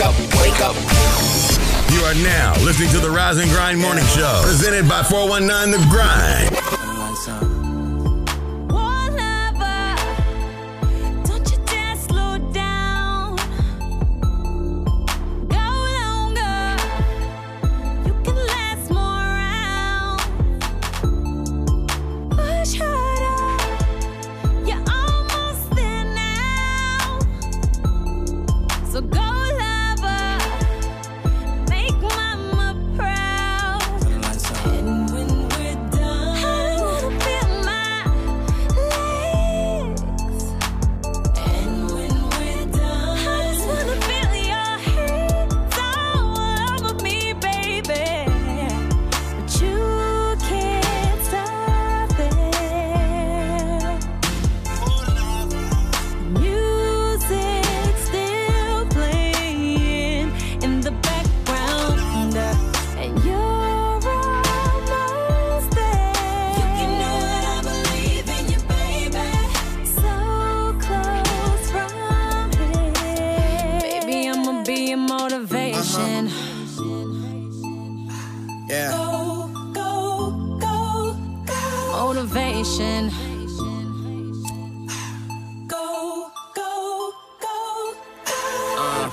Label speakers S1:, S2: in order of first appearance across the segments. S1: up.
S2: You are now listening to the Rise and Grind Morning Show, presented by 419 The Grind.
S3: So go lover, make mama proud. And when we're done, I wanna feel my legs. And when we're done, I just wanna feel your hands Oh, all over me, baby. But you can't stop it. Music still playing in the background, and you're almost there. You can know that I believe in you, baby. So close from here, baby. I'ma be a motivation.
S1: Yeah.
S3: Go, go, go, go. Motivation.
S4: Go, go, go.
S5: Uh,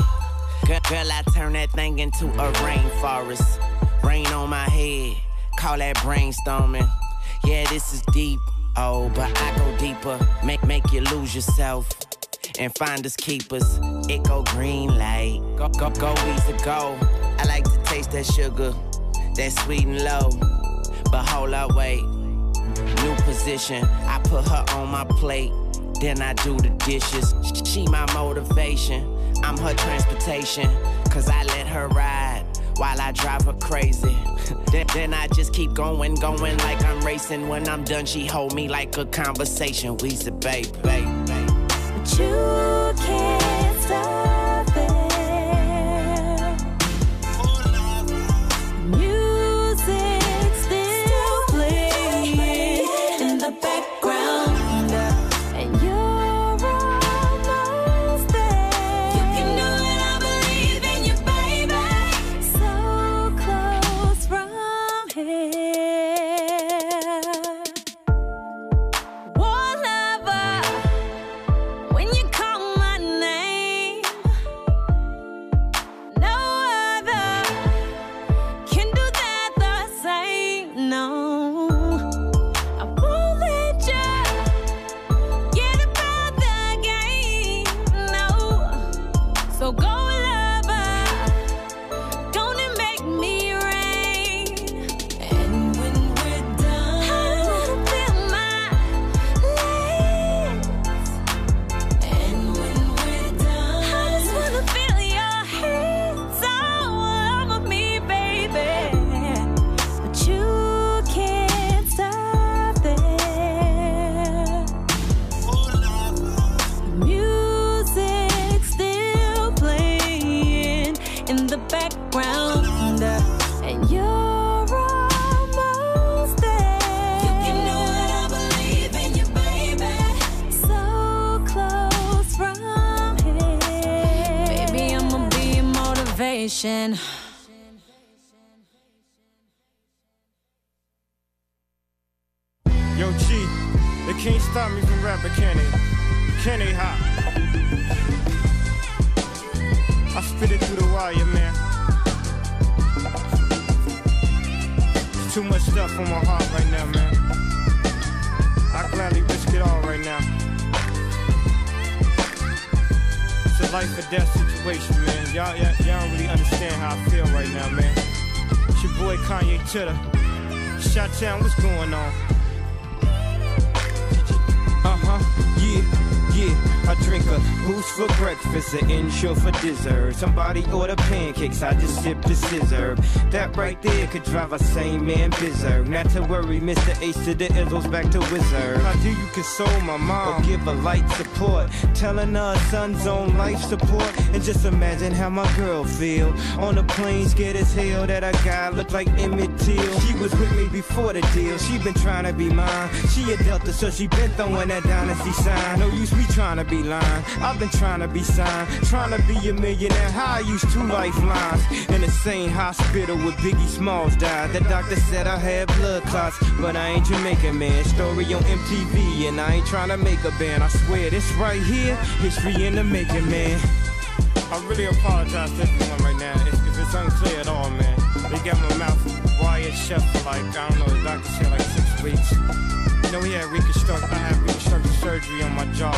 S5: Girl, girl, I turn that thing into a rainforest. Rain on my head, call that brainstorming. Yeah, this is deep, oh, but I go deeper. Make make you lose yourself and find us keepers. It go green light, go go go easy go. I like to taste that sugar, that sweet and low. But hold up, wait new position. I put her on my plate, then I do the dishes. She my motivation, I'm her transportation. Cause I let her ride while I drive her crazy. then, then I just keep going, going like I'm racing. When I'm done, she hold me like a conversation. We the babe, babe, babe.
S3: But you can't stop it. Music still playing in the background, and you're almost there. You can do it, I believe in you, baby. So close from here. One lover. When you call my name, no other can do that the same. No, I won't let you get about the game. No, so go lover, don't it make me rain? And when we're done, I wanna feel my legs. And when we're done, I just wanna feel your hands all over me, baby. But you can't stop it. Music still playing in the background, and you're almost there. You can know that I believe in you, baby. So close from here, baby. I'ma be a motivation.
S6: Yo, G, they can't stop me from rapping, can they? Can they, ha? I spit it through the wire, man. There's too much stuff on my heart right now, man. I gladly risk it all right now. It's a life or death situation, man. Y'all, y'all, y'all don't really understand how I feel right now, man. It's your boy Kanye Titter. Shot Town, what's going on? Uh-huh, yeah, yeah. I drink a boost for breakfast, an insure for dessert. Somebody order pancakes, I just sip the scissor. That right there could drive a sane man berserk. Not to worry, Mr. Ace to the Izzles back to Wizard. How do you console my mom? Or give her light support. Telling her son's on life support. And just imagine how my girl feel. On the plane, scared as hell that I got look like Emmett Till. She was with me before the deal. She been trying to be mine. She a Delta, so she been throwing that dynasty sign. No use me trying to be be lying. I've been trying to be signed, trying to be a millionaire. How I used two lifelines in the same hospital where Biggie Smalls died. The doctor said I had blood clots, but I ain't Jamaican man. Story on MTV, and I ain't trying to make a band. I swear this right here, history in the making, man. I really apologize to everyone right now if, if it's unclear at all, man. They got my mouth wired shut for like, I don't know, the doctor said like six weeks. You know, we had reconstruct, I had reconstructive surgery on my jaw.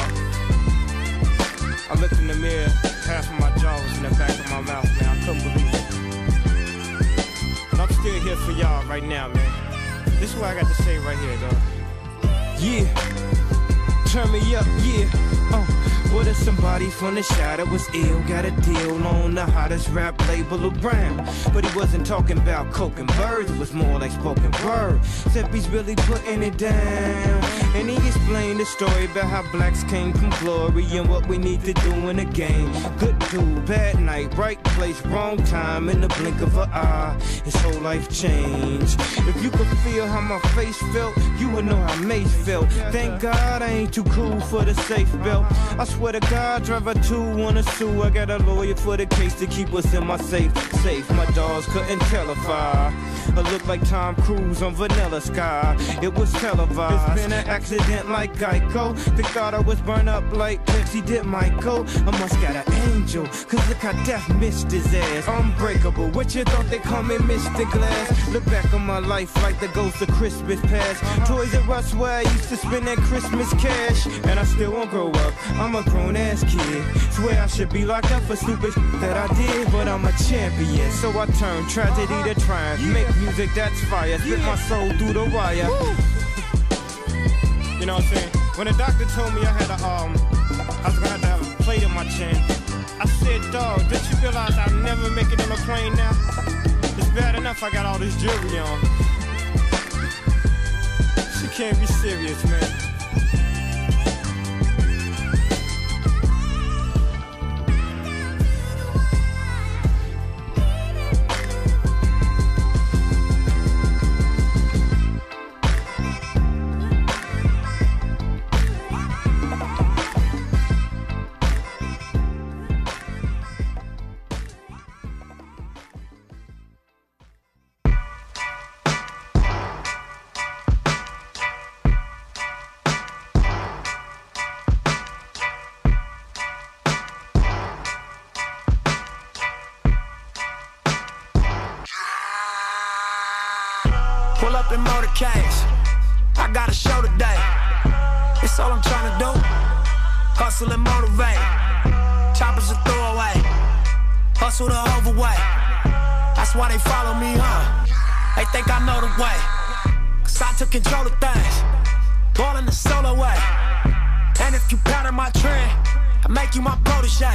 S6: I looked in the mirror, half of my jaw was in the back of my mouth, man. I couldn't believe it. But I'm still here for y'all right now, man. This is what I got to say right here, though. Yeah turn me up, yeah. Uh, what if somebody from the shadow was ill? Got a deal on the hottest rap label around. But he wasn't talking about coke and birds, it was more like spoken word. Except he's really putting it down. And he explained the story about how blacks came from glory and what we need to do in the game. Good dude, bad night, right place, wrong time, in the blink of an eye. His whole life changed. If you could feel how my face felt, you would know how Mace felt. Thank God I ain't too cool for the safe belt. I swear to God, driver two wanna sue. I got a lawyer for the case to keep us in my safe. Safe, my dogs couldn't tell if I, I looked like Tom Cruise on Vanilla Sky. It was televised. It's been an accident like Geico. They thought I was burned up like Pepsi did Michael. I must got an angel, cause look how death missed his ass. Unbreakable, what you thought they call me Mr. Glass? Look back on my life like the ghost of Christmas past. Toys R Us where I used to spend that Christmas cash. And I still won't grow up, I'm a grown ass kid. Swear I should be locked up for stupid shit that I did, but I'm a champion. So I turn tragedy to triumph. Make music that's fire, spit my soul through the wire. You know what I'm saying? When the doctor told me I had a um, I was gonna have to have a plate in my chin. I said, dog, did you realize I'm never making on a plane now? It's bad enough I got all this jewelry on. She can't be serious, man.
S1: Pull up in motorcades. I got a show today. It's all I'm trying to do. Hustle and motivate. Choppers a throwaway. Hustle the overweight. That's why they follow me, huh? They think I know the way. Cause I took control of things. Ballin' the solo way. And if you pattern my trend, I make you my protege.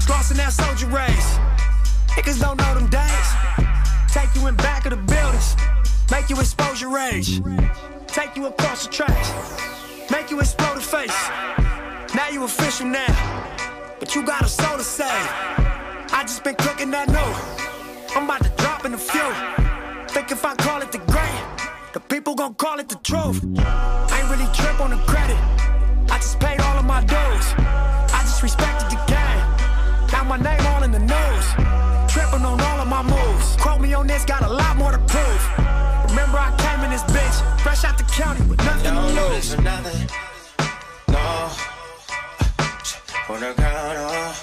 S1: Slossing that soldier race. Niggas don't know them days. Take you in back of the buildings. Make you expose your rage. Take you across the tracks. Make you explode the face. Now you official now. But you got a soul to save. I just been cooking that new. I'm about to drop in a few. Think if I call it the great, the people gon' call it the truth. I ain't really trip on the credit. I just paid all of my dues. I just respected the game. Now my name all in the news. Tripping on all of my moves. Quote me on this, got a lot more to prove. Remember I came in this bitch, fresh out the county with nothing
S6: Don't
S1: to
S6: lose
S1: lose.
S6: for nothing. No. Wanna count on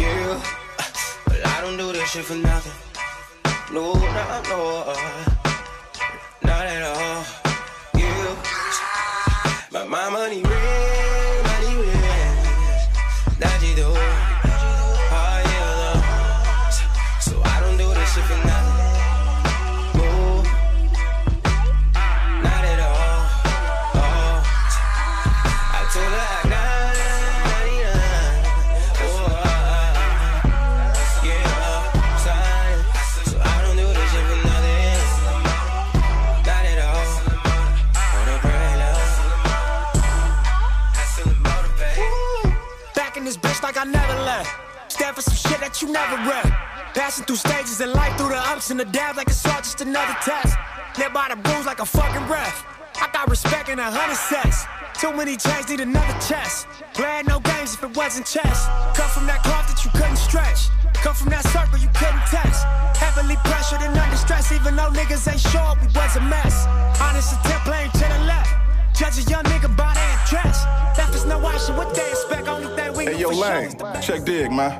S6: you. But I don't do this shit for nothing. No, no, no. Not at all. You. But my money real, money real. That you do. Oh, yeah, love. So I don't do this shit for nothing. No, not at all. Oh. I told her I got it. Oh, uh, uh, yeah, sorry. So I don't do this shit for nothing. Not at all. On a brand
S1: Back in this bitch like I never left. Stand for some shit that you never read. Passing through stages in life, through the ups and the downs like it's all just another test. Live by the rules like a fucking ref. I got respect in a hundred sets. Too many chains, need another chest. Glad no games if it wasn't chess. Cut from that cloth that you couldn't stretch. Cut from that circle you couldn't test. Heavily pressured and under stress, even though niggas ain't sure we was a mess. Honest attempt playing to the left. Judge a young nigga by their dress. Left is no option, what they expect, only thing we
S7: Hey,
S1: know
S7: yo,
S1: for sure
S7: Lang,
S1: is the best.
S7: check dig, man.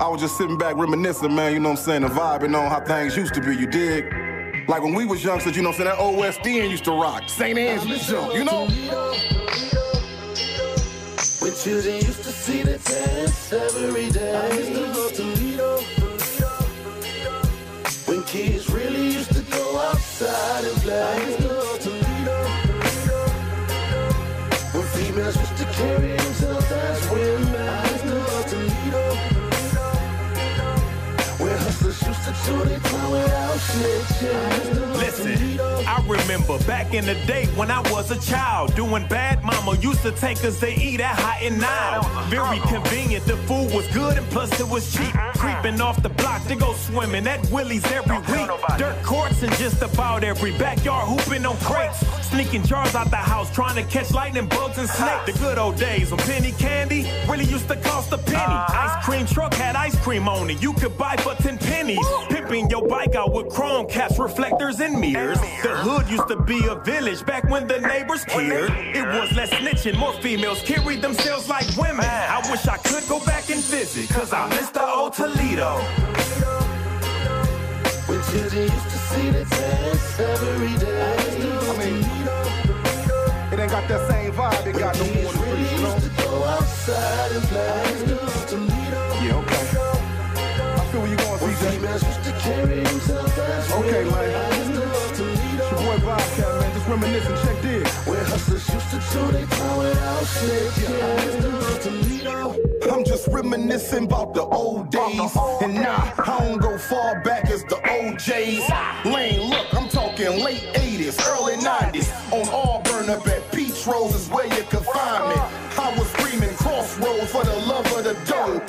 S7: I was just sitting back reminiscing, man, you know what I'm saying, and vibing on how things used to be, you dig? Like when we was youngsters, you know what I'm saying, that old West End used to rock, St. Angeles jump, you know?
S8: With you, they used to see the tennis every day. I used to go to Lido. When kids really used to go outside and play. I used to go to Lido. When females used to carry themselves as women. I used to go to Lido. Where hustlers used to do their time without shit. Yeah. I used to go to
S9: Listen,
S8: Lido.
S9: I remember back in the day when I was a child doing bad. Mama used to take us to eat at Hot and Now. Very convenient, the food was good and plus it was cheap. Creeping off the block to go swimming at Willie's every week. Dirt courts and just about every backyard hooping on crates. Sneaking jars out the house trying to catch lightning bugs and snakes. The good old days when penny candy really used to cost a penny. Ice cream truck had ice cream on it. You could buy for 10 pennies. Pimping your bike out with chrome caps, reflectors, and mirrors. The hood used to be a village back when the neighbors cared. It was less snitching, more females carried themselves like women. I wish I could go back and visit, cause I miss the old Toledo.
S8: When children used to see the tennis every day. I used to go to Lido.
S7: It ain't got that same vibe it got no more in the
S8: Really
S7: streets, you know?
S8: used to go outside and play. I used to go to Lido.
S7: Yeah, okay. I feel where you going, CJ.
S8: Females used to carry themselves as
S7: Okay,
S8: women.
S7: Lane.
S8: I used to go to
S7: It's
S8: Lido.
S7: your boy Bobcat, man, just reminiscing, check dig.
S8: Where hustlers used to do they time without shit. Yeah, I used to go to Lido.
S7: I'm just reminiscing about the old days. And nah, I don't go far back as the OJs. Lane, look, I'm talking late 80s, early 90s. On Auburn up at Peach Rose is where you could find me. I was screaming crossroads for the love of the dough.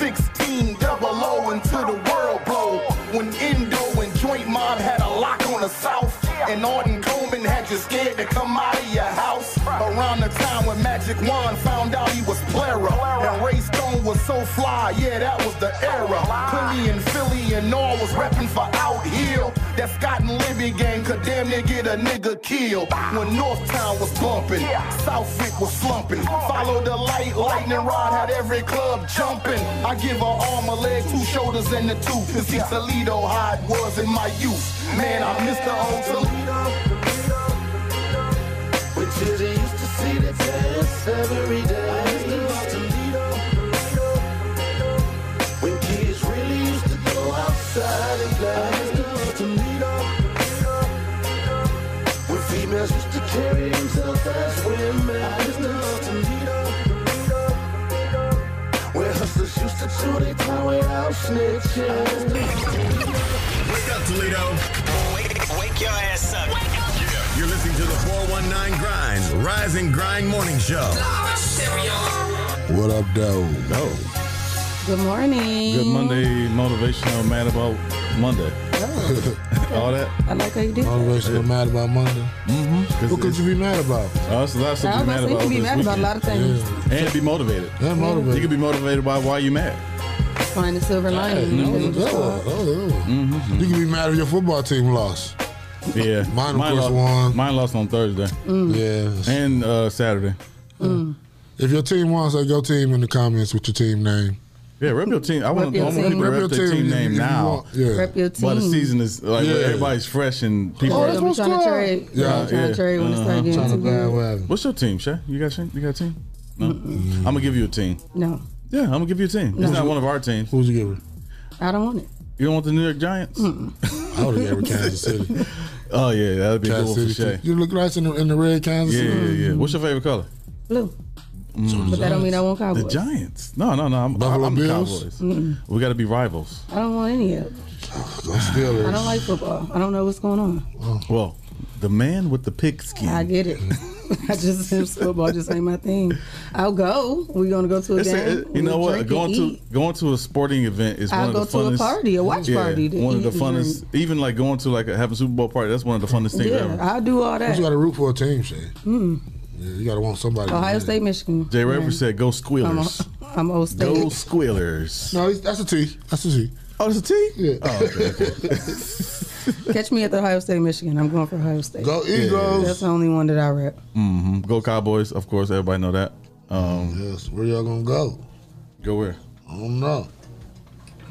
S7: 16 double O until the world blow. When Indo and Joint Mob had a lock on the South. And Arden Coleman had you scared to come out of your house. Around the time when Magic Wand found out he was plera. And Ray Stone was so fly, yeah, that was the era. Philly and Philly and all was reppin' for Out Hill. That Scott and Libby gang could damn near get a nigga killed. When North Town was bumpin', Southwick was slumpin'. Follow the light, lightning rod had every club jumpin'. I give her arm, a leg, two shoulders, and a tooth to see Toledo how it was in my youth. Man, I miss the old Toledo.
S8: When children used to see the tennis every day. I used to go to Lido. When kids really used to go outside and play. I used to go to Lido. When females used to carry themselves as women. I used to go to Lido. Where hustlers used to do their time without snitching. I used to
S2: Wake up, Toledo.
S5: Wake, wake your ass up.
S2: You're listening to the 419 Grind, Rise and Grind Morning Show.
S10: What up, though?
S2: Oh,
S11: Good morning.
S12: Good Monday motivational mad about Monday. All that.
S11: I like how you did.
S10: All
S11: that.
S10: of us were mad about Monday.
S12: Mm-hmm.
S10: What could you be mad about?
S12: That's lots
S11: I
S12: to
S11: was about
S12: be mad
S11: to say,
S12: about.
S11: you can be
S12: this
S11: mad about a
S12: weekend.
S11: lot of things.
S12: And be motivated.
S10: That
S12: You can
S10: motivated.
S12: be motivated by why you mad.
S11: Find the silver lining.
S10: No,
S11: and
S10: that
S11: just go
S10: one, that one.
S11: Mm-hmm.
S10: You can be mad if your football team lost.
S12: Yeah.
S10: Mine, of course,
S12: lost,
S10: won.
S12: Mine lost on Thursday
S11: Mm.
S10: Yeah.
S12: and uh, Saturday.
S10: If your team won, say your team in the comments with your team name.
S12: Yeah, rep your team. I want
S11: your
S12: to
S11: team.
S12: people to
S10: Rep
S12: rep their team
S10: if- if
S12: name
S10: you
S12: now.
S10: want. Yeah.
S11: Rep your team.
S12: While the season is like
S10: Yeah.
S12: everybody's fresh and people.
S10: Oh,
S11: Or
S12: are-
S10: that's
S11: they'll be
S10: what's
S11: trying to
S10: good.
S11: trade.
S10: Yeah, Uh-huh.
S11: Yeah, trying
S12: yeah.
S11: to trade when it starts getting
S10: Trying
S11: too
S10: to
S11: good.
S10: bandwagon.
S12: What's your team, Shay? You got a You got a team? No. I'm gonna give you a team.
S11: No,
S12: Yeah, I'm gonna give you a team. It's not one of our teams.
S10: Who'd you give her?
S11: I don't want it.
S12: You don't want the New York Giants?
S11: Mm-hmm.
S10: I would have given Kansas City.
S12: Oh yeah, that'd be a good
S10: Kansas
S12: one for
S10: City.
S12: Shay.
S10: team. You look nice in the, in the red Kansas
S12: Yeah,
S10: City.
S12: yeah, yeah. What's your favorite color? Mm.
S11: Blue. But Mm-hmm. that don't mean I want
S12: The
S11: Cowboys.
S12: Giants. No, no, no. I'm,
S10: Buffalo
S12: I'm the
S10: Bills?
S12: Cowboys. We got to be rivals.
S11: I don't want any of it.
S10: I'm Steelers.
S11: I don't like football. I don't know what's going on.
S12: Well, the man with the pigskin.
S11: I get it. I just football just ain't my thing. I'll go. We're gonna go to a
S12: It's
S11: game.
S12: a- it- you
S11: We'll
S12: know what?
S11: drink and
S12: Going to
S11: eat.
S12: going to a sporting event is
S11: I'll
S12: one of the
S11: go to a
S12: funnest.
S11: party, a watch party to
S12: One of
S11: eat
S12: the
S11: and
S12: funnest. Even like going to like a, having a Super Bowl party. That's one of the funnest things
S11: yeah,
S12: ever.
S11: I'll do all that. Hmm.
S10: You got to root for a team, Shay. Yeah, you gotta want somebody.
S11: Ohio State, Michigan.
S12: Jay
S11: Yeah.
S12: Rayford said, "Go squealers."
S11: Mm-hmm. I'm old state.
S12: Go squealers.
S10: No, that's a T. That's a T.
S12: Oh, that's a T.
S10: Yeah.
S12: Oh, okay, okay.
S11: Catch me at the Ohio State, Michigan. I'm going for Ohio State.
S12: Go Eagles.
S11: That's the only one that I rep.
S12: hmm Go Cowboys, of course. Everybody know that. Um,
S10: yes. Where y'all gonna go?
S12: Go where?
S10: I don't know.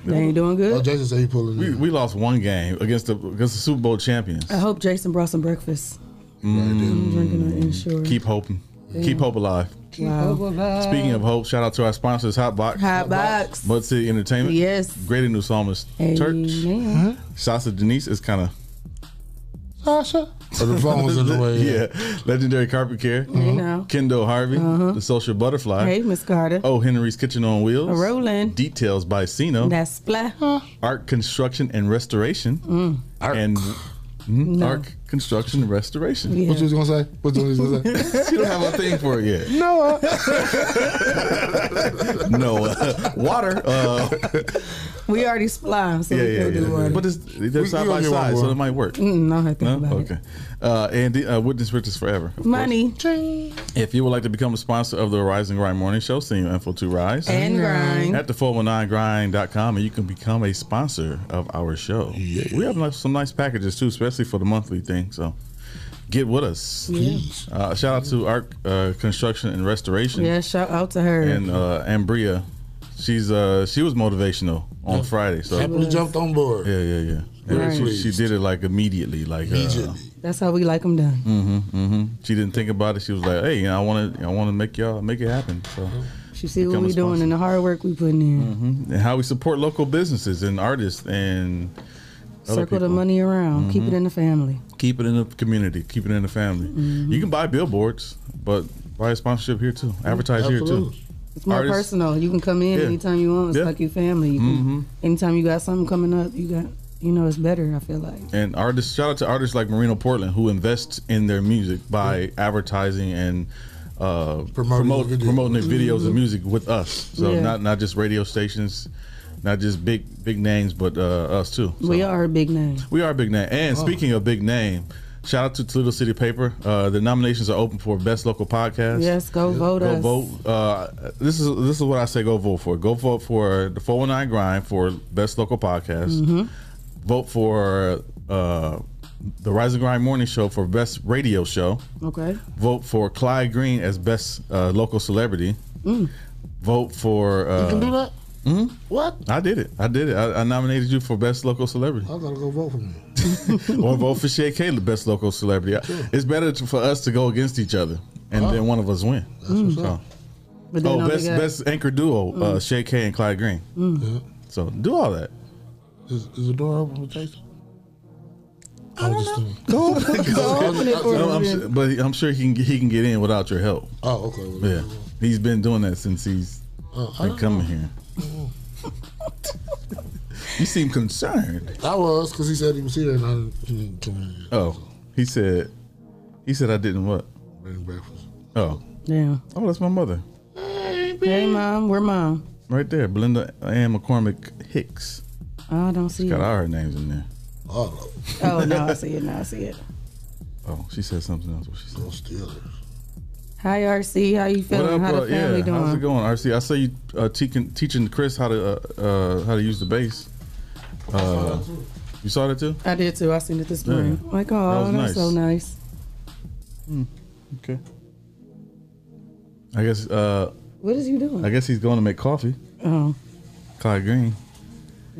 S11: They ain't doing good.
S10: Oh, Jason said he pulling.
S12: We, we lost one game against the against the Super Bowl champions.
S11: I hope Jason brought some breakfast.
S12: Mm.
S11: drinking an insurance.
S12: Keep hoping.
S11: Yeah.
S12: Keep hope alive.
S11: Keep Wow. hope alive.
S12: Speaking of hope, shout out to our sponsors, Hot Box,
S11: Hot Box.
S12: Mud City Entertainment,
S11: Yes. Uh-huh.
S12: Grady New Psalmist Church.
S11: Amen.
S12: Sasa Denise is kind of
S10: Sasha. Oh, the phone was in the way.
S12: yeah, legendary carpet care.
S11: You know.
S12: Kendall Harvey,
S11: Uh-huh.
S12: the Social Butterfly.
S11: Hey, Miss Carter.
S12: Oh, Henry's Kitchen on Wheels.
S11: A rolling.
S12: Details by Sino.
S11: That's splat.
S12: Art Construction and Restoration.
S11: Mm.
S12: And Mhm,
S11: No.
S12: Arc Construction and Restoration.
S10: What you was gonna say? What you was gonna say?
S12: you don't have a thing for it yet.
S10: Noah.
S12: No uh, water. Uh,
S11: We already splat, so
S12: yeah,
S11: we
S12: yeah,
S11: can
S12: yeah.
S11: do water.
S12: But it's, they're
S11: We-
S12: side
S11: you
S12: by
S11: only want
S12: side, so
S11: one.
S12: it might work.
S11: Mm, I don't have to think
S12: No?
S11: about it.
S12: Okay. Uh, and the, uh, Witness Riches Forever.
S11: Money.
S12: If you would like to become a sponsor of the Rise and Grind Morning Show, send your info to Rise
S11: And Grind.
S12: at the 419grind.com and you can become a sponsor of our show. We have like, some nice packages too, especially for the monthly thing. So get with us.
S11: Yeah.
S12: Uh, shout out to Arc uh, Construction and Restoration
S11: Yeah, shout out to her.
S12: and uh, Ambria. She's uh, she was motivational on Friday. So
S11: Happily jumped
S10: on board.
S12: Yeah, yeah, yeah. And
S11: Right.
S12: she, she did it like immediately. Like uh, immediately.
S11: That's how we like them done.
S12: hmm hmm She didn't think about it. She was like, "Hey, you know, I want to, I want to make y'all make it happen." So,
S11: You see what
S12: Become a Mm-hmm.
S11: we doing and the hard work we putting in.
S12: and how we support local businesses and artists and other
S11: Circle the
S12: people.
S11: money around. Keep it
S12: Mhm.
S11: in the family.
S12: Keep it in the community. Keep it in the family.
S11: Mhm.
S12: You can buy billboards, but buy a sponsorship here too. Advertise here too.
S10: Absolutely.
S11: It's more
S12: Artists-
S11: personal. You can come in
S12: Yeah.
S11: anytime you want. It's
S12: Yeah. Mm-hmm.
S11: like your family. You can, anytime you got something coming up, you got you know it's better. I feel like
S12: And artists, shout out to artists like Marino Portland who invest in their music by advertising and uh, promote,
S10: video.
S12: promoting their videos
S10: Mhm.
S12: and music with us. So
S11: Mm-hmm. Yeah.
S12: not not just radio stations, not just big big names, but uh, us too.
S11: we are a big name.
S12: We are a big name. And
S11: Oh.
S12: speaking of big name, shout out to Toledo City Paper. Uh, the nominations are open for best local podcast.
S11: Yes, go vote
S12: Go
S11: us.
S12: vote. Uh, this is this is what I say. Go vote for. Go vote for the four one nine grind for best local podcast.
S11: Mhm.
S12: Vote for uh, the Rise and Grind Morning Show for best radio show.
S11: Okay.
S12: Vote for Clyde Green as best uh, local celebrity.
S10: Mm.
S12: Vote for. Uh,
S10: you can do that.
S12: mhm.
S10: What?
S12: I did it. I did it. I, I nominated you for best local celebrity
S10: I gotta go vote for me.
S12: or vote for Shay K, the best local celebrity. It's better to, for us to go against each other and
S10: Ah.
S12: then one of us win.
S11: what's
S12: So-
S11: But then
S12: oh,
S11: don't
S12: best
S11: forget-
S12: best anchor duo, uh,
S11: Mm.
S12: Shay K and Clyde Green.
S11: Mm.
S12: So do all that.
S10: Is, is the door open for Jason? I was just doing.
S12: Go
S10: open it for
S12: No, I'm
S10: him.
S12: su- but he- I'm sure he can get- he can get in without your help.
S10: Oh, okay. Well,
S12: Yeah, he's been doing that since he's
S10: Oh, I
S12: been
S10: don't
S12: coming here. you seem concerned.
S10: I was because he said he was here and I didn't, he didn't come in.
S12: Oh, he said, he said I didn't what?
S10: Bring breakfast.
S12: Oh,
S11: Yeah.
S12: Oh, that's my mother.
S11: Hey, mom, we're mom.
S12: right there, Belinda Ann McCormick Hicks.
S11: Oh, I don't see
S12: She's got
S11: it.
S12: all her names in there.
S10: Oh,
S11: Oh no, I see it. Now I see it.
S12: Oh, she said something else. What she said?
S11: Hi, RC. How you
S12: What
S11: feeling? How
S12: uh,
S11: the family doing?
S12: how's it going, RC? I saw you uh, teaching teaching Chris how to uh, uh, how to use the bass. Uh, you saw that too?
S11: I did too. I seen it this
S12: Yeah.
S11: morning. Like,
S12: That
S11: oh,
S12: was
S11: that's
S12: nice.
S11: so nice.
S12: Okay. I guess. Uh,
S11: What is you doing?
S12: I guess he's going to make coffee.
S11: Oh,
S12: Clyde Green.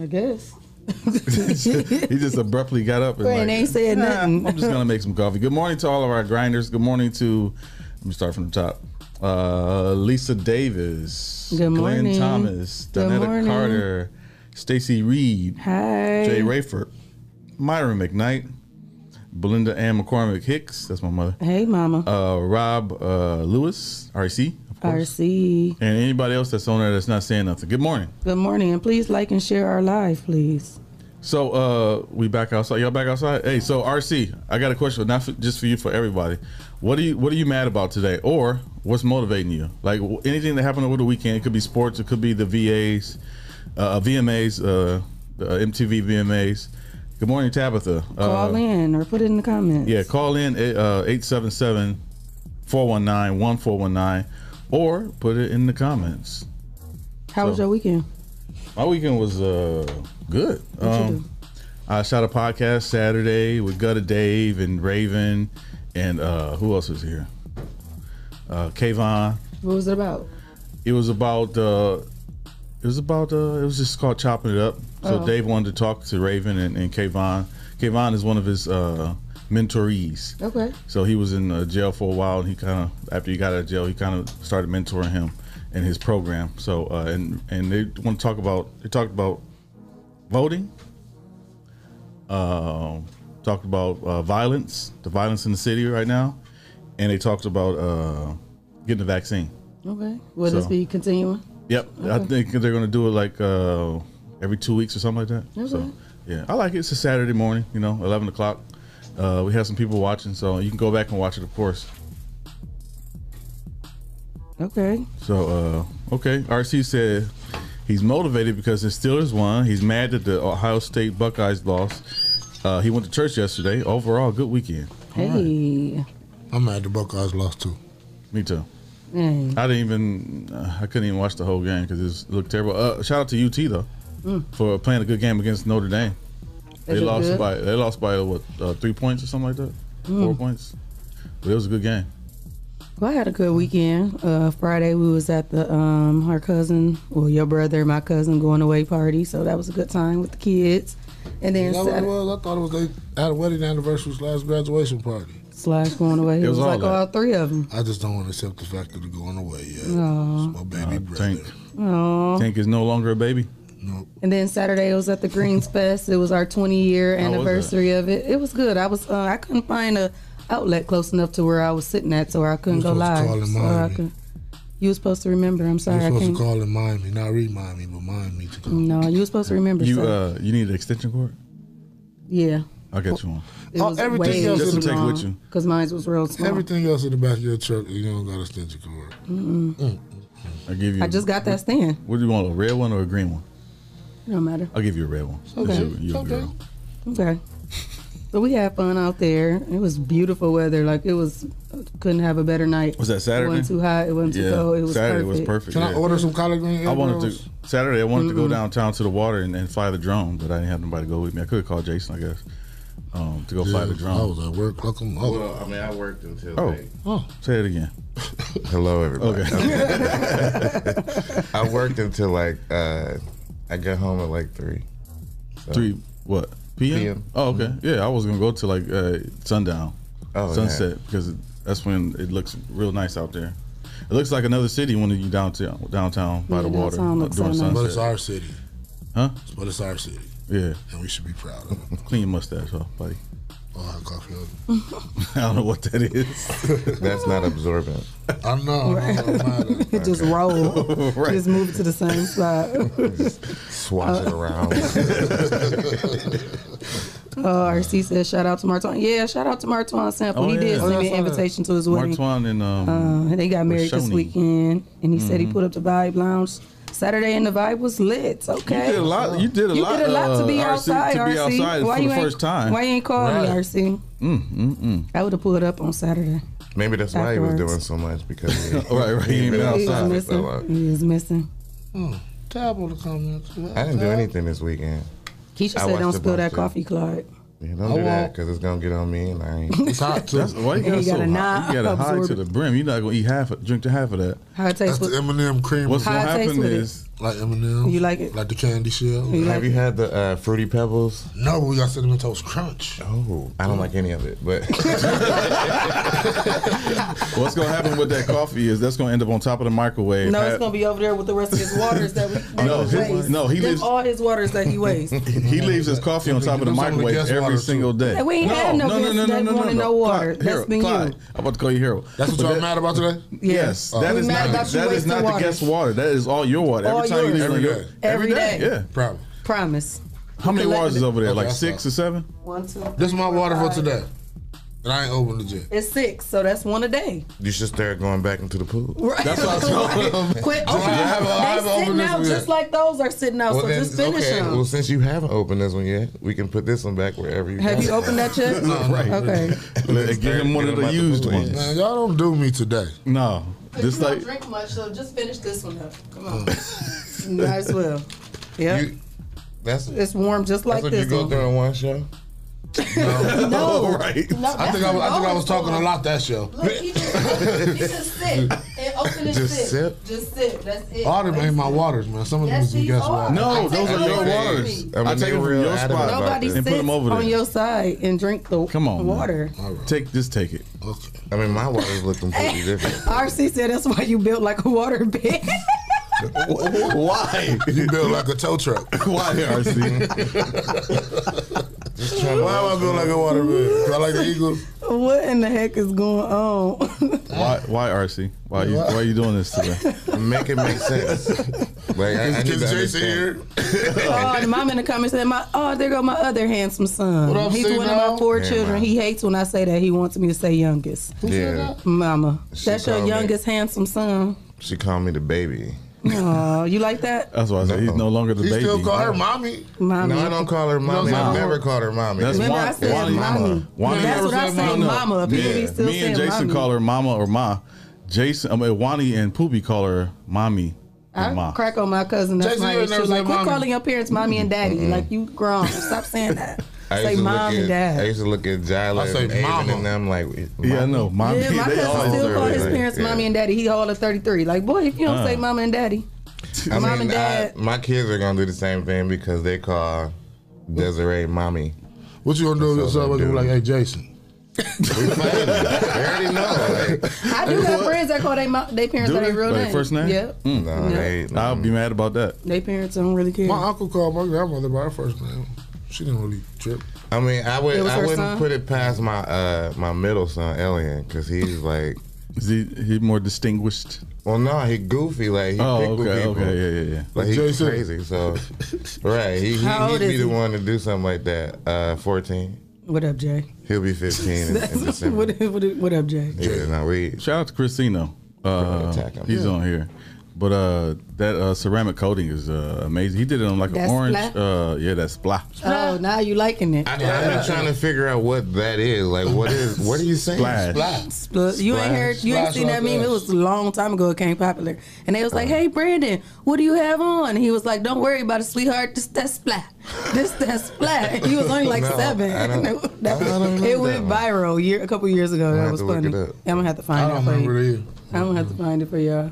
S11: I guess.
S12: he just abruptly got up and
S11: Right, and
S12: like,
S11: ain't said
S12: "Nah,
S11: nothing."
S12: I'm just gonna make some coffee. Good morning to all of our grinders. Good morning to let me start from the top. Uh, Lisa Davis,
S11: Good morning.
S12: Glenn Thomas,
S11: Good
S12: Donetta
S11: morning.
S12: Carter, Stacy Reed,
S11: Hi.
S12: Jay Rayford, Myron McKnight, Belinda Ann McCormick Hicks, that's my mother.
S11: Hey, mama.
S12: Uh, Rob uh, Lewis, RC, of course.
S11: RC.
S12: And anybody else that's on there that's not saying nothing. Good morning.
S11: Good morning, and please like and share our live, please.
S12: So uh we back outside. Y'all back outside? Hey, so RC, I got a question, not for, just for you, for everybody. What are you What are you mad about today, or what's motivating you? Like wh- anything that happened over the weekend. It could be sports. It could be the VAs, uh, VMAs, uh, the MTV VMAs. Good morning, Tabitha.
S11: Call
S12: uh, eh,
S11: in or put it in the comments.
S12: Yeah, call in uh, 877 419 1419 or put it in the comments.
S11: How was your weekend?
S12: My weekend was uh, good. Um,
S11: What'd you
S12: I shot a podcast Saturday with Gutta Dave and Raven, and uh, who else was here? Uh, Kayvon.
S11: What was it about?
S12: It was about uh, it was about uh, it was just called chopping it up. So
S11: Oh.
S12: Dave wanted to talk to Raven and, and Kayvon. Kayvon is one of his uh, mentorees.
S11: Okay.
S12: So he was in uh, jail for a while, and he kind of after he got out of jail, he kind of started mentoring him in his program. So uh, and and they want to talk about they talked about voting, um, talked about uh, violence, the violence in the city right now, and they talked about uh, getting the vaccine.
S11: Okay. Will this
S12: So-
S11: be continuing?
S12: Yep, I
S11: Okay.
S12: think they're gonna do it like uh, every two weeks or something like that. So
S11: Okay.
S12: yeah, I like it. It's a Saturday morning, you know, eleven o'clock. Uh, we have some people watching, so you can go back and watch it, of course.
S11: Okay.
S12: So uh, okay, RC said he's motivated because the Steelers won. He's mad that the Ohio State Buckeyes lost. Uh, he went to church yesterday. Overall, good weekend.
S11: Hey.
S12: I'm mad the Buckeyes lost too. Me too.
S11: Hey.
S12: I didn't even. Uh, I couldn't even watch the whole game because it looked terrible. Uh, shout out to UT though
S11: Mm.
S12: for playing a good game against Notre Dame.
S11: They
S12: They,
S11: did
S12: lost
S11: good?
S12: by they lost by what uh, three points or something like that, four
S11: Mm.
S12: points. But it was a good game.
S11: Well, I had a good weekend. Uh, Friday we was at the um, her cousin, well, your brother and my cousin going away party, so that was a good time with the kids. And then
S10: Is that what it
S11: Saturday,
S10: was? I thought it was they had a wedding anniversary slash graduation party.
S11: slash going away. It, was, like all three of them.
S10: I just don't want to accept the fact that they're going away yet.
S11: Aw.
S10: My baby brother.
S12: Tank
S11: Aw.
S12: Tank is no longer a baby.
S11: And then Saturday it was at the Greens Fest. It was our 20 year
S12: How was
S11: anniversary of it. It was good. I was uh, I couldn't find a outlet close enough to where I was sitting at, so I couldn't
S10: You
S11: go
S10: was supposed to
S11: live.
S10: call in
S11: So I
S10: Miami.
S11: could, you were supposed to remember. I'm sorry,
S10: You're
S11: I
S10: supposed to
S11: can't.
S10: call and mind me, not remind me, but mind me to come.
S11: No, you were supposed to remember.
S12: You
S11: so-
S12: uh, you need an extension cord.
S11: yeah.
S12: I'll get you one.
S11: It was
S10: everything
S11: way
S10: else
S12: Just
S10: is
S12: to take with you.
S11: Because mine was real small.
S10: Everything else in the back of your truck, you don't got a extension cord.
S11: Mm-mm.
S12: I give you.
S11: I just got that stand.
S12: What do you want? A red one or a green one?
S11: It don't matter.
S12: I'll give you a red one.
S11: Okay.
S12: It's your- your
S11: Okay.
S12: girl.
S11: Okay. But we had fun out there. It was beautiful weather. Like it was, couldn't have a better night.
S12: Was that
S11: It
S12: Saturday?
S11: wasn't too hot. It wasn't
S12: Yeah,
S11: too cold. It was
S12: Saturday
S11: perfect.
S12: was perfect, Can I yeah. order
S10: Order some collard green
S12: I wanted
S10: egg
S12: to Saturday. I wanted to go
S10: Mm-mm.
S12: downtown to the water and, and fly the drone, but I didn't have nobody to go with me. I could have called Jason, I guess, um, to go fly the drone.
S10: I was at work like a mother.
S13: Well, I mean, I worked until
S12: Oh.
S13: late.
S10: Oh.
S12: Say it again.
S13: Hello, everybody. I worked until like uh, I got home at like three. So-
S12: Three what? PM?
S13: PM.
S12: Oh, okay.
S10: Mm-hmm.
S12: Yeah, I was gonna go to like uh, sundown,
S13: Oh,
S12: sunset, because that's when it looks real nice out there. It looks like another city when you downtown, downtown by
S10: Yeah,
S12: the water
S10: downtown
S12: uh,
S10: looks
S12: during
S10: so nice.
S12: sunset.
S10: But it's our city.
S12: huh?
S10: But it's our city.
S12: Yeah,
S10: and we should be proud of it.
S12: Clean your mustache off, buddy.
S10: Oh, I coffee.
S12: I don't know what that is.
S13: That's not absorbent.
S10: I know. I know, I know.
S11: it just rolled.
S12: Right.
S11: Just moved to the same spot.
S13: Swatch it around.
S11: Oh, RC said shout out to Martwan. Yeah, shout out to Martwan Sample. he did send me an invitation to his wedding.
S12: Oh, Martwan and um,
S11: Uh, they got married this
S12: Shoney.
S11: weekend, and he said he
S12: Mhm.
S11: put up the Vibe Lounge Saturday, and the vibe was lit. Okay,
S12: You did a lot. You did a lot.
S11: to be
S12: uh, RC,
S11: outside.
S12: To be
S11: RC.
S12: outside
S11: why
S12: for
S11: you
S12: the
S11: ain't-
S12: first time.
S11: Why you ain't called me,
S13: Right.
S11: RC?
S13: Mm, mm, mm.
S11: I would have pulled up on Saturday.
S13: Maybe that's why he was
S11: Afterwards.
S13: doing so much because he,
S12: Right, right, he ain't been
S13: for
S11: He is
S13: so long.
S11: missing. He is missing.
S10: Tab on the comments.
S13: I didn't do anything this weekend.
S11: Keisha
S13: I
S11: said,
S13: watched
S11: "Don't
S13: a
S11: spill that
S13: bunch of-
S11: coffee, Clyde."
S13: Yeah,
S11: I
S13: don't do that
S11: won't.
S13: because it's gonna get on me and I ain't.
S11: It's hot, too.
S12: That's why you
S11: And
S12: got
S11: you
S12: so
S11: gotta
S12: high.
S11: not
S12: You got to high
S11: absorb
S12: to
S11: it.
S12: the brim. You're not gonna eat half, drink to half of that.
S11: How it tastes?
S10: That's the M&M cream.
S12: What's gonna happen is
S10: like M&M.
S11: You like it?
S10: Like the candy shell.
S13: Have you had the uh, fruity pebbles?
S10: No, but we got cinnamon toast crunch.
S13: Oh, I don't like any of it, but
S12: what's gonna happen with that coffee is that's gonna end up on top of the microwave.
S11: no, it's
S12: Pat-
S11: gonna be over there with the rest of his waters that we that
S12: No,
S11: he
S12: his-
S11: wastes.
S12: no, he
S11: Them
S12: leaves-
S11: all his waters that he wastes.
S12: he leaves his coffee on top of the
S10: Those are the
S12: microwave
S10: guest
S12: every
S10: waters,
S12: single day.
S11: Hey, we ain't had no guests that wanted no water.
S12: Clyde,
S11: That's
S12: Harold,
S11: been you.
S12: Clyde, I'm about to call you Harold.
S10: That's what
S12: But
S10: y'all
S12: that-
S10: mad about today?
S12: Yes,
S10: Oh.
S12: that
S10: We
S12: is
S10: mad
S12: not
S10: about
S12: the,
S10: you
S12: that is
S10: wasting
S12: not
S10: water.
S12: the guest water. That is all your water.
S10: All
S12: every time
S10: yours.
S12: you
S10: Every
S12: leave
S10: day.
S11: Every day.
S12: Yeah,
S10: probably.
S11: Promise.
S12: How many
S11: Collected
S12: waters is
S11: it.
S12: over there?
S10: Okay,
S12: like
S10: that's
S12: six or seven?
S11: One, two.
S10: This is my water for
S11: five.
S10: today. And I ain't open the gym.
S11: It's six, so that's one a day.
S13: You should start going back into the pool.
S11: Right. That's what I was
S13: was
S11: Quit opening.
S13: I haven't- I
S11: They sitting
S13: haven't opened this
S11: out
S13: one yet.
S11: just like those are sitting out. so just finish them.
S13: Well, since you haven't opened this one yet, we can put this one back wherever you
S11: Have
S13: want
S11: you
S13: it.
S11: opened that yet?
S13: right.
S11: Okay.
S12: give him one of the used ones.
S10: Man, y'all don't do me today.
S12: No,
S11: you don't drink much, so just finish this one up. Come on. Might as well. Yeah.
S13: That's
S11: It's warm just like
S13: that's what
S11: this.
S13: you go
S11: one.
S13: through in one show.
S11: No.
S13: right.
S11: No,
S10: I think I, was- I think I was talking a lot that show.
S11: Look, he just, he just sip. And open and
S10: Just
S11: sip. Just sip. That's it.
S10: All them ain't my waters, man. Some of them is some guess waters.
S12: No, those are your waters. I, take them from your spot
S11: Nobody
S12: and
S11: sits
S12: put them over there.
S11: on your side and drink the
S12: Come on, man.
S11: water.
S12: Take just take it.
S13: I mean, my water's look completely different.
S11: RC said that's why you built like a water bed.
S12: Why?
S10: You built like a tow truck.
S12: Why, RC?
S10: Why am I built like a water bed? 'Cause I like the Eagles.
S11: what in the heck is going on?
S12: Why? Why, RC? Why you? Why are you doing this today?
S13: Make it make sense. Like, I, I need to
S10: Jason
S13: understand.
S11: oh, the mom in the comments said, "My oh, there go my other handsome son.
S10: What up,
S11: He's
S10: C
S11: one of my
S10: Dog?
S11: four
S13: Yeah,
S11: children.
S13: man.
S11: He hates when I say that. He wants me to say youngest.
S13: Yeah,
S11: Mama,
S13: She
S11: that's your
S13: called me.
S11: youngest handsome son.
S13: she called me the baby.
S11: Oh, you like that,
S12: That's why I said he's no longer the
S13: He
S12: baby.
S13: still call her
S10: mommy?
S11: mommy?
S13: No, I don't call her mommy.
S12: No,
S13: I've
S12: no.
S13: never called her mommy.
S12: That's
S11: Remember
S12: Wan-
S11: I said
S12: Wani-
S11: mommy.
S12: Wani-
S11: That's what I say, mama. People be
S12: Me,
S11: still
S12: me and
S11: saying
S12: Jason
S11: mommy.
S12: call her mama or ma. Jason, I mean, Wani and Poopy call her mommy and
S11: I
S12: ma.
S11: crack on my cousin. That's
S10: Jason,
S11: my
S10: you ain't
S11: issue.
S10: never
S11: Like,
S10: said
S11: quit
S10: mommy.
S11: calling your parents mommy and daddy. Like, you grown. Stop saying that.
S12: Oh.
S13: I
S11: say
S13: used to
S11: mom
S13: look at-
S11: and
S13: I
S11: dad.
S13: used to look at Jyla
S10: I say
S13: and Aiden
S10: mama.
S13: and I'm like,
S12: Yeah, I know, mommy.
S11: Yeah, my
S12: They all-
S11: cousin still
S13: older,
S11: call his
S13: like,
S11: parents
S13: yeah.
S11: mommy and daddy. He all of 33. Like, boy, if you don't
S13: Uh.
S11: say mama and daddy,
S13: I
S11: mom
S13: mean,
S11: and dad.
S13: I, my kids are gonna do the same thing because they call
S12: Hmm.
S13: Desiree mommy.
S10: What you gonna do with
S13: That's all
S10: yourself?
S13: they
S10: You
S13: do.
S10: like, hey, Jason.
S11: I do got friends that call they mo- they parents
S12: Do
S11: by
S12: they?
S11: their real
S12: Like
S11: name.
S12: first name?
S11: Yep.
S12: Mm.
S11: No, they-
S12: I'll be mad about that.
S11: They parents don't really care.
S10: My uncle called my grandmother by her first name. She didn't really trip.
S13: I mean, I would
S10: It was
S13: I
S10: her
S13: wouldn't
S10: son?
S13: put it past my uh my middle son Elliot because he's like
S12: is he he more distinguished?
S13: Well, no, he goofy like he
S12: Oh,
S13: pick with
S12: okay,
S13: people.
S12: okay, yeah, yeah, yeah.
S13: Like he's
S12: Jason.
S13: crazy, so right. He, he
S11: How
S13: would
S11: old
S13: be
S11: is
S13: the
S11: he?
S13: one to do something like that. Uh, fourteen.
S11: What up, Jay?
S13: He'll be fifteen in, in
S11: That's-
S13: December.
S11: what, what, what up, Jay?
S13: Yeah, no, we
S12: Shout out to Christino. Uh,
S13: attack him.
S12: he's
S11: Yeah.
S12: on here. But uh, that uh, ceramic coating is uh, amazing. He did it on like
S11: That
S12: an orange.
S11: splat?
S12: Uh, yeah, that splat.
S11: Oh, now you liking it.
S13: I, I've been trying to figure out what that is. Like, what is? What are you saying?
S12: Splash.
S11: Spl- you ain't heard, you ain't
S13: Splash
S11: seen that
S13: like
S11: meme. It
S13: that.
S11: was a long time ago. It came popular, and they was like,
S13: Uh-huh.
S11: "Hey, Brandon, what do you have on?" And he was like, "Don't worry about it, sweetheart. This that splat, this that splat." And he was only like
S13: No,
S11: seven.
S13: I
S11: And
S13: don't-
S11: that was- it went viral year a couple years ago. That
S13: have
S11: was
S13: to look
S11: funny.
S13: it up.
S11: I'm gonna have to find
S10: I
S11: it
S10: don't
S11: for you.
S10: remember it either.
S11: I'm gonna have to find it Mm-hmm. for y'all.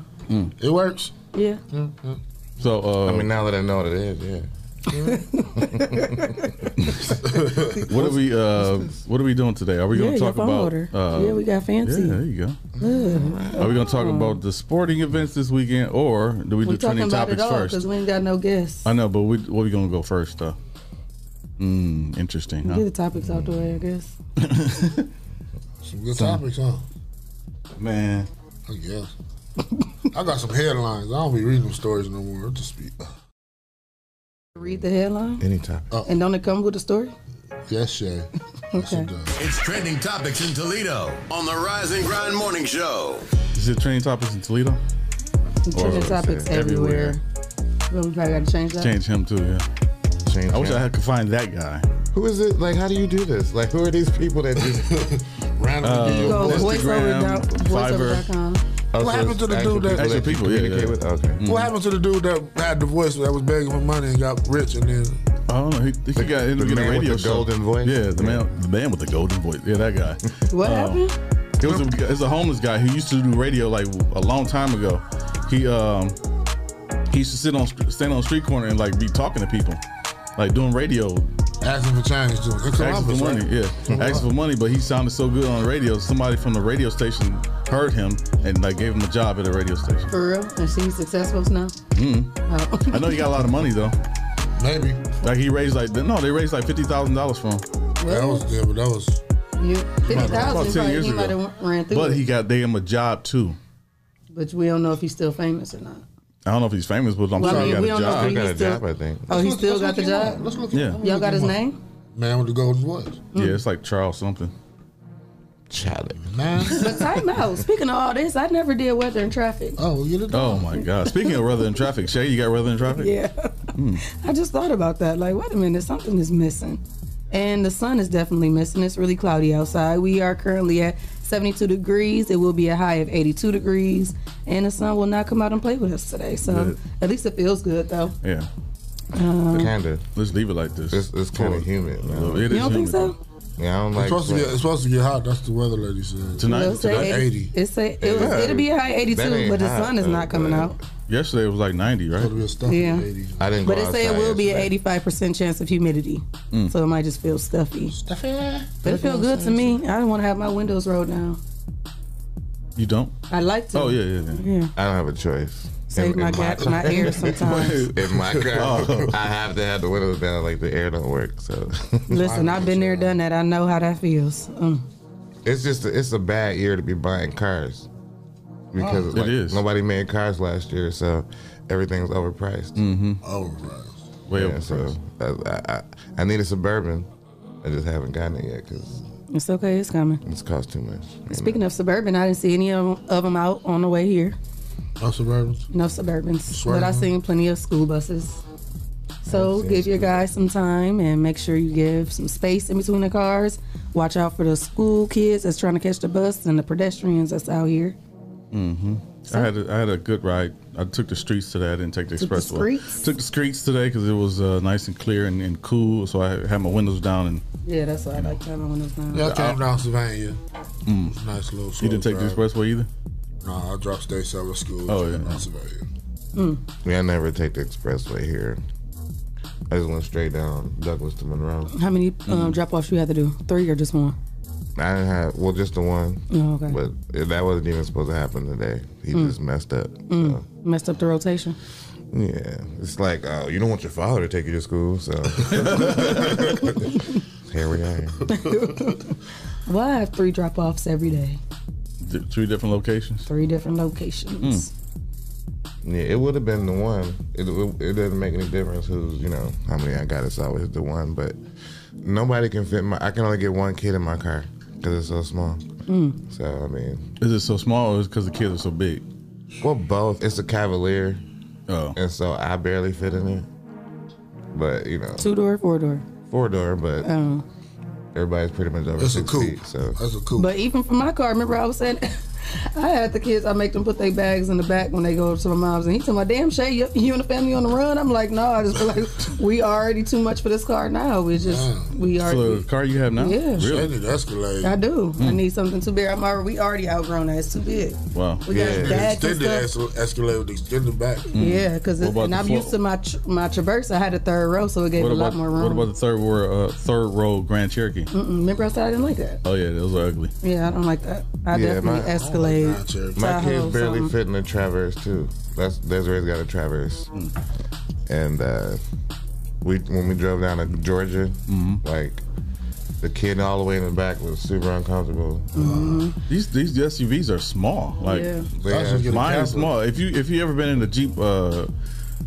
S10: It works.
S11: Yeah.
S12: Mm. So uh,
S13: I mean, now that I know what it is, yeah.
S12: what are we? Uh, what are we doing today? Are we
S11: Yeah,
S12: going to
S11: your
S12: talk
S11: phone
S12: about?
S11: order.
S12: Uh,
S11: Yeah, we got fancy.
S12: Yeah, there you go.
S11: Ugh.
S12: Are we going to talk about the sporting events this weekend, or do we
S11: We
S12: do
S11: talking
S12: trending
S11: about it
S12: topics
S11: all
S12: first?
S11: because we ain't got no guests.
S12: I know, but we, what are we going to go first though? Mm, interesting.
S11: Get
S12: Huh?
S11: the topics out the way, I guess.
S10: Some good topics, huh?
S12: Man,
S10: I guess. I got some headlines. I don't be reading them stories no more. It just be uh,
S11: Read the headline,
S13: any topic.
S11: and don't it come with a story?
S10: Yes, Shay.
S11: Okay.
S2: It's trending topics in Toledo on the Rise and Grind Morning Show.
S12: Is it trending topics in Toledo?
S11: Trending
S12: Or-
S11: topics everywhere. Well, we probably got to change that.
S12: Change him too. Yeah.
S13: Change
S12: I wish
S13: him.
S12: I had, could find that guy.
S13: Who is it? Like, how do you do this? Like, who are these people that do
S10: randomly
S12: do your
S11: Go
S12: voice? Instagram,
S11: voiceover.com.
S13: Oh,
S10: what
S13: so
S10: happened
S13: it's
S10: to the
S13: actual
S10: dude that?
S13: people that Actual people, you yeah, communicate yeah. with? Oh, Okay.
S10: What happened to the dude that had the voice that was begging for money and got rich and then?
S12: I don't know. He, he got ended
S13: the
S12: up getting a
S13: man with
S12: radio
S13: the
S12: show.
S13: golden voice?
S12: Yeah, the man, the man with the golden voice. Yeah, that guy.
S11: What
S12: Um,
S11: happened?
S12: It was a, it's a homeless guy who used to do radio like a long time ago. He um he used to sit on str- stand on the street corner and like be talking to people, like doing radio,
S10: asking for change too. In
S12: asking
S10: Columbus,
S12: for money.
S10: right?
S12: Yeah, asking for money. But he sounded so good on the radio. Somebody from the radio station heard him and like gave him a job at a radio station.
S11: For real? And she's successful now?
S12: Mm.
S11: Oh.
S12: I know he got a lot of money though.
S10: Maybe.
S12: Like he raised like no, they raised like fifty thousand dollars for him.
S10: That was good, but that was
S11: You, 50,000
S12: About 10
S11: probably
S12: years
S11: he might
S12: ago.
S11: have ran through
S12: But
S11: it.
S12: he got they him a job too.
S11: but we don't know if he's still famous or not.
S12: I don't know if he's famous, but I'm
S11: Well,
S12: sure
S11: I
S12: he
S11: mean,
S12: got
S11: we
S12: a
S11: don't know
S12: job.
S11: if Still got a he's job, still- I
S13: think.
S11: Oh, he
S10: Let's
S11: still
S10: look-
S11: got
S10: let's
S11: the
S10: look him
S11: job?
S10: up. Let's look
S12: Yeah.
S11: Y'all got his name?
S10: man with the golden voice.
S12: Yeah, it's like Charles something.
S13: Challenge.
S11: But time out. Speaking of all this, I never did weather and traffic.
S10: Oh, you look.
S12: Oh my God! Speaking of weather and traffic, Shay, you got weather and traffic?
S11: Yeah.
S12: Hmm.
S11: I just thought about that. Like, wait a minute, something is missing. And the sun is definitely missing. It's really cloudy outside. We are currently at 72 degrees. It will be a high of 82 degrees. And the sun will not come out and play with us today. So
S12: Good.
S11: at least it feels good, though.
S12: Yeah.
S11: Um,
S13: Kinda.
S12: Let's leave it like this.
S13: It's, it's kind of humid. Man.
S12: It is You don't think humid.
S13: Yeah, I don't
S10: It's
S13: like.
S10: supposed, to get, it's supposed to get hot. That's the weather lady said.
S12: Tonight?
S11: It'll say
S12: Tonight?
S11: 80. It's say, it'll,
S12: Yeah.
S11: it'll be a high 82, but the sun is not coming out.
S12: Yesterday it was like 90, right?
S11: Yeah.
S13: I didn't.
S11: But it say it will be an 85% chance of humidity.
S12: Mm.
S11: So it might just feel stuffy.
S10: Stuffy.
S11: But it feel good to me. I don't want to have my windows rolled down.
S12: You don't?
S11: I like to.
S12: Oh yeah, yeah,
S11: yeah.
S13: I don't have a choice.
S11: Save my gas- my air sometimes.
S13: in my car,
S12: Oh.
S13: I have to have the windows down. Like the air don't work. So
S11: Listen, I've been there, done that. I know how that feels. Mm.
S13: it's just it's a bad year to be buying cars because
S11: Oh. It
S13: like, nobody made cars last year, so everything's overpriced. Mm-hmm.
S10: Overpriced.
S12: Way
S13: yeah, so I, I, I need a suburban. I just haven't gotten it yet because
S11: It's okay. It's coming.
S13: it's cost too much.
S11: Speaking of suburban, I didn't see any of them out on the way here.
S10: No suburbans.
S11: No suburbans,
S10: Swear.
S11: but I seen plenty of school buses. So
S10: seen
S11: give your guys some time and make sure you give some space in between the cars. Watch out for the school kids that's trying to catch the bus and the pedestrians that's out here.
S12: Mm-hmm. I had a, I had a good ride. I took the streets today. I didn't take the
S11: Took the
S12: expressway.
S11: streets?
S12: took the streets today because it was uh, nice and clear and, and cool. So I had my windows down and
S11: Yeah, that's why I like to have my windows down.
S10: Yeah, I came down Savannah.
S12: Mm.
S10: It's a nice little.
S12: you didn't
S10: slow
S12: take
S10: drive.
S12: the expressway either.
S10: Nah, I dropped state several schools.
S12: Oh,
S10: and
S12: yeah.
S10: down Savannah.
S13: Yeah, I never take the expressway here. I just went straight down Douglas to Monroe. Mm-hmm.
S11: How many um,
S12: Mm-hmm.
S11: drop offs you had to do? Three or just one?
S13: I didn't have well, just the one.
S11: Oh, okay.
S13: But it- that wasn't even supposed to happen today. He
S11: Mm.
S13: just messed up.
S11: Mm. Messed up the rotation.
S13: Yeah, it's like oh, you don't want your father to take you to school, so here we are.
S11: Well, I have three drop offs every day,
S12: Th- three different locations.
S11: three different locations.
S13: Yeah, it would have been the one. It, it, it doesn't make any difference who's you know how many I got. It's always the one, but nobody can fit my. I can only get one kid in my car because it's so small.
S12: Mm.
S13: So I mean,
S12: Is it so small or is it because the kids are so big?
S13: Well, both. It's a Cavalier.
S12: Oh.
S13: And so I barely fit in it. But, you know,
S11: Two door, four door.
S13: four door, but
S11: Oh.
S13: everybody's pretty much over
S10: That's a
S13: six
S10: coupe.
S13: feet. So
S10: That's a cool.
S11: But even for my car, remember I was saying, I had the kids, I make them put their bags in the back when they go to the moms. And he told my damn Shay, you, you and the family on the run? I'm like, no, I just feel like we already too much for this car now. We just, we
S12: So
S11: already.
S12: the car you have now?
S11: Yeah.
S12: Really?
S11: Shady,
S10: Escalade.
S11: I do. I
S12: Mm.
S11: need something too big. I'm already, we already outgrown that. It's too big.
S12: Wow.
S11: We got Yeah. bags and Hmm.
S10: extended escal- Escalade with extended back.
S12: Mm.
S11: Yeah, because and I'm used to my tr- my Traverse. I had a third row, so it gave
S12: What
S11: a lot
S12: about,
S11: more room.
S12: what about the third row, uh, third row Grand Cherokee?
S11: Mm-mm, remember I said I didn't like that.
S12: Oh yeah, those are ugly.
S11: Yeah, I don't like that. I definitely Escalade.
S13: Oh, My
S11: Tahoe,
S13: kids barely
S11: something.
S13: fit in the Traverse, too. That's Desiree's got a Traverse.
S11: Mm.
S13: And uh, we when we drove down to Georgia,
S12: Mm-hmm.
S13: like, the kid all the way in the back was super uncomfortable.
S11: Mm-hmm.
S12: These these SUVs are small. Like
S13: Yeah. They are. Just get a
S12: mine is
S13: Cadillac.
S12: small. If you if you ever been in a Jeep uh,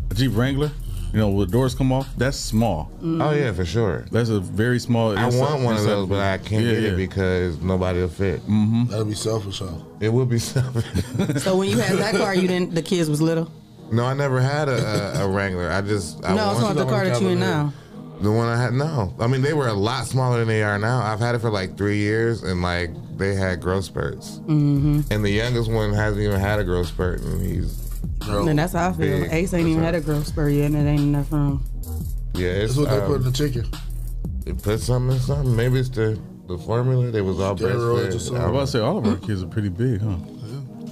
S12: a Jeep Wrangler, you know where the doors come off, that's small.
S11: Mm-hmm.
S13: Mm. Oh, yeah, for sure.
S12: That's a very small.
S13: I
S12: it's a-
S13: want one of
S12: it's a-
S13: those, but I can't
S12: Yeah,
S13: get
S12: yeah.
S13: it because nobody will fit.
S12: Mm-hmm.
S10: That'd be selfish, huh?
S13: It would be selfish.
S11: So when you had that car, you didn't. The kids was little.
S13: No, I never had a, a, a Wrangler. I just I
S11: no, it's not
S13: wanted
S11: the car that you in now.
S13: The one I had, no. I mean, they were a lot smaller than they are now. I've had it for like three years, and like they had growth spurts.
S11: Mm-hmm.
S13: And the youngest one hasn't even had a growth spurt, and he's.
S11: and that's how I feel.
S13: big.
S11: Ace ain't even had a growth spur yet, and it ain't enough room.
S13: Yeah, it's,
S10: That's what they
S13: um,
S10: put in the chicken.
S13: They put something in something. Maybe it's the the formula. They was all
S10: Steroids or
S13: breastfed. Hmm?
S10: something.
S13: I
S12: I was
S13: don't
S12: about to
S13: know.
S12: say all of our kids are pretty big, huh?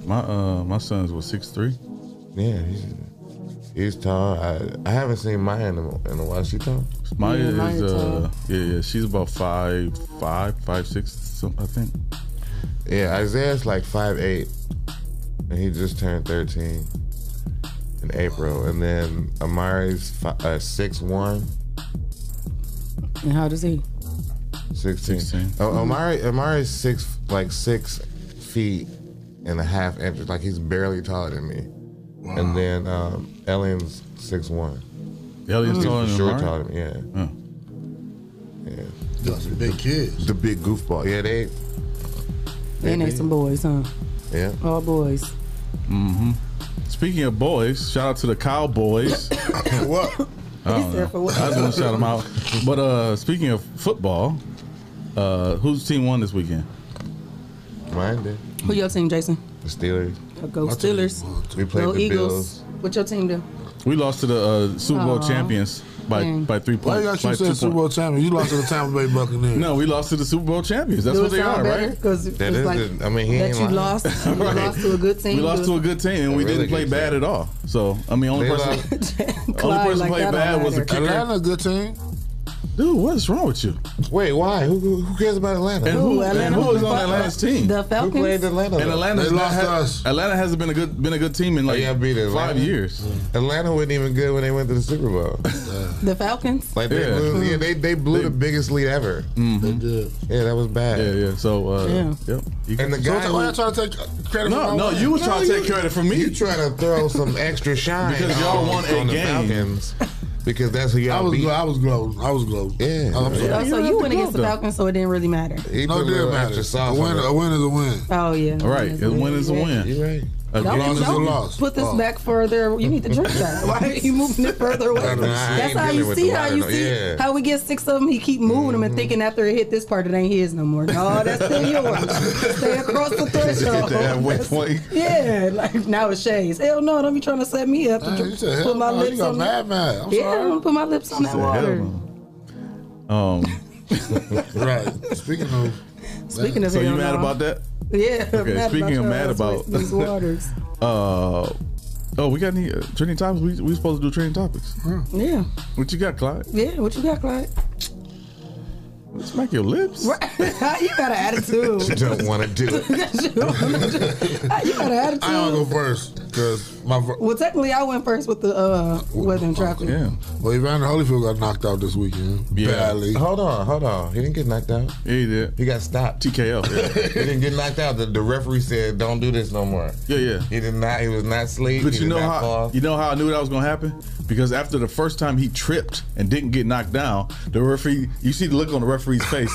S12: My uh my son's was six three.
S13: Yeah, he's, he's tall. I I haven't seen Maya in a, in a while. She tall.
S12: Maya is uh yeah, yeah, she's about five five, five six, some I think.
S13: Yeah, Isaiah's like five eight, and he just turned thirteen in April. And then Amari's fi- uh, six one,
S11: And how does he?
S13: 16.
S12: 16.
S13: Oh, Amari Amari's six like six feet and a half inches. Like he's barely taller than me. And then um, Ellen's six one.
S12: Elliot's taller than
S13: sure
S12: Amari?
S13: taller than me. Yeah. Yeah.
S10: Those are big kids.
S13: The big goofball. Yeah, they.
S11: And they
S12: Maybe.
S11: some boys, huh?
S13: Yeah.
S11: All boys.
S12: Mm-hmm. Speaking of boys, shout out to the Cowboys.
S10: what?
S12: I
S11: He
S12: don't
S11: said for
S12: know.
S11: what?
S12: I was gonna shout them out. But uh, speaking of football, uh, whose team won this weekend?
S13: Mine did.
S11: Who your team, Jason?
S13: The Steelers.
S11: Go Steelers.
S13: We played
S11: Go
S13: the
S11: Eagles.
S13: Bills.
S11: What your team do?
S12: We lost to the uh, Super Bowl
S11: Aw.
S12: champions by
S11: Dang.
S12: by three
S10: Why
S12: points.
S10: you got
S12: by
S10: you
S12: two
S10: said Super
S12: points.
S10: Bowl champion? You lost to the Tampa Bay Buccaneers.
S12: No, we lost to the Super Bowl champions. That's
S11: Do
S12: what
S11: it
S12: they
S11: sound
S12: are,
S11: better?
S12: right?
S11: 'Cause That it's is like the- I mean, he that ain't you lying. lost- you lost to a good team.
S12: We lost to a good team, and we
S13: Really
S12: didn't play
S13: good
S12: bad at all. So I mean, only
S13: They
S12: person
S11: Clyde
S12: person
S11: like
S12: played
S11: that
S12: bad
S11: on
S12: was the
S11: there.
S12: kicker.
S10: Atlanta, a good team.
S12: Dude, what is wrong with you?
S13: Wait, why? Who, who- who cares about Atlanta?
S12: And who, and who is on Atlanta's team?
S11: The Falcons.
S13: Who played Atlanta?
S12: And
S13: though?
S12: Atlanta's not had- Atlanta hasn't been a good been a good team in like
S13: yeah, I beat Atlanta.
S12: five years.
S13: Atlanta wasn't even good when they went to the Super Bowl.
S11: The Falcons.
S13: Like they
S12: Yeah. Mm-hmm.
S13: blew, yeah, they, they blew the biggest lead ever.
S10: They did.
S13: Yeah, that was bad.
S12: Yeah, yeah. So, uh,
S10: Yeah.
S12: yep. You
S13: And the
S12: can-
S13: guy
S10: So
S13: who-
S10: why y'all trying to take credit?
S12: No,
S10: for my
S12: no,
S10: win?
S12: you was trying to take credit from me.
S13: You trying to throw some extra shine
S12: Because y'all
S13: on-
S12: won a
S13: on the
S12: game.
S13: Falcons because that's who y'all
S10: I was
S13: beat.
S10: glo- I was glowing. I was glowing.
S13: Yeah,
S10: I'm sorry.
S11: Oh, so you went against the Falcons, so it didn't really matter.
S13: He
S10: No,
S13: put
S10: it
S13: a little
S10: didn't matter.
S13: extra
S10: A
S13: sauce
S10: win,
S13: on it.
S10: a win is a win.
S11: Oh yeah.
S12: All right, a win is a win.
S13: You're right.
S12: A
S11: Don't,
S12: loss is a
S11: don't
S12: loss.
S11: put
S10: Oh.
S11: this back further. You need to drink that. Why are you moving it further away?
S13: Nah, nah, I
S11: That's
S13: ain't
S11: how
S13: dealing
S11: you
S13: with
S11: see
S13: the
S11: how
S13: water,
S11: you
S13: no-
S11: see
S13: yeah.
S11: how we get six of them. He keep moving them
S10: Mm-hmm.
S11: and thinking after it hit this part, it ain't his no more. No, that's still yours. Stay across the threshold. Yeah, like now it's shades. Hell no, don't be trying to set me up to
S10: Hey,
S11: dr-
S10: you said hell
S11: put my
S10: no, you
S11: lips
S10: got
S11: on
S10: mad, mad. I'm
S11: yeah,
S10: sorry.
S11: I'm gonna put my lips on that
S12: Hell
S11: water.
S12: no. Um,
S10: right. Speaking of,
S11: Speaking of
S12: so you
S11: hell
S12: mad
S11: no.
S12: about that?
S11: Yeah. I'm
S12: Okay.
S11: mad
S12: speaking
S11: about
S12: of
S11: your
S12: mad
S11: ass
S12: about
S11: wasting these waters.
S12: uh, oh, we got any uh, trending topics? We we supposed to do trending topics.
S11: Yeah.
S12: What you got, Clyde?
S11: Yeah. What you got, Clyde?
S12: Smack your lips.
S11: you got an attitude.
S13: You don't want to do it.
S11: You got an attitude.
S10: I don't go first because my fir-
S11: Well, technically, I went first with the uh, weather
S12: Oh,
S11: and traffic.
S10: well Evander Holyfield got knocked out this weekend
S12: Yeah.
S10: badly.
S13: Hold on, hold on. He didn't get knocked out.
S12: Yeah, he did.
S13: He got stopped.
S12: TKO.
S13: he
S12: Yeah.
S13: didn't get knocked out. The, the referee said, "Don't do this no more."
S12: yeah, yeah.
S13: He did not. He was not asleep.
S12: But
S13: he
S12: you
S13: did
S12: know
S13: not
S12: how
S13: fall.
S12: you know how I knew that was gonna happen because after the first time he tripped and didn't get knocked down, the referee you see the look on the referee's face.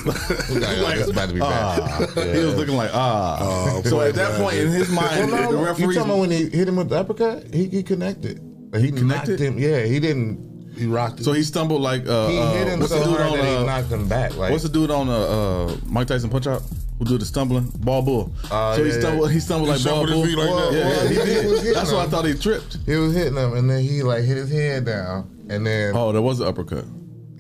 S13: Like, oh, it's about to be bad.
S12: ah. He was looking like ah. so at that point in his mind,
S13: Oh, Well, no,
S12: the
S13: you
S12: referee
S13: talking about when he hit him with the uppercut? He, he connected. He connected? knocked him. Yeah, he didn't.
S10: He rocked it.
S12: So he stumbled like uh,
S13: He
S12: uh,
S13: hit him
S12: what's
S13: so
S12: the dude
S13: hard
S12: on
S13: that he
S12: uh,
S13: knocked him back. Like
S12: what's the dude on uh, uh, Mike Tyson punch out who do the stumbling ball bull?
S13: Oh,
S12: so he
S13: yeah, yeah.
S12: stumbled, he stumbled
S10: He
S12: like ball
S10: shuffled his
S12: bull.
S10: feet like that.
S12: yeah,
S13: Well,
S12: he
S13: he was
S12: did.
S13: hitting
S12: That's why I
S13: him.
S12: thought he tripped.
S13: he was hitting him, and then he like hit his head down, and then
S12: Oh, that was an uppercut.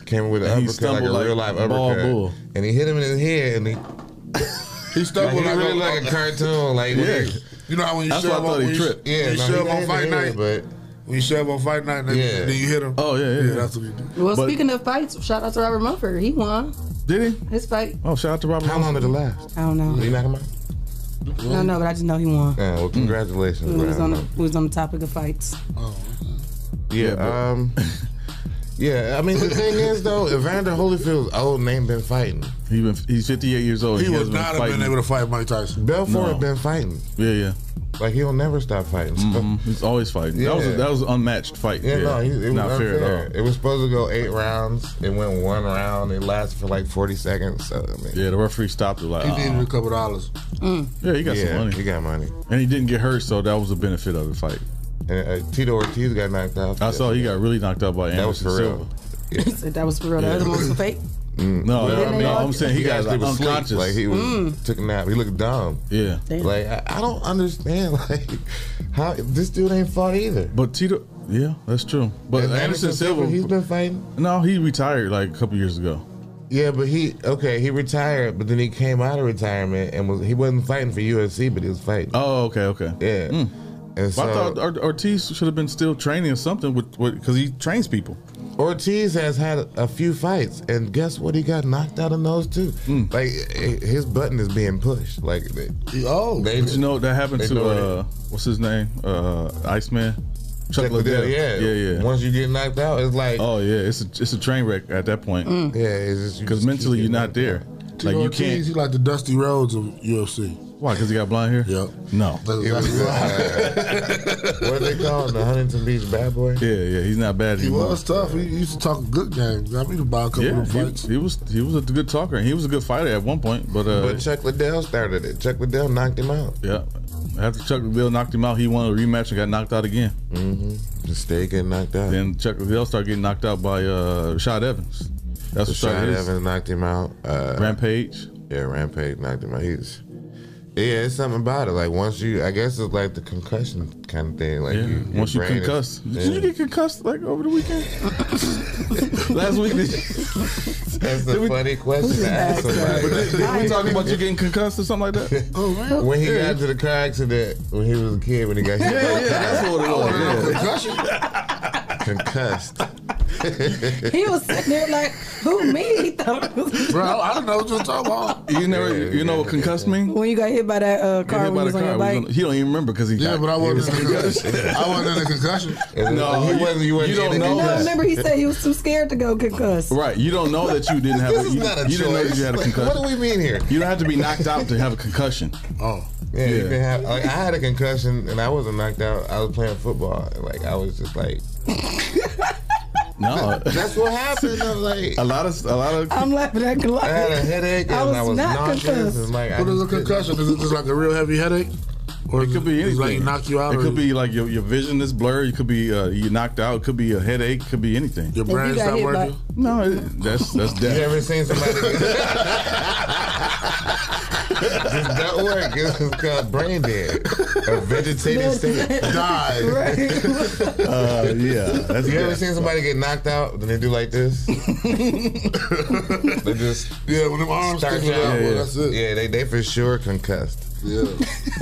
S13: came with an
S12: and he
S13: uppercut, like a
S12: stumbled
S13: real
S12: like
S13: life
S12: ball
S13: uppercut,
S12: bull.
S13: and he hit him in his head, and he
S10: He
S13: like, he
S10: stumbled like,
S13: really
S10: a,
S13: like a cartoon, like when
S12: Yeah.
S13: he-
S10: you know how when you
S12: That's why I
S10: shove
S12: thought
S10: on
S12: he
S10: when you,
S12: tripped.
S10: when
S13: yeah,
S10: you
S13: no, he
S10: shove
S13: hit
S10: on
S13: him
S10: fight
S13: in the
S10: night.
S13: head, but
S10: When you shove on fight night, then,
S13: Yeah.
S10: then you hit him.
S12: Oh yeah, yeah.
S10: yeah,
S12: yeah.
S10: that's what you do.
S11: Well,
S12: But-
S11: speaking of fights, shout out to Robert Mumford. He won
S12: Did he?
S11: his fight.
S12: Oh, shout out to Robert.
S13: how long did it last?
S11: I don't know.
S13: Did he knock him out?
S11: I don't know, but I just know he won.
S13: Yeah,
S12: Mm.
S13: Oh, well, congratulations.
S10: Mm,
S11: We was
S13: bro.
S11: on the, we was on the topic of fights.
S13: Yeah. Um, yeah. I mean, the thing is, though, Evander Holyfield's old name been fighting.
S12: He been, he's 58 years old.
S10: He, would
S12: hasn't
S10: not have
S12: fighting.
S10: been able to fight Mike Tyson.
S13: Belfort
S12: No.
S13: been fighting.
S12: Yeah, yeah.
S13: Like he'll never stop fighting. So-
S12: Mhm. He's always fighting. That was a,
S13: Yeah.
S12: that was an unmatched fight.
S13: Yeah, no, he, it was
S12: not
S13: unfair.
S12: fair at all.
S13: It was supposed to go eight rounds. It went one round. It lasted for like forty seconds. So I mean,
S12: Yeah, the referee stopped it like.
S10: He
S12: ah.
S10: needed a couple dollars.
S11: Mm.
S12: Yeah, he got
S13: yeah,
S12: some
S13: he
S12: money,
S13: got money.
S12: and he didn't get hurt, so that was the benefit of the fight.
S13: And uh, Tito Ortiz got knocked out.
S12: I saw he got really knocked out by
S13: That was
S12: Oh, Anderson
S13: for
S12: Silva.
S13: real.
S11: He said that was for real. That was the most fake.
S12: No,
S13: Well,
S12: no,
S13: I
S12: no,
S13: mean,
S12: I'm saying he, got
S13: actually
S12: like,
S13: was asleep.
S12: unconscious.
S13: Like he was took a nap. He looked dumb.
S12: yeah,
S11: Damn.
S13: Like I, I don't understand. Like how this dude ain't fought either.
S12: but Tito, yeah, that's true. But
S13: And
S12: Anderson, Silva,
S13: he's been fighting.
S12: no, he retired like a couple years ago.
S13: Yeah, but he okay. He retired, but then he came out of retirement and was he wasn't fighting for UFC, but he was fighting.
S12: Oh, okay, okay.
S13: Yeah, and
S12: But I thought
S13: so
S12: Or- Ortiz should have been still training or something with because he trains people.
S13: Ortiz has had a few fights, and guess what? He got knocked out in those too.
S12: Hmm.
S13: Like eh, his button is being pushed. Like eh, they,
S10: Oh,
S13: they
S12: Did you know that happened
S13: They
S12: to
S13: know
S12: uh, what's his name? Uh, Iceman, Chuck
S13: check the deal.
S12: Liddell.
S13: Yeah,
S12: yeah, yeah.
S13: Once you get knocked out, it's like
S12: Oh yeah, it's a, it's a train wreck at that point
S13: yeah, it's just you
S12: because
S13: just keep
S12: mentally you're
S13: getting
S12: not
S13: knocked out.
S12: there.
S10: Tito
S12: Like you
S10: Ortiz,
S12: can't.
S10: He like the Dusty Rhodes of UFC.
S12: Why? Because he got blonde hair? Yep. No.
S13: It was, uh, what do they call him? The Huntington Beach bad boy?
S12: Yeah, yeah. He's not bad.
S10: He was tough. He used to talk good game. Got me to buy a couple
S12: Yeah,
S10: of
S12: he,
S10: fights.
S12: he was he was a good talker and he was a good fighter at one point, but uh,
S13: But Chuck Liddell started it. Chuck Liddell knocked him out.
S12: yeah. After Chuck Liddell knocked him out, he won a rematch and got knocked out again. Mm-hmm.
S13: Just stayed getting knocked out.
S12: Then Chuck Liddell started getting knocked out by uh, Rashad Evans. That's what
S13: Sean
S12: started his-
S13: Evans knocked him out. Uh,
S12: Rampage.
S13: Yeah, Rampage knocked him out. He's yeah, it's something about it. Like once you, I guess it's like the concussion kind of thing. Like you, your
S12: Once you
S13: brain is-
S12: concuss,
S13: Yeah.
S12: did you get concussed like over the weekend? Last week, did
S13: That's a funny question to ask somebody.
S12: But did- did we talk about you getting concussed or something like that?
S10: Oh,
S12: man.
S13: When he
S12: Yeah.
S13: got into the car accident when he was a kid, when he got
S12: Yeah, yeah, that's what it was. yeah.
S13: concussed.
S11: He was sitting there like, who me? He thought it was
S10: Bro, I don't know what you're talking about.
S12: You never, you know what concussed mean?
S11: when you got hit by that uh,
S12: Got
S11: car
S12: hit
S11: when
S12: by
S11: you was
S12: the
S11: on
S12: car.
S11: your
S12: We
S11: bike.
S12: don't- He don't even remember because he
S10: Yeah,
S12: got-
S10: but I wasn't in
S12: he
S10: a
S12: was
S10: concussion. I wasn't in a concussion.
S12: No,
S13: He wasn't- you wasn't
S12: you don't
S13: in a
S12: know.
S11: No,
S12: that.
S11: remember he said he was too scared to go concuss.
S12: Right, you don't know that you didn't have.
S11: This
S12: a,
S11: is
S12: you,
S11: not a
S12: you didn't know that
S11: choice.
S12: you had a
S11: Like,
S12: concussion.
S11: what
S13: do we mean here?
S12: You don't have to be knocked out to have a concussion.
S10: Oh,
S13: Yeah,
S12: Yeah.
S13: you can have. Like, I had a concussion and I wasn't knocked out. I was playing football. and, Like I was just like,
S12: no,
S13: that's what happened. I'm like,
S12: a lot of a lot of.
S11: I'm laughing at Goliath.
S13: I had a headache and I was, nauseous. And like, I
S10: what is a
S13: just couldn't-
S10: concussion? Is it just like a real heavy headache? Or
S12: It could be
S10: it's like
S12: anything.
S10: knock you out
S12: It
S10: or-
S12: could be like your, your vision is blurry. It could be uh, you knocked out. It could be a headache. It could be anything. Your
S11: If you brain's got not hit by- working?
S12: No, it, that's that's death.
S13: You ever seen somebody? Just don't work. It's it's called brain dead, a vegetative state.
S10: Die.
S12: Uh, yeah, that's
S13: you ever
S12: death.
S13: seen somebody get knocked out? Then they do like this. they just
S10: yeah, when them arms
S13: start
S10: sticking out, well, that's it.
S13: Yeah, they they for sure concussed.
S10: Yeah.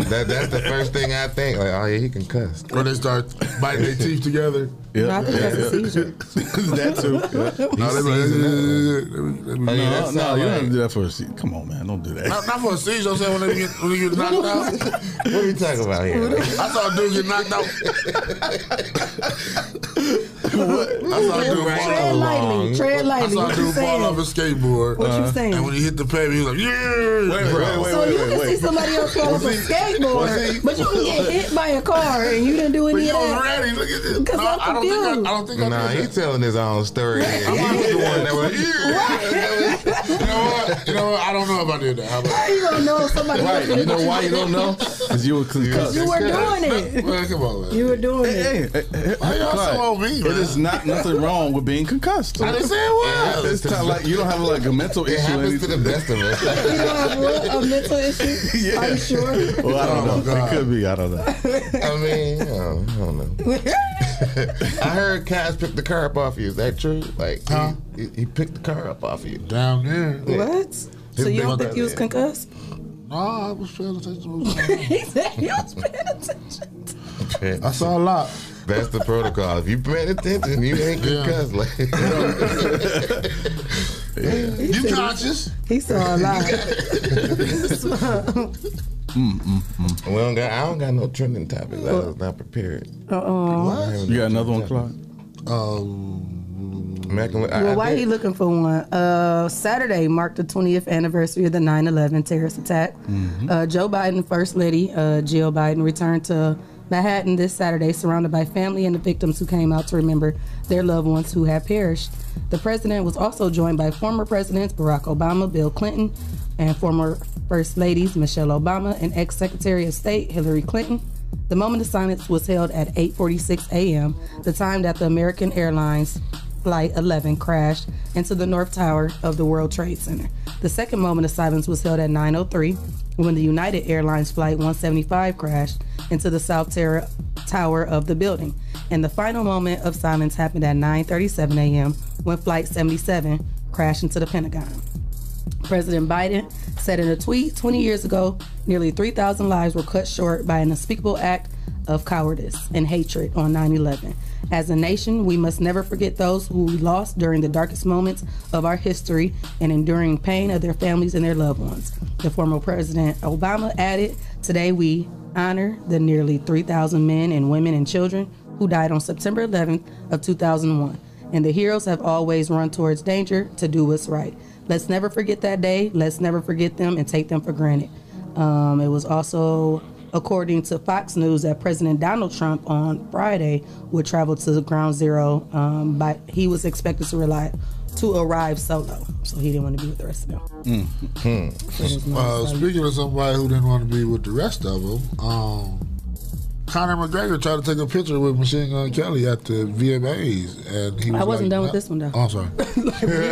S13: that that's the first thing I think. Like, oh yeah, he concussed.
S10: Or they start biting their teeth together.
S12: Yeah.
S13: No, I think that's a seizure.
S12: that too.
S10: No, they be like, yeah, yeah, yeah, yeah, yeah.
S12: no, no,
S10: That sound like-
S12: you don't have to do that for a seat. Come on, man, don't do that.
S10: Not, not for a seizure, I'm saying when they get, when they get knocked out.
S13: What are you talking about here?
S10: I saw a dude get knocked out. I saw a dude
S13: Tread
S10: fall off.
S13: lightly,
S11: tread lightly.
S10: I saw
S11: What
S10: a
S11: you
S10: dude fall
S11: saying?
S10: off his skateboard.
S11: What you
S10: Uh-huh.
S11: saying?
S10: And when he hit the pavement, he was like, yeah.
S12: Wait, wait, wait, So wait, you wait, can wait.
S11: see somebody else fall off a
S10: Was he- was he-
S11: skateboard, but you can get hit by a car and you didn't do
S10: But
S11: any
S10: you
S11: of
S10: was
S11: that.
S10: ready. Look at this.
S11: 'Cause
S10: No,
S11: I'm
S10: I don't think I, I don't think I
S13: Nah,
S10: did
S13: he telling his own story. He was the one that was.
S10: that. you know what? You know what? I don't know if I did that. How about
S11: How you gonna know if somebody
S12: Right,
S11: else did
S12: you know
S11: what
S12: why you
S11: did?
S12: don't know? Because you were concussed.
S11: You were doing
S10: No,
S11: it.
S10: man, come on, man.
S11: You were doing it.
S12: Hey, hey, hey,
S10: Why y'all
S12: Clyde,
S10: so on me,
S12: It
S10: man?
S12: is not nothing wrong with being concussed.
S10: I didn't say it was.
S12: It's not like you don't have like a mental
S13: It
S12: issue. or
S13: happens to the
S12: anything.
S13: best of us.
S11: You don't have a, a mental issue? Are you sure?
S12: Well, I don't
S13: Oh,
S12: know.
S13: God.
S12: It could be. I don't know.
S13: I mean, you know, I don't know. I heard Cass picked the car up off you. Is that true? Like, huh? he, he picked the car up off you.
S10: Down there.
S11: What? So you don't
S13: big
S11: think you was
S13: brother.
S11: concussed?
S10: No, I was paying attention. to what was going
S11: he said you was paying attention.
S10: on. I saw a lot.
S13: That's the protocol. If you paying attention, you ain't concussed. Like,
S10: You conscious?
S11: He saw a lot.
S10: Mm,
S13: we don't got. I don't got no trending topics. I was not prepared.
S11: Uh-uh.
S12: You got another one, Clyde?
S13: Um, I mean, I can look- I- I
S11: Well, why are
S13: did-
S11: you looking for one? Uh, Saturday marked the 20th anniversary of the 9 11 terrorist attack.
S14: Mm-hmm.
S11: Uh, Joe Biden, First Lady uh, Jill Biden, returned to Manhattan this Saturday, surrounded by family and the victims who came out to remember their loved ones who had perished. The president was also joined by former presidents Barack Obama, Bill Clinton, and former First Ladies Michelle Obama and ex Secretary of State Hillary Clinton. The moment of silence was held at 8:46 a.m., the time that the American Airlines flight 11 crashed into the North Tower of the World Trade Center. The second moment of silence was held at 9:03 when the United Airlines flight 175 crashed into the South Tower tower of the building. And the final moment of silence happened at 9:37 a.m. when flight 77 crashed into the Pentagon. President Biden said in a tweet 20 years ago, nearly 3,000 lives were cut short by an unspeakable act of cowardice and hatred on 9 11. As a nation, we must never forget those who we lost during the darkest moments of our history and enduring pain of their families and their loved ones. The former President Obama added, Today we honor the nearly 3,000 men and women and children who died on September 11th of 2001 and the heroes have always run towards danger to do what's right. Let's never forget that day. Let's never forget them and take them for granted. Um, it was also, according to Fox News, that President Donald Trump on Friday would travel to Ground Zero, um, but he was expected to rely to arrive solo, so he didn't want to be with the rest of them.
S10: Mm-hmm. Uh, speaking of somebody who didn't want to be with the rest of them, um, Conor McGregor tried to take a picture with Machine Gun Kelly at the VMAs, and he was
S11: I wasn't
S10: like,
S11: done with
S10: "No."
S11: this one, though.
S10: Oh, I'm sorry.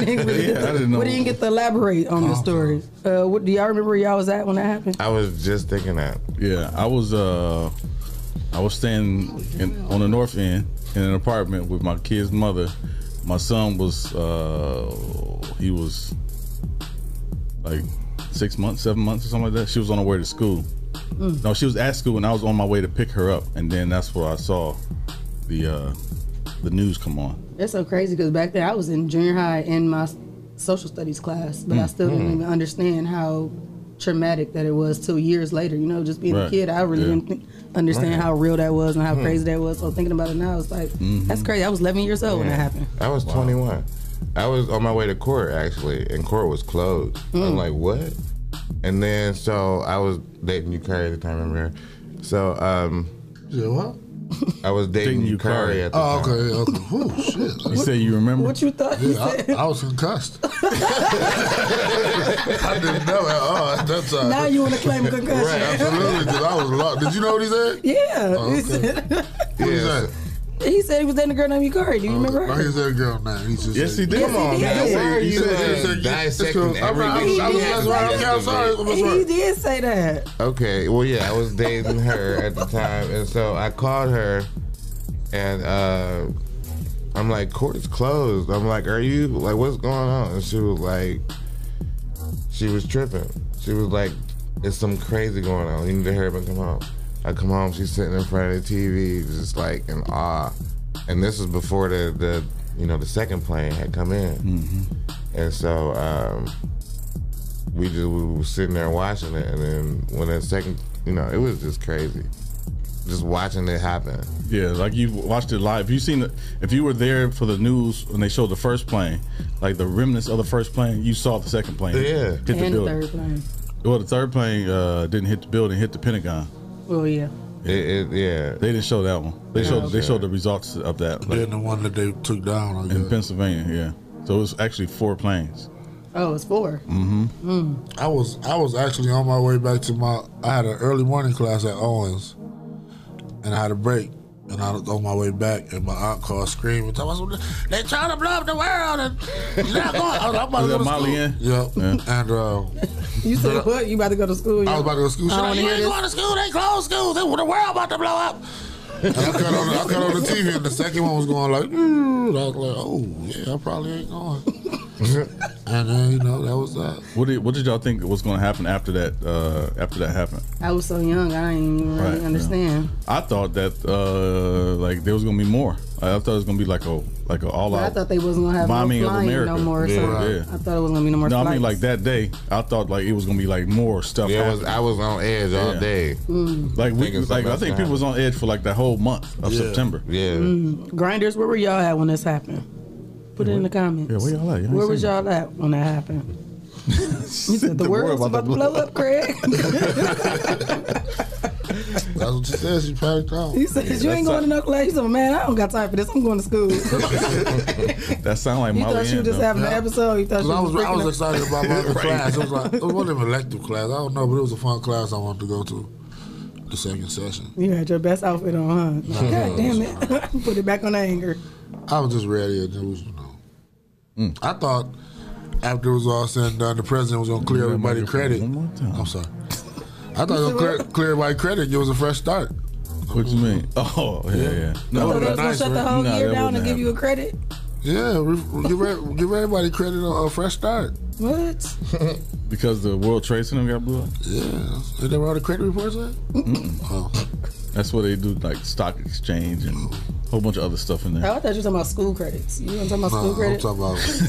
S12: yeah, I didn't know.
S11: We didn't get to elaborate on the story. Uh, what, do y'all remember where y'all was at when that happened?
S12: I was just thinking that. Yeah, I was uh, I was staying in, on the north end in an apartment with my kid's mother. My son was uh, he was like six months, seven months, or something like that. She was on her way to school.
S14: Hmm.
S15: Mm.
S12: No, she was at school, and I was on my way to pick her up, and then that's where I saw the uh, the news come on.
S11: That's so crazy because back then I was in junior high in my s- social studies class, but I still didn't
S12: Mhm.
S11: even understand how traumatic that it was till years later. You know, just being a
S12: Right.
S11: kid, I really
S12: Yeah.
S11: didn't think, understand
S13: Right.
S11: how real that was and how
S13: Hmm.
S11: crazy that was. So thinking about it now, it's like
S12: Mm-hmm.
S11: that's crazy. I was 11 years old when
S13: Yeah.
S11: that happened.
S13: I was 21. I was on my way to court actually, and court was closed. I'm
S11: Mm.
S13: like, what? And then so I was dating Yukari at the time. Remember? So um,
S10: Yeah, what?
S13: I was dating,
S12: Dating
S13: Yukari.
S12: Yukari.
S13: at the
S10: Oh,
S13: time.
S10: okay, okay. Whew, shit.
S12: You say you remember?
S11: What you thought?
S10: Yeah, I, I was concussed. I didn't know at all at that time.
S11: Now you wanna claim concussion.
S10: right, absolutely. 'cause I was locked. Did you know what he said?
S11: Yeah.
S10: Oh,
S11: He,
S10: okay.
S11: said,
S10: What he said?
S11: he said he was dating a girl named Yukari. Do you remember
S10: Oh,
S11: her?
S10: he said girl name. He just
S12: Yes,
S10: said,
S12: he did. Come on, man.
S10: He
S12: Why are
S10: said- he
S12: you,
S10: said- he
S12: uh,
S10: said, yes,
S13: dissecting
S10: it's your- I'm right,
S13: everything
S10: I'm
S13: you
S10: right,
S13: have
S10: I'm
S13: to
S10: right, I'm right, I'm sorry.
S13: investigate?
S10: I'm sorry.
S11: He did say that.
S13: Okay, well, yeah, I was dating her at the time, and so I called her, and uh, I'm like, court's closed. I'm like, are you like, what's going on? And she was like, she was tripping. She was like, it's some crazy going on. You need to hurry up and come home. I come home, she's sitting in front of the TV, just like in awe. And this was before the the you know the second plane had come in, and so. um we just we were sitting there watching it, and then when that second, you know, it was just crazy, just watching it happen.
S12: Yeah, like you watched it live. If you seen the, if you were there for the news when they showed the first plane, like the remnants of the first plane, you saw the second plane.
S13: Yeah.
S12: hit the
S11: and the
S12: building.
S11: third plane.
S12: Well, the third plane uh, didn't hit the building, hit the Pentagon.
S11: Oh yeah.
S13: It, it, yeah,
S12: they didn't show that one. They
S10: Yeah,
S12: showed they
S10: okay.
S12: showed the results of that.
S10: Then the one that they took down
S12: in Pennsylvania. Yeah, so it was actually four planes.
S11: Oh, it's four.
S12: Mm-hmm.
S11: Mm.
S10: I was I was actually on my way back to my I had an early morning class at Owens, and I had a break, and I was on my way back, and my aunt called screaming, "Tell us what- they trying to blow up the world, and you're not going." I was, I'm about
S12: Was
S10: to go
S12: that
S10: to
S12: Molly
S10: school.
S12: in?
S10: Yep. And uh,
S11: You said what? You about to go to school?
S10: I was about to go to school. She's
S11: I
S10: like,
S11: wanna
S10: Uh, you
S11: hear
S10: ain't
S11: this.
S10: going to school. They closed schools. They, the world about to blow up. And I cut on the, I cut on the TV, and the second one was going like, "Mm," and I was like, "Oh yeah, I probably ain't going." and then you know that was that.
S12: What did what did y'all think was going to happen after that? Uh, after that happened,
S11: I was so young. I didn't even
S12: Right,
S11: really
S12: yeah.
S11: understand.
S12: I thought that uh, like there was going to be more. I thought it was going to be like a like a all
S11: But I
S12: out
S11: thought they wasn't gonna have
S12: bombing
S11: no
S12: of
S11: flying
S12: America.
S11: no more. so
S12: Yeah.
S11: I thought it was gonna be no more.
S12: no,
S11: flights.
S12: I mean like that day. I thought like it was gonna be like more stuff.
S13: Yeah, I was- I was on edge all day.
S11: Mm.
S12: Like we,
S13: Thinking
S12: like
S13: something
S12: I
S13: else
S12: think
S13: gonna
S12: people was on edge for like that whole month of
S13: Yeah.
S12: September.
S13: Yeah.
S11: Mm. Grinders, where were y'all at when this happened? Put it in the comments.
S12: yeah, where y'all at? Y'all ain't
S11: Where was
S12: saying
S11: y'all at when that happened? you said the, world's about, to blow up, Craig.
S10: That's what she said. She panicked out.
S11: you said you ain't going to no class. You said, man, I don't got time for this. I'm going to school. you
S12: That sound like Molly.
S11: thought you were
S12: Ann,
S11: just
S12: though.
S11: having an episode. You thought
S10: 'Cause
S11: you
S10: I was, I
S11: freaking out.
S10: was excited about my other
S12: Right.
S10: class. It was like it wasn't an elective class. I don't know, but it was a fun class I wanted to go to. The second session.
S11: You had your best outfit on, huh?
S10: Nah,
S11: God
S10: nah,
S11: damn it! Put it back on the hanger.
S10: I was just ready and it was, you know.
S12: Hmm.
S10: I thought after it was all said and done, the president was gonna clear everybody credit. I'm sorry. I thought it was gonna clear, clear everybody credit. It was a fresh start.
S12: What you mean? Oh yeah, yeah.
S10: That
S11: So they
S10: would've
S11: was
S10: been
S11: gonna
S10: nice,
S11: shut the
S10: right?
S11: whole
S10: Nah,
S11: year
S10: that
S11: down
S10: wouldn't
S11: and give you a credit.
S10: Yeah, re- give, e- give everybody credit on a fresh start.
S11: What?
S12: Because the World Trade Center got blew up.
S10: Yeah, did they write the credit reports? At?
S12: That's where they do like stock exchange and whole bunch of other stuff in
S11: Oh, I
S12: there.
S11: thought you were talking about school credits. You were talking about school credits?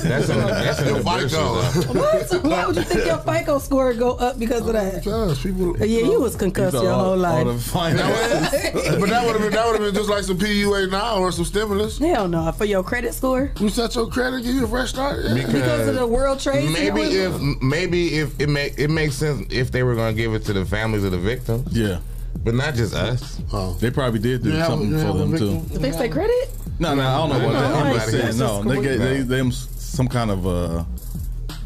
S12: that's
S13: in- that's in the verses, though.
S11: What? Why would you think your FICO score go up because of that?
S10: Because people.
S11: Yeah, you was concussed your whole life.
S10: but that would have been that would have been just like some PUA now or some stimulus.
S11: Hell no, for your credit score.
S10: We set your credit, give you a fresh start. yeah.
S13: Because-
S11: Because of the World Trade Center
S13: Maybe
S11: was-
S13: if maybe if it make it makes sense if they were gonna give it to the families of the victims.
S12: Yeah.
S13: But not just us.
S10: Oh.
S12: They probably did do
S13: Yeah,
S12: something
S13: yeah,
S12: for them too.
S13: victim.
S11: Did they say credit?
S12: No, no, I don't know
S13: No,
S12: about that. I'm
S13: no,
S12: just
S13: no.
S12: saying, no,
S11: That's
S12: they get they
S11: just-
S12: them s- some kind of uh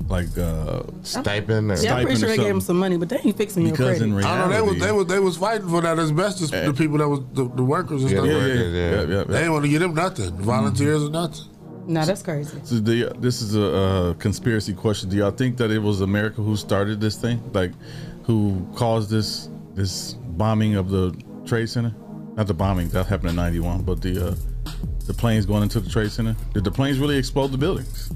S12: like uh
S13: stipend
S11: Yeah, I'm pretty sure they gave him some money, but they ain't fixing your credit.
S10: I know they was they was they was fighting for that asbestos. The people that was the, the workers and
S12: Yeah,
S10: stuff.
S12: the workers, yeah. Yeah, Mm-hmm. yeah, yeah.
S10: They didn't want to give them nothing. Volunteers or nothing.
S11: Nah, Oh, that's crazy.
S12: So do you- this is a uh, conspiracy question. Do y'all think that it was America who started this thing, like who caused this this bombing of the Trade Center? Not the bombing that happened in '91, but the uh, the planes going into the Trade Center. Did the planes really explode the buildings,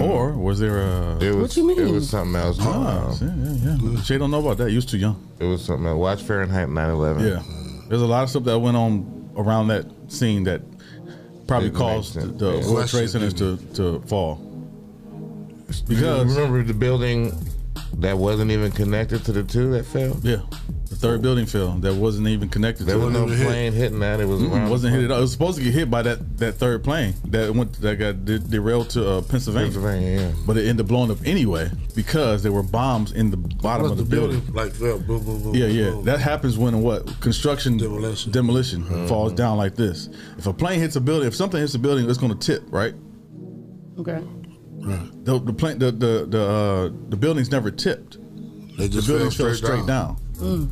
S12: or was there a?
S13: Mm. It was, It was something else. going
S12: Ah,
S13: on.
S12: see, yeah, yeah. Shay don't know about that. You was too young.
S13: It was something else. Watch Fahrenheit 9/11.
S12: Yeah, there's a lot of stuff that went on around that scene that probably
S13: Didn't make
S12: caused
S13: sense.
S12: the
S13: Yeah.
S12: World Trade Centers to to fall. Because-
S13: remember the building that wasn't even connected to the two that fell.
S12: Yeah, the third building fell. That wasn't even connected.
S13: There
S12: to
S13: was
S12: it.
S13: no plane hitting that. It was
S12: Mm-mm,
S13: around
S12: wasn't
S13: the
S12: hit at all. It was supposed to get hit by that that third plane that went that got de- derailed to uh, Pennsylvania.
S13: Pennsylvania, yeah.
S12: But it ended up blowing up anyway because there were bombs in the bottom
S10: Plus
S12: of the, building.
S10: like fell boom boom boom.
S12: Yeah,
S10: boom,
S12: yeah.
S10: boom.
S12: That happens when what construction demolition,
S13: Uh-huh.
S12: falls down like this. If a plane hits a building, if something hits a building, it's going to tip, right?
S11: Okay.
S12: The, the plane, the the the, uh, the building's never tipped.
S10: just
S12: the building
S10: fell
S12: fell
S10: straight
S12: straight down.
S10: down.
S11: Mm.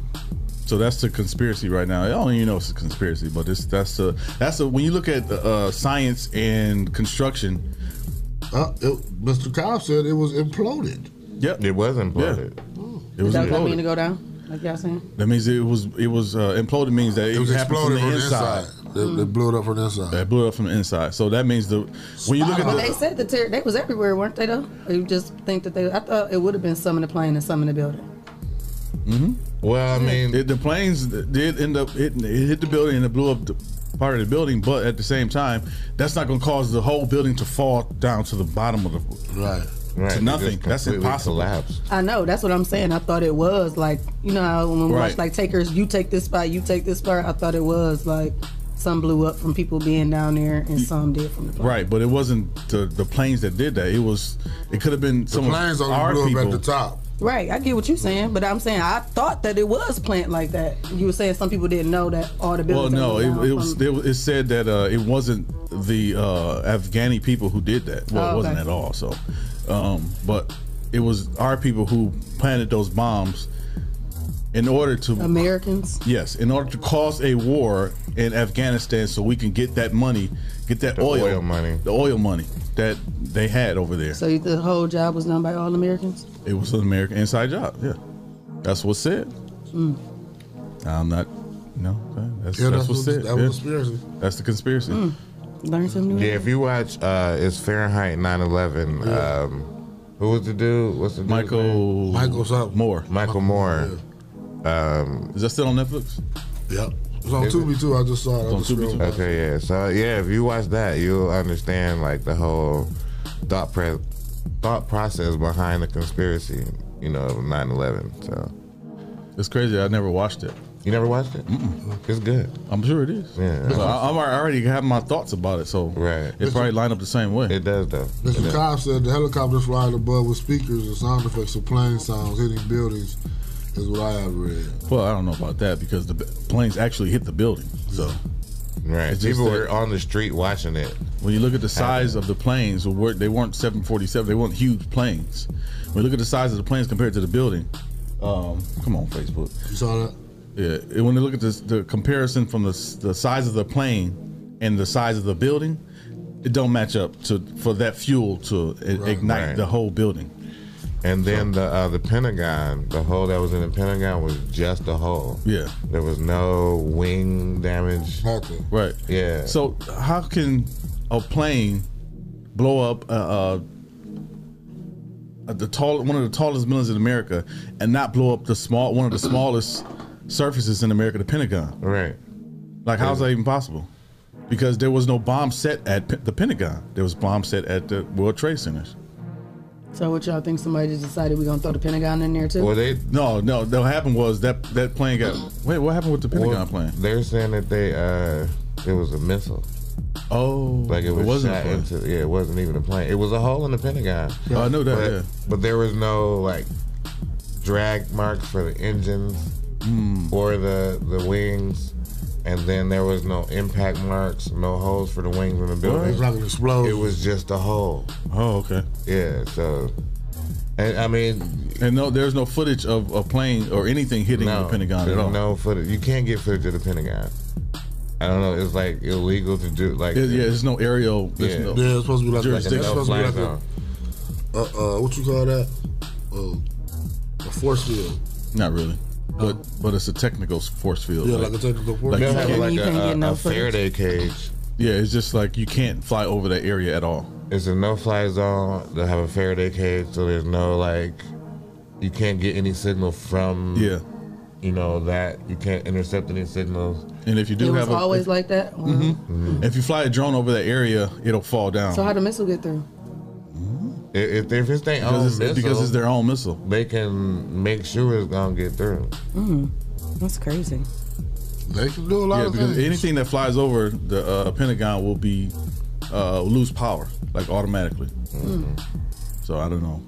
S12: So that's the conspiracy right now. I don't even know it's a conspiracy, but it's that's a that's a when you look at uh, science and construction.
S10: Uh, it, Mr. Cobb said it was imploded.
S12: Yep,
S13: it was imploded.
S12: It
S11: Is
S12: was
S11: that what I
S12: imploded.
S11: mean to go down? Like y'all saying?
S12: That means it was it was uh, imploded means that it,
S10: was
S12: happened from
S10: exploded
S12: the
S10: from the
S12: inside.
S10: inside. They- they blew it up from the inside.
S12: They blew it up from the inside. So that means the when you look at
S11: Well,
S12: the
S11: they said the ter- they was everywhere, weren't they? Though Or you just think that they. I thought it would have been some in the plane and some in the building.
S13: Mm-hmm.
S12: hmm
S13: Well, I mean,
S12: it, the planes did end up hitting, it hit the building and it blew up the part of the building. But at the same time, that's not going to cause the whole building to fall down to the bottom of the
S10: right,
S13: Right, it
S12: to
S13: just
S12: nothing. That's
S13: completely
S12: impossible.
S13: collapsed.
S11: I know that's what I'm saying. I thought it was like you know how when we watch
S12: Right.
S11: like takers, you take this spot, you take this spot. I thought it was like some blew up from people being down there and some did from the plane.
S12: Right, but it wasn't the, the planes that did that. It was it could have been some of
S10: planes only
S12: our
S10: blew up at
S12: people
S10: the top.
S11: Right, I get what you're saying, but I'm saying I thought that it was planned like that. You were saying some people didn't know that all the
S12: Well,
S11: buildings.
S12: no,
S11: were down
S12: it, it
S11: from-
S12: was it, was- it said that uh, it wasn't the uh, Afghani people who did that. Well,
S11: Oh,
S12: it wasn't
S11: okay.
S12: at all. So, um, but it was our people who planted those bombs in order to
S11: Americans.
S12: Yes, in order to cause a war in Afghanistan, so we can get that money, get that oil,
S13: oil money.
S12: the oil money that they had over there.
S11: So the whole job was done by all Americans.
S12: It was an American inside job. Yeah, that's what's said.
S11: Mm.
S12: I'm not. No, that's,
S10: Yeah,
S12: that's,
S10: that's
S12: what's
S10: what-
S12: said.
S10: that was conspiracy.
S12: That's the conspiracy.
S11: Mm. Learn something new.
S13: Yeah, if you watch, uh, it's Fahrenheit 9/11. Um, who was the dude? What's the dude?
S12: Michael?
S10: Michael something.
S12: Moore.
S13: Michael Moore. Um,
S12: Is that still on Netflix?
S10: Yep. It's on
S13: Is it?
S10: Tubi too. I just saw it. I just scrolled by.
S13: Okay, yeah. So yeah, if you watch that, you'll understand like the whole thought pre- thought process behind the conspiracy, you know, of 9/11. So
S12: it's crazy. I never watched it.
S13: You never watched it? Mm-mm. It's good.
S12: I'm sure it is.
S13: Yeah.
S12: But I, I'm already have my thoughts about it, so right. it probably line up the same way.
S13: It does though.
S10: Mr. Cobb said the helicopters flying above with speakers and sound effects of plane sounds hitting buildings is what I have read.
S12: Well, I don't know about that because the b- planes actually hit the building. So,
S13: right,
S12: It's just
S13: people
S12: that-
S13: were on the street watching it.
S12: When you look at the size of the planes, they weren't 747. They weren't huge planes. When you look at the size of the planes compared to the building, um, come on, Facebook.
S10: You saw that?
S12: Yeah. and When you look at this, the comparison from the, s- the size of the plane and the size of the building, it don't match up to for that fuel to i- ignite
S13: Right.
S12: the whole building.
S13: And then the uh, the Pentagon, the hole that was in the Pentagon was just a hole.
S12: Yeah.
S13: There was no wing damage.
S10: Nothing.
S12: Right.
S13: Yeah.
S12: So how can a plane blow up uh, uh, the tall one of the tallest buildings in America and not blow up the small one of the smallest surfaces in America, the Pentagon?
S13: Right.
S12: Like how's that even possible? because there was no bomb set at Pe- the Pentagon. There was bomb set at the World Trade Centers.
S11: So what y'all think? Somebody just decided we're gonna throw the Pentagon in there too?
S12: no, no. What happened was that that plane got. Wait, what happened with the Pentagon plane?
S13: They're saying that they uh, it was a missile.
S12: Oh,
S13: like it
S12: it
S13: was
S12: wasn't a
S13: shot
S12: plane.
S13: into. Yeah, it wasn't even a plane. It was a hole in the Pentagon.
S12: Yeah. Oh, I know that,
S13: But,
S12: yeah.
S13: but there was no like drag marks for the engines
S12: Hmm.
S13: or the the wings. And then there was no impact marks, no holes for the wings in the building.
S10: It was like an explosion.
S13: It was just a hole.
S12: Oh, okay.
S13: Yeah. So, and I mean,
S12: and no, there's no footage of a plane or anything hitting
S13: No,
S12: the Pentagon at all.
S13: No footage. You can't get footage of the Pentagon. I don't know. It's like illegal to do. Like,
S12: Yeah, yeah, there's no aerial. There's no
S13: Yeah.
S10: Yeah, it's supposed to be like A,
S12: jurisdiction.
S10: it's supposed to be like a, uh, uh, what you call that? Uh, a force field.
S12: Not really. But but it's a technical s- force field.
S10: Yeah, like a technical force
S12: you
S10: field.
S12: can't-
S10: Yeah, like You can't a- get no a footage.
S13: Faraday cage.
S12: Yeah, it's just like you can't fly over that area at all.
S13: It's a no-fly zone. They have a Faraday cage, so there's no like, you can't get any signal from.
S12: Yeah.
S13: You know that you can't intercept any signals. Mm-hmm.
S12: And if you
S11: it
S12: do
S11: was
S12: have a,
S11: always
S12: if,
S11: like that.
S10: Mm-hmm.
S11: Wow.
S12: Mhm. if you fly a drone over that area, it'll fall down.
S11: So how the missile get through?
S13: If, if it's their
S12: Because
S13: own
S12: it's-
S13: missile,
S12: because it's their own missile,
S13: they can make sure it's gonna get through.
S11: Mm, that's crazy.
S10: They can do a
S12: yeah, because anything that flies over the uh, Pentagon will be uh, lose power like automatically.
S11: Mm.
S12: So I don't know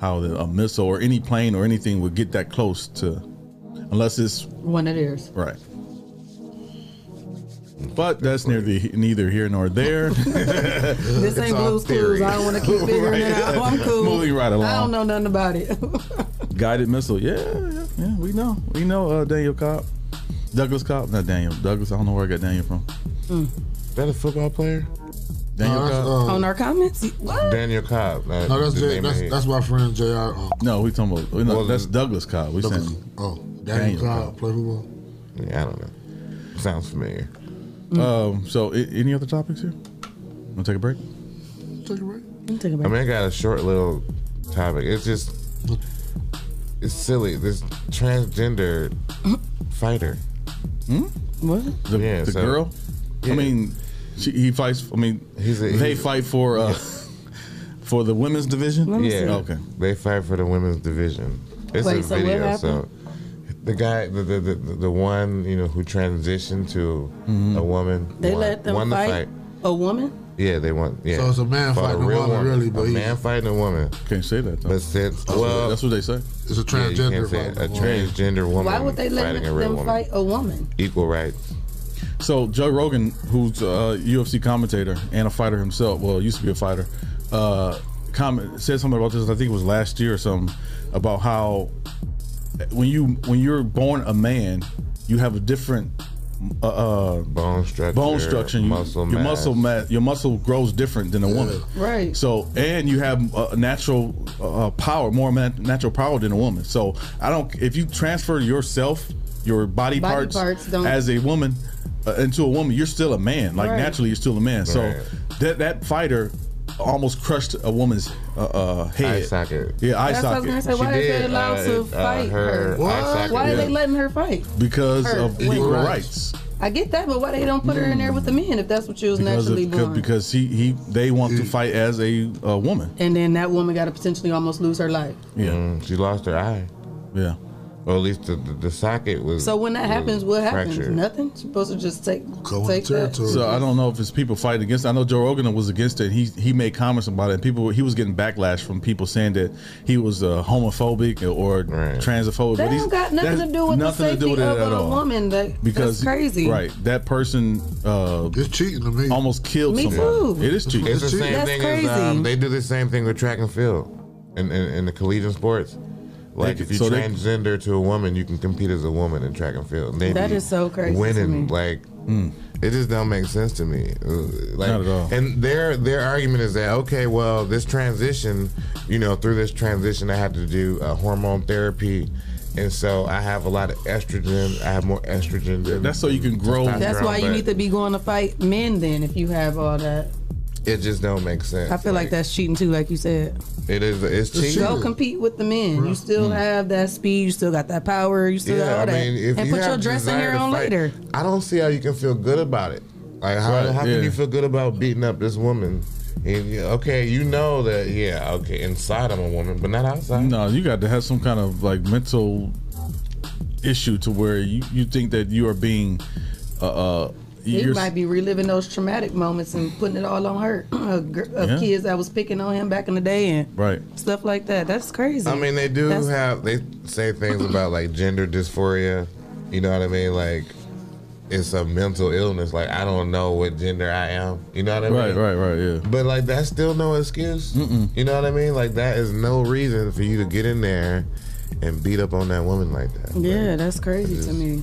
S12: how the, a missile or any plane or anything would get that close to, unless it's
S11: One of theirs.
S12: Right. But that's near the neither here nor there.
S11: This
S12: this
S11: ain't Blue's Clues. I don't want to keep figuring it out. I'm cool.
S12: Moving right along.
S11: I don't know nothing about it.
S12: Guided missile. Yeah, yeah, yeah. We know. We know uh, Daniel Cobb. Douglas Cobb. Not Daniel. Douglas. I don't know where I got Daniel from.
S11: Mm.
S13: Is that a football player?
S12: Daniel
S10: No, that's,
S12: Cobb.
S10: uh,
S11: On our comments, what?
S13: Daniel Cobb. uh,
S10: No, that's
S13: the
S10: J,
S13: name
S10: that's,
S13: of it.
S10: that's my friend Jr. Uh,
S12: no, Oh, we talking about. no,
S13: Well,
S12: that's Douglas Cobb. We
S10: Douglas-
S12: saying.
S10: oh, Daniel Cobb play football.
S13: Yeah, I don't know. Sounds familiar.
S12: Um. So, I- any other topics here? Want to take a break?
S10: Take a break.
S11: I'm taking a
S13: I
S11: break.
S13: mean, I got a short little topic. It's just, it's silly. This transgender fighter.
S12: Hmm?
S11: What?
S12: The,
S13: Yeah,
S12: the
S13: so-
S12: girl.
S13: Yeah.
S12: I mean, she, he fights. I mean, they
S13: he's a-
S12: fight for uh, for the women's division.
S11: Let me
S13: yeah.
S11: see.
S13: Okay. They fight for the women's division. It's
S11: Wait,
S13: a
S11: so what
S13: video. so
S11: happened?
S13: the guy, the the, the the one you know who transitioned to
S12: Mm-hmm.
S13: a woman.
S11: They
S13: won,
S11: let them
S13: won the
S11: fight,
S13: fight.
S11: a woman.
S13: Yeah, they won. Yeah.
S10: So it's a man
S13: Fought
S10: fighting a woman, really, but
S13: a
S10: he-
S13: man fighting a woman.
S12: Can't say that. Though.
S13: But since
S12: That's what-
S13: well,
S12: that's what they say.
S10: It's a
S13: Yeah, you can't
S10: transgender
S13: say it.
S10: fighting
S13: a
S10: a woman.
S13: transgender woman.
S11: Why would they let
S13: fighting a
S11: them
S13: real woman?
S11: fight a woman?
S13: Equal rights.
S12: So Joe Rogan, who's a UFC commentator and a fighter himself, well, used to be a fighter, uh, comment said something about this. I think it was last year or something about how when you when you're born a man, you have a different uh, uh,
S13: bone structure,
S12: bone structure, you-
S13: muscle
S12: your
S13: mass.
S12: muscle mass, your muscle grows different than a woman,
S11: Right.
S12: So and you have uh, natural uh, power, more ma- natural power than a woman. So I don't. If you transfer yourself, your body,
S11: Body
S12: parts,
S11: parts don't-
S12: as a woman uh, into a woman, you're still a man. Like
S11: Right.
S12: naturally, you're still a man.
S13: Right.
S12: So that that fighter almost crushed a woman's uh, uh, head.
S13: Eye socket. uh,
S12: Yeah, eye
S11: That's what I was
S12: socket.
S11: gonna say. Why is they allowed
S12: uh,
S11: to fight her? Why are they letting her fight?
S12: because
S11: her?
S12: of
S11: Women.
S12: equal rights.
S11: I get that, but why they don't put her in there with the men if that's what she was
S12: Because,
S11: naturally
S12: of,
S11: born?
S12: because he, he they want to fight as a, a woman.
S11: and then that woman got to potentially almost lose her life.
S12: Yeah,
S13: Mm, she lost her eye.
S12: Yeah,
S13: or at least the, the, the socket was.
S11: So when that happens, what happens?
S12: fractured.
S11: Nothing. She's supposed to just take take that.
S12: So I don't know if it's people fighting against. It. I know Joe Rogan was against it. He he made comments about it. People he was getting backlash from people saying that he was uh, homophobic or transphobic.
S11: That
S12: but he's-
S11: don't got nothing
S12: that's
S11: to do with the
S12: nothing to
S11: safety
S12: do with it
S11: of
S12: at
S11: a
S12: all.
S11: woman. That,
S12: Because
S11: that's crazy.
S12: right? That person uh,
S10: cheating to me.
S12: Almost killed
S11: Me
S12: someone.
S11: too.
S12: It is cheating.
S13: It's the same
S11: That's
S13: thing
S11: crazy.
S13: as um, they do the same thing with track and field, in in, in the collegiate sports. Like
S12: They-
S13: if you
S12: so they-
S13: transgender to a woman, you can compete as a woman in track and field. And they
S11: That
S13: be
S11: is so crazy to
S13: Winning
S11: me.
S13: like. It just don't make sense to me. Uh, Like,
S12: Hmm. Not at all.
S13: And their their argument is that okay, well, this transition, you know, through this transition, I have to do uh, hormone therapy, and so I have a lot of estrogen. I have more estrogen. Than
S12: That's so you can grow.
S11: That's why you need to be going to fight men then if you have all that.
S13: It just don't make sense.
S11: I feel like that's cheating too, like you said.
S13: It is. It's cheating.
S11: Go compete with the men. You still
S12: Mm.
S11: have that speed. You still got that power. You still got all that. and put your dress in
S13: desire
S11: your
S13: to
S11: own
S13: fight,
S11: later.
S13: I don't see how you can feel good about it. Like how,
S12: Right,
S13: how
S12: yeah.
S13: can you feel good about beating up this woman? And you- okay, you know that yeah, okay, inside I'm a woman, but not outside.
S12: No, you got to have some kind of like mental issue to where you, you think that you are being uh, uh
S11: He
S12: you're-
S11: might be reliving those traumatic moments and putting it all on her of gir- of
S13: Yeah.
S11: kids that was picking on him back in the day and
S13: Right.
S11: stuff like that. That's crazy.
S13: I mean, they do
S11: That's-
S13: have they say things about like gender dysphoria. You know what I mean? Like it's a mental illness. Like I don't know what gender I am. You know what I
S12: Right,
S13: mean?
S12: right, right. Yeah.
S13: But like that's still no excuse. You know what I mean? Like that is no reason for you to get in there and beat up on that woman like that.
S11: Yeah, that's crazy to me.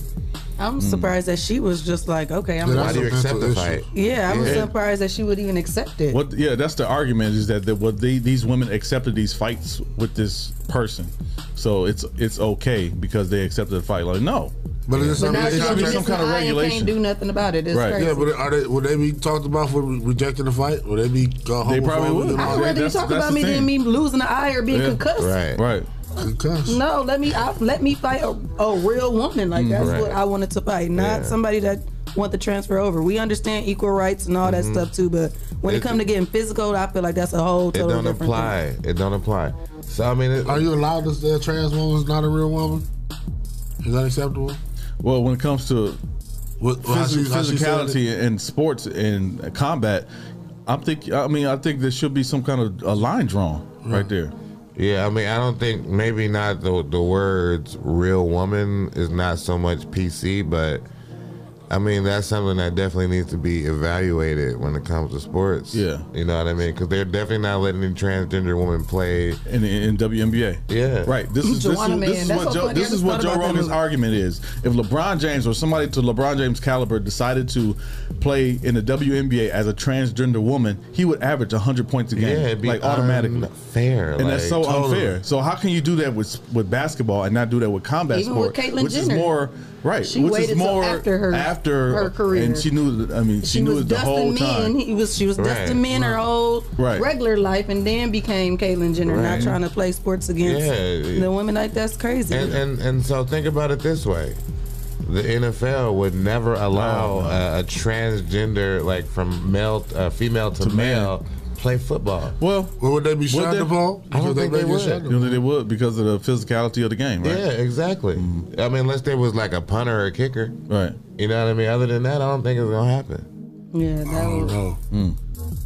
S11: I'm
S13: Mm.
S11: surprised that she was just like, okay, I'm.
S13: Why
S11: gonna-
S13: do you accept the fight?
S11: Yeah, I was
S12: Yeah.
S11: surprised that she would even accept it.
S12: What? Yeah, that's the argument is that the, what they, these women accepted these fights with this person, so it's it's okay because they accepted the fight. Like no,
S10: But is
S11: But
S10: there
S11: now
S10: something-
S11: she's
S10: It's gotta be
S11: just
S10: some kind of
S11: lying and
S10: regulation.
S11: Can't do nothing about it. It's crazy.
S10: Yeah, but are they, would they be talked about for re- rejecting the fight? Would they be uh,
S12: They probably
S10: homophobic
S12: would.
S10: and all
S11: I'd
S10: that?
S11: rather you talk about me than me losing an eye or being concussed.
S13: Right.
S12: Right.
S10: Concussed.
S11: No, let me I, let me fight a, a real woman. Like
S10: Mm,
S11: that's
S10: right.
S11: what I wanted to fight, not
S10: Yeah.
S11: somebody that want to transfer over. We understand equal rights and all that
S13: Mhm.
S11: stuff too, but when it,
S13: It-
S11: comes to getting physical, I feel like that's a whole
S13: It
S11: total
S13: don't
S11: different thing.
S13: apply. It don't apply. So I mean, it,
S10: Are you allowed to say a trans woman's not a real woman? Is that acceptable?
S12: Well, when it comes to
S10: well, how
S12: physi-
S10: she- how she said
S12: physicality in sports and combat, I think I mean I think there should be some kind of a line drawn right there.
S13: Yeah, I mean, I don't think maybe not the the words "real woman" is not so much PC, but I mean that's something that definitely needs to be evaluated when it comes to sports. Yeah, you know what I mean? Because they're definitely not letting any transgender woman play
S12: in, in WNBA.
S13: Yeah,
S12: Right. This is this
S13: Joanna
S12: is,
S13: Man.
S12: this is what
S13: That's so
S12: Joe,
S13: funny. I
S12: this is
S13: just
S12: what
S13: thought
S12: Joe
S13: about that
S12: Rogan's
S13: movie.
S12: argument is. If LeBron James or somebody to LeBron James caliber decided to play in the WNBA as a transgender woman, he would average 100 points a game,
S13: Yeah, it'd be
S12: like automatically.
S13: fair,
S12: and that's so
S13: like, totally.
S12: unfair. So how can you do that with with basketball and not do that with combat
S11: Even
S12: sport,
S11: with Caitlyn
S12: which
S11: Jenner.
S12: is more right?
S11: She
S12: which
S11: waited
S12: is
S11: till
S12: more
S11: after her-
S12: after
S11: her career.
S12: and she knew. I mean, she,
S11: She
S12: knew
S11: was
S12: it the
S11: Dustin
S12: whole
S11: Men.
S12: time.
S11: He was she was
S12: Right.
S11: Dustin Men her whole
S12: Right.
S11: regular life, and then became Caitlyn Jenner. Not
S13: Right.
S11: trying to play sports against
S13: Yeah.
S11: the women like that's crazy.
S13: And, and and so think about it this way: the NFL would never
S12: Oh,
S13: allow A, a transgender, like from male, uh, female to, male, play football.
S12: Well,
S10: would they be
S13: would
S10: shot
S13: they-
S10: the ball?
S13: I don't
S10: Would
S13: think
S10: make
S13: they
S10: you
S13: would.
S10: shot the
S12: You know, they would because of the physicality of the game, right? Mm.
S13: Yeah, exactly. I mean, unless there was like a punter or a kicker,
S12: right?
S13: You know what I mean. Other than that, I don't think it's gonna happen.
S11: yeah, that
S13: Oh,
S10: I don't
S11: was,
S10: know.
S12: Hmm.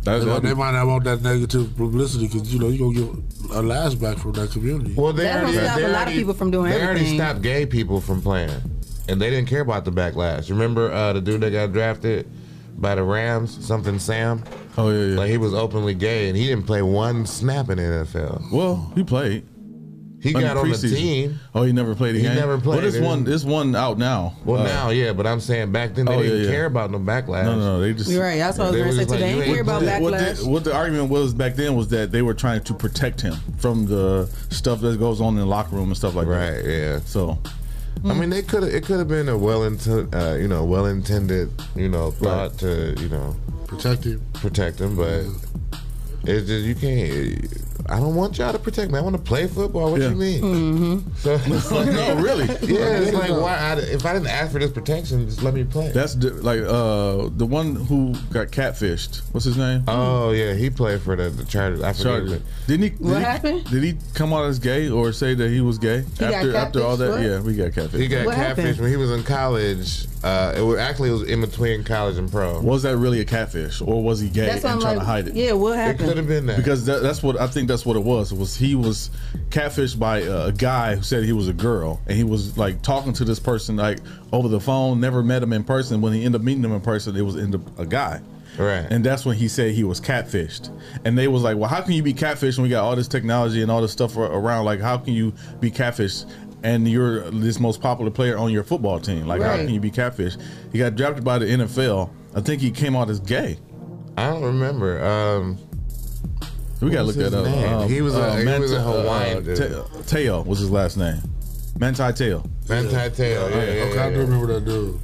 S12: That's-
S10: they, might- they might not want that negative publicity because you know you're gonna get a last back from that community.
S13: Well, they
S11: That don't
S13: already,
S11: stop
S13: they
S11: a lot of
S13: already-
S11: people from doing
S13: They already
S11: everything.
S13: stopped gay people from playing, and they didn't care about the backlash. Remember uh, the dude that got drafted by the Rams, something Sam.
S12: Oh yeah, yeah.
S13: Like he was openly gay, and he didn't play one snap in the NFL.
S12: Well, he played.
S13: He
S12: In
S13: got on the
S12: preseason.
S13: team.
S12: Oh, he never played a
S13: He
S12: game.
S13: never played,
S12: Well, this
S13: dude.
S12: one, this one out now.
S13: Well,
S12: Uh,
S13: now, yeah, but I'm saying back then they
S12: Oh, yeah,
S13: didn't
S12: yeah.
S13: care about no backlash.
S12: No, no, no, they just- You're right, that's
S11: what I was
S13: They
S11: gonna
S13: were
S11: say
S13: just
S11: today.
S13: like,
S11: Ain't
S13: you
S11: care about
S13: doing it.
S12: What the, what the argument was back then was that they were trying to protect him from the stuff that goes on in the locker room and stuff like that.
S13: Right. Yeah.
S12: So,
S13: I mean, they could it could have been a well inten- uh, you know well intended you know thought to you know
S10: protect him,
S13: protect him, but it's just you can't. I don't want y'all to protect me. I want to play football. What you mean?
S12: Mm-hmm.
S13: So it's like-
S12: no, really.
S13: Yeah, it's like why? I, if I didn't ask for this protection, just let me play.
S12: That's the, like uh the one who got catfished. What's his name?
S13: Oh yeah, he played for the, the Chargers. I forget
S12: Chargers.
S13: it.
S12: Didn't he? Did
S11: What
S12: he,
S11: happened?
S12: Did he come out as gay or say that he was gay
S11: He got
S12: after after all
S11: catfished,
S12: that?
S11: what?
S12: Yeah, we got catfished.
S13: He got catfish when he was in college. Uh, it was actually it was in between college and pro.
S12: Was that really a catfish, or was he gay
S11: That's why
S12: and
S11: I'm
S12: trying to
S11: like,
S12: hide it?
S11: yeah, what It happened?
S13: could have been that.
S12: because that, that's what I think. That's what it was. Was he was catfished by a guy who said he was a girl, and he was like talking to this person like over the phone. Never met him in person. When he ended up meeting him in person, it was in the, a guy.
S13: Right.
S12: And that's when he said he was catfished. And they was like, "Well, how can you be catfished when we got all this technology and all this stuff ar- around? Like, how can you be catfished and you're this most popular player on your football team? Like, how
S13: Right.
S12: can you be catfished?" He got drafted by the NFL. I think he came out as gay.
S13: I don't remember. Um,
S12: we gotta
S13: what was
S12: look that
S13: his
S12: up. Um, uh,
S13: name? He was a- he was a
S12: Manta-
S13: Hawaiian dude.
S12: Te- Teo was his last name. Manti Tail.
S13: Manti Tail, yeah, yeah,
S10: okay, I do remember that dude.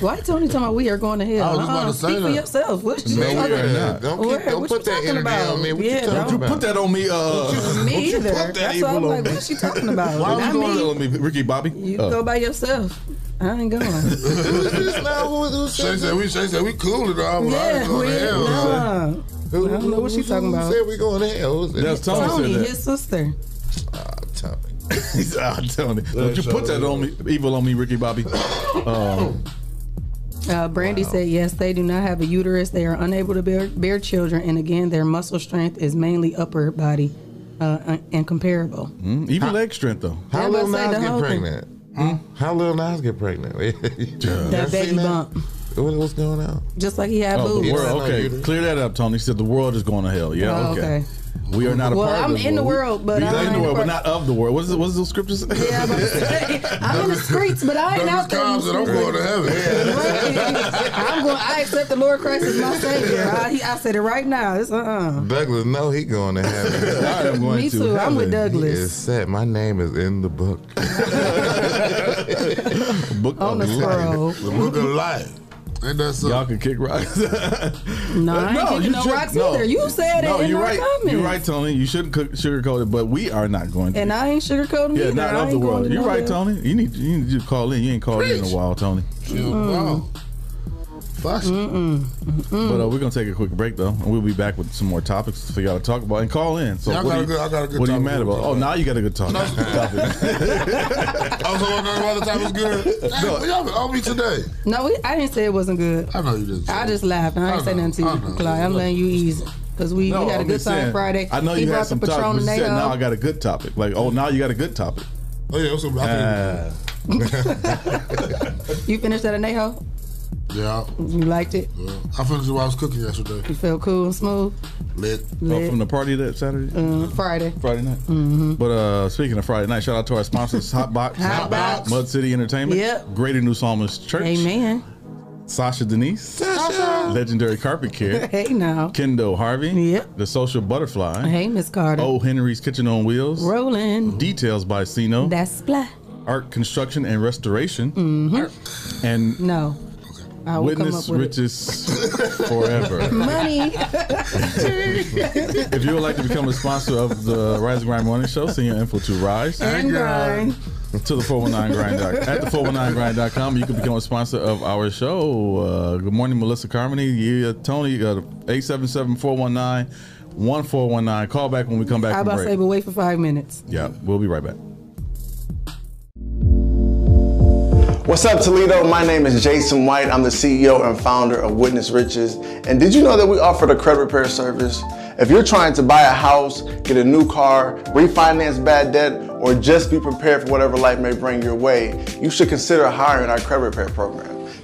S11: Why Tony talking about we are going to hell?
S10: I was just about
S11: Uh-uh,
S10: to say
S11: speak for
S10: that.
S11: yourself. What's
S10: No,
S11: you
S10: we
S11: talking
S10: are
S11: about?
S10: not. Don't
S11: Where?
S10: keep- don't
S11: What
S10: put
S11: you
S10: that
S11: talking
S10: energy
S11: about?
S10: on me. What you
S11: yeah,
S10: talking
S11: don't-
S12: You put that on me. Uh,
S11: Me
S12: you
S11: either.
S12: put that
S11: That's
S12: evil
S11: why I'm
S12: on
S11: like,
S12: me.
S11: what she talking about?
S12: Why
S11: Not
S12: was going
S11: me.
S12: on me, Ricky Bobby?
S11: You
S12: Oh.
S11: go by yourself. I ain't going.
S10: Who's this now? Who- who's Shay said we Shay said we cool it all.
S11: Yeah,
S10: going
S11: we-
S10: to hell.
S11: nah.
S10: Who,
S11: I don't know what she talking about.
S10: Said we going to hell. Who's that?
S11: Tony, his sister.
S12: He's out Tony. Don't Uh, you put that on me, evil on me, Ricky Bobby. Um,
S11: Uh, Brandy said, yes, they do not have a uterus. They are unable to bear, bear children. And again, their muscle strength is mainly upper body uh, un- and comparable.
S12: mm, even leg strength though.
S13: How
S11: Yeah,
S13: Lil
S11: but say
S13: Nas
S11: the
S13: get
S11: whole thing.
S13: pregnant? Hmm? How Lil Nas get pregnant?
S11: That
S13: that
S11: baby bump.
S13: What, what's going on?
S11: Just like he had
S12: Oh, the
S11: boobs.
S12: world. Okay, clear that up, Tony. He said the world is going to hell. Yeah.
S11: Oh,
S12: okay. We are not a
S11: Well,
S12: part
S11: I'm
S12: of the
S11: in the world,
S12: world.
S11: but
S12: we,
S11: I'm
S12: we
S11: not
S12: in the
S11: in
S12: world,
S11: the
S12: but not of the world. What is it? What does those scriptures say? Yeah,
S11: I'm in the streets, but I ain't out there.
S10: I'm going to heaven.
S11: I'm going. I accept the Lord Christ as my savior. I, he, I said it right now. It's uh uh
S13: Douglas, no, he going to heaven.
S12: I am going
S11: Me to too. I'm with heaven. Douglas.
S13: He is set. My name is in the book.
S12: book
S11: On the scroll.
S10: The book of life. Ain't that something?
S12: Y'all can kick rocks.
S11: No, I ain't
S12: No,
S11: kicking
S12: you
S11: no
S12: should-
S11: rocks
S12: no.
S11: either. You said
S12: no,
S11: it in
S12: you're
S11: our
S12: right.
S11: comments,
S12: You're right, Tony. You shouldn't cook, sugarcoat it, but we are not going to.
S11: and I ain't sugarcoating
S12: yeah,
S11: either. I
S12: not of
S11: ain't
S12: the
S11: going
S12: world.
S11: to
S12: You're
S11: no
S12: right,
S11: hell.
S12: Tony. You need you need to call in. You ain't called in in a
S10: Preach.
S12: while, Tony.
S11: Mm-hmm.
S10: Wow. Fuck.
S12: But uh, we're gonna take a quick break though, and we'll be back with some more topics for y'all to talk about and call in. So
S10: Yeah, I
S12: what
S10: got
S12: are
S10: a
S12: you,
S10: good- I got a good
S12: what are you
S10: topic
S12: mad
S10: to
S12: about?
S10: talk
S12: Oh, now you got a good topic.
S10: I was on Oh, another other time was good. Hey, no. y'all been on me today.
S11: No, we, I didn't say it wasn't good.
S10: I know you didn't.
S11: I just laughed. I ain't say nothing to you, Clyde. I'm letting you ease because we,
S12: No,
S11: we had a
S12: I'm
S11: good
S12: just
S11: time
S12: saying,
S11: Friday.
S12: I know
S11: he
S12: you
S11: brought
S12: had some
S11: the
S12: topics.
S11: Patron
S12: but You said now I
S11: Nato.
S12: got a good topic. Like, oh, now you got a good topic.
S10: Oh yeah, what's up?
S12: Uh,
S11: You finished that Anejo?
S10: Yeah.
S11: You liked it?
S10: I finished while I was cooking yesterday.
S11: You felt cool and smooth?
S10: Lit.
S12: oh, from the party that Saturday.
S11: Uh, Friday. Mm-hmm.
S12: Friday night. But uh, speaking of Friday night, shout out to our sponsors, Hotbox, Hotbox, Mud City Entertainment,
S11: Yep.
S12: Greater New Psalmist Church,
S11: Amen.
S12: Sasha Denise,
S11: Sasha.
S12: Legendary Carpet Care,
S11: Hey now.
S12: Kendo Harvey,
S11: Yep.
S12: The Social Butterfly,
S11: Hey Miss Carter.
S12: Oh Henry's Kitchen on Wheels,
S11: Rolling.
S12: Details by Sino,
S11: That's splat.
S12: Art Construction and Restoration,
S11: Mm-hmm.
S12: and
S11: No. I will
S12: Witness
S11: come up with
S12: Riches Forever.
S10: uh,
S11: it. money.
S12: if you would like to become a sponsor of the Rise and Grind Morning Show, send your info to Rise
S11: And grind.
S12: to the 419grind dot- at the 419grind.com. You can become a sponsor of our show. Uh, good morning, Melissa Carmody. Yeah, Tony, uh, 877-419-1419. Call back when we come back
S11: I
S12: from
S11: about to
S12: break.
S11: say, but wait for five minutes.
S12: yeah, we'll be right back.
S15: What's up, Toledo? My name is Jason White. I'm the CEO and founder of Witness Riches. And did you know that we offer a credit repair service? If you're trying to buy a house, get a new car, refinance bad debt, or just be prepared for whatever life may bring your way, you should consider hiring our credit repair program.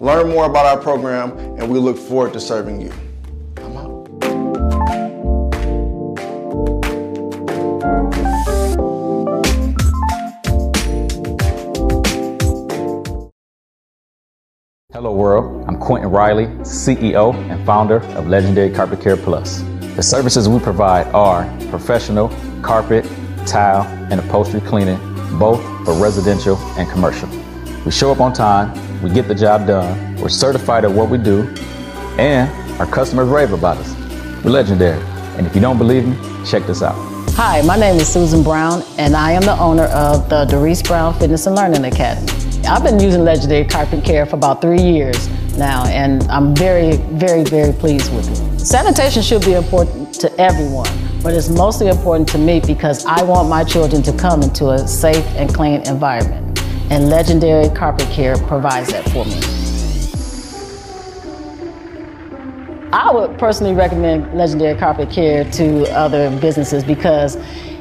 S15: learn more about our program, and we look forward to serving you.
S16: Hello, world. I'm Quentin Riley, CEO and founder of Legendary Carpet Care Plus. The services we provide are professional carpet, tile, and upholstery cleaning, both for residential and commercial. We show up on time, we get the job done, we're certified at what we do, and our customers rave about us. We're legendary. And if you don't believe me, check this out.
S17: Hi, my name is Susan Brown, and I am the owner of the Doris Brown Fitness and Learning Academy. I've been using Legendary Carpet Care for about three years now, and I'm very, very, very pleased with it. Sanitation should be important to everyone, but it's mostly important to me because I want my children to come into a safe and clean environment, and Legendary Carpet Care provides that for me. I would personally recommend Legendary Carpet Care to other businesses because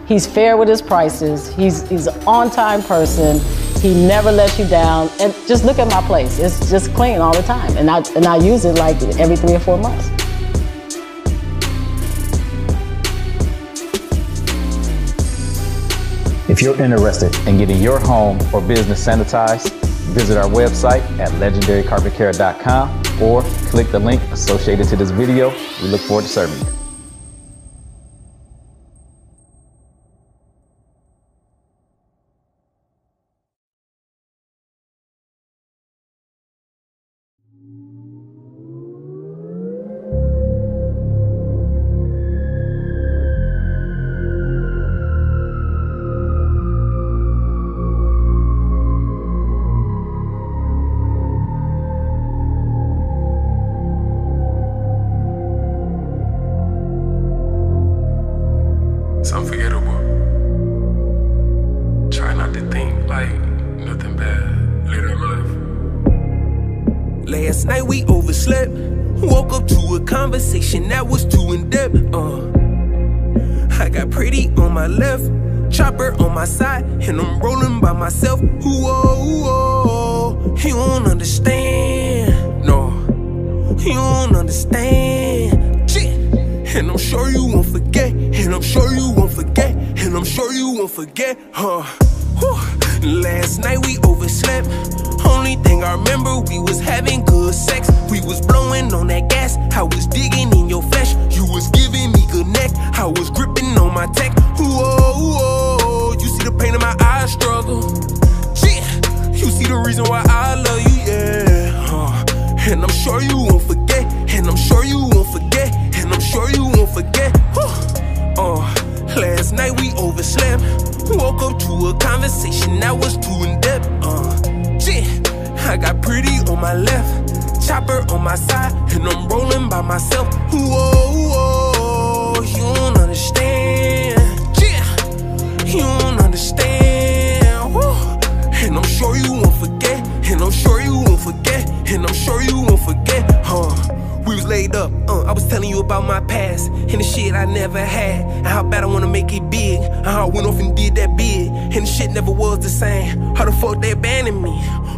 S17: he's fair with his prices. He's he's an on-time person. He never lets you down. And just look at my place. It's just clean all the time. And I and I use it like every three or four months.
S16: If you're interested in getting your home or business sanitized, visit our website at legendarycarpetcare.com or click the link associated to this video. We look forward to serving you.
S18: It's unforgettable. Try not to think like nothing bad later in life.
S19: Last night we overslept. Woke up to a conversation that was too in depth. Uh, I got pretty on my left, chopper on my side, and I'm rolling by myself. Ooh, oh, ooh, oh. You don't understand. No, you don't understand. Shit. And I'm sure you won't forget. And I'm sure you won't forget. And I'm sure you won't forget. Huh. Whew. Last night we overslept. Only thing I remember, we was having good sex. We was blowing on that gas. I was digging in your flesh. You was giving me good neck. I was gripping on my tech. Ooh, oh, ooh, oh. You see the pain in my eyes struggle. Yeah. You see the reason why I love you, yeah. Huh. And I'm sure you won't forget. And I'm sure you won't forget. And I'm sure you won't forget. Whew. Uh, last night we overslept. Woke up to a conversation that was too in depth. Uh, yeah. I got pretty on my left, chopper on my side, and I'm rolling by myself. Ooh, oh, ooh, oh, you don't understand. Yeah, you don't understand. Whew. And I'm sure you won't forget. And I'm sure you won't forget. And I'm sure you won't forget. Huh. We was laid up. Uh, I was telling you about my past and the shit I never had. And how bad I wanna make it big. And how I went off and did that big. And the shit never was the same. How the fuck they abandoned me?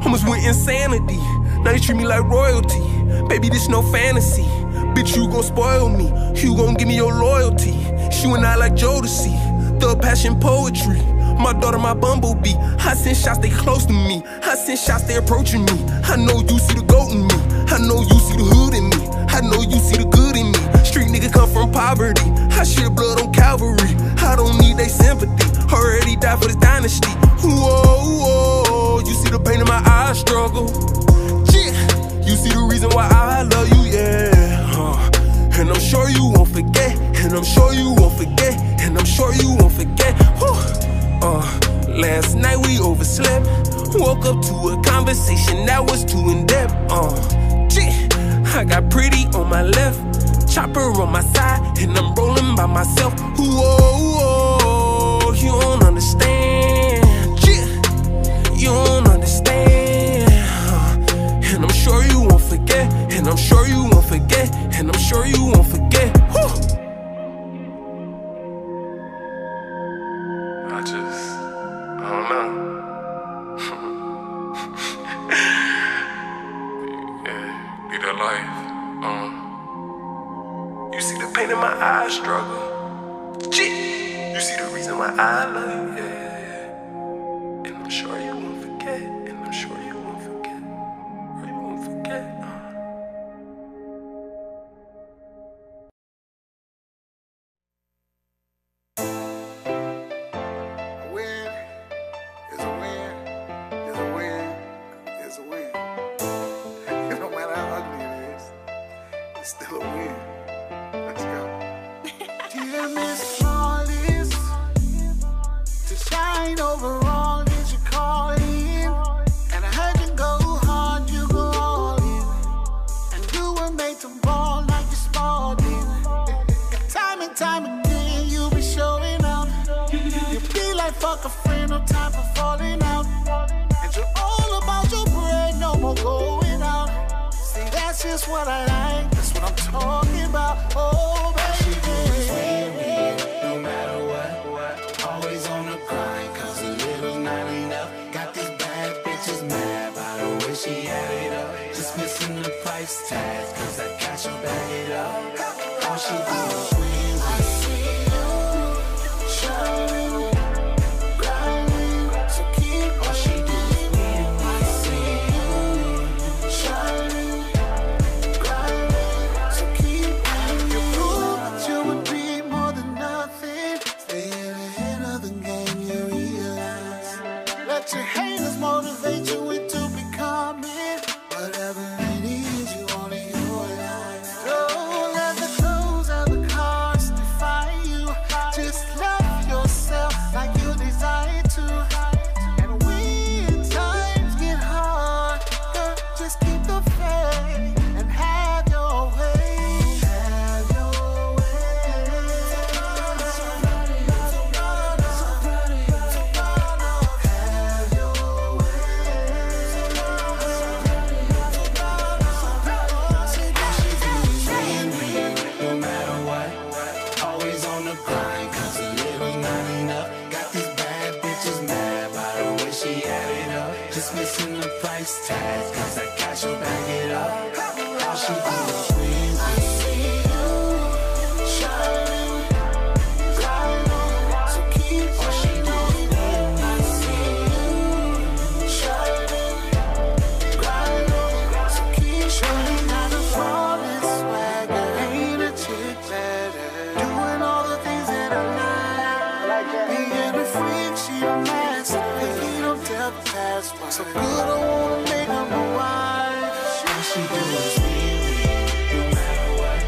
S19: Almost went insanity. Now they treat me like royalty. Baby, this no fantasy. Bitch, you gon' spoil me. You gon' give me your loyalty. She and I like Jodeci. Thug passion poetry. My daughter, my bumblebee. I send shots, they close to me. I send shots, they approaching me. I know you see the goat in me. I know you see the hood in me. I know you see the good in me. Street nigga come from poverty. I shed blood on Calvary. I don't need they sympathy. Already died for this dynasty. Ooh, oh, ooh, oh. You see the pain in my eyes struggle. Yeah. You see the reason why I love you, yeah. Huh. And I'm sure you won't forget. And I'm sure you won't forget. And I'm sure you won't forget. Whew. Uh, last night we overslept. Woke up to a conversation that was too in depth. Uh, yeah. I got pretty on my left, chopper on my side, and I'm rolling by myself. Ooh, oh, ooh, oh. You don't understand. Yeah. You don't understand. huh. And I'm sure you won't forget. And I'm sure you won't forget. And I'm sure you won't forget. Whew.
S18: I just, I don't know. yeah, be that life. Um, you see the pain in my eyes, struggle. Gee, you see the reason why I love you. Yeah, and I'm sure you won't forget. And I'm sure you won't forget. Or you won't forget. Uh,
S8: It's a win. no matter how ugly it is, it's still a win. Let's go. Dear Miss Flawless, to shine over all is your calling. And I heard you go hard, you go all in. And you were made to ball like you're Spalding. Time and time again, you be showing out. You be like fuck a friend, no time for falling out. And you're all about your bread, no more going out. See, that's just what I like. That's what I'm talking about. Oh, baby. No matter what, what, always on the grind, cause a little not enough. Got this bad
S14: missing the price tag, cause I got your bag it up. All she do is scream. I see you, shining, grinding, so keep All she do is scream. I see you, shining, grinding, so keep
S8: You prove that you would be more than nothing. Staying ahead of the game, you realize. Let your haters motivate you into becoming whatever it is you want in your life. Don't let the clothes of the cars define you. Just love yourself like you desire to. And when times get hard, girl, just keep the faith and have your way. Have your
S14: No matter what, always on the grind, cause the living not enough. Got these bad bitches mad by the way she had it up. Just missing the price tag, cause I got your bag it up. All she do is scream. I see you shining,
S8: grinding, so keep
S14: All she do is scream. I see you shining, grinding, so keep
S8: Surely not a flawless swagger, ain't a chick better. Doing all the things that I like, being a freak, she a master. He don't tell the past why. So good, I wanna make her my wife. All she do is
S14: No matter what,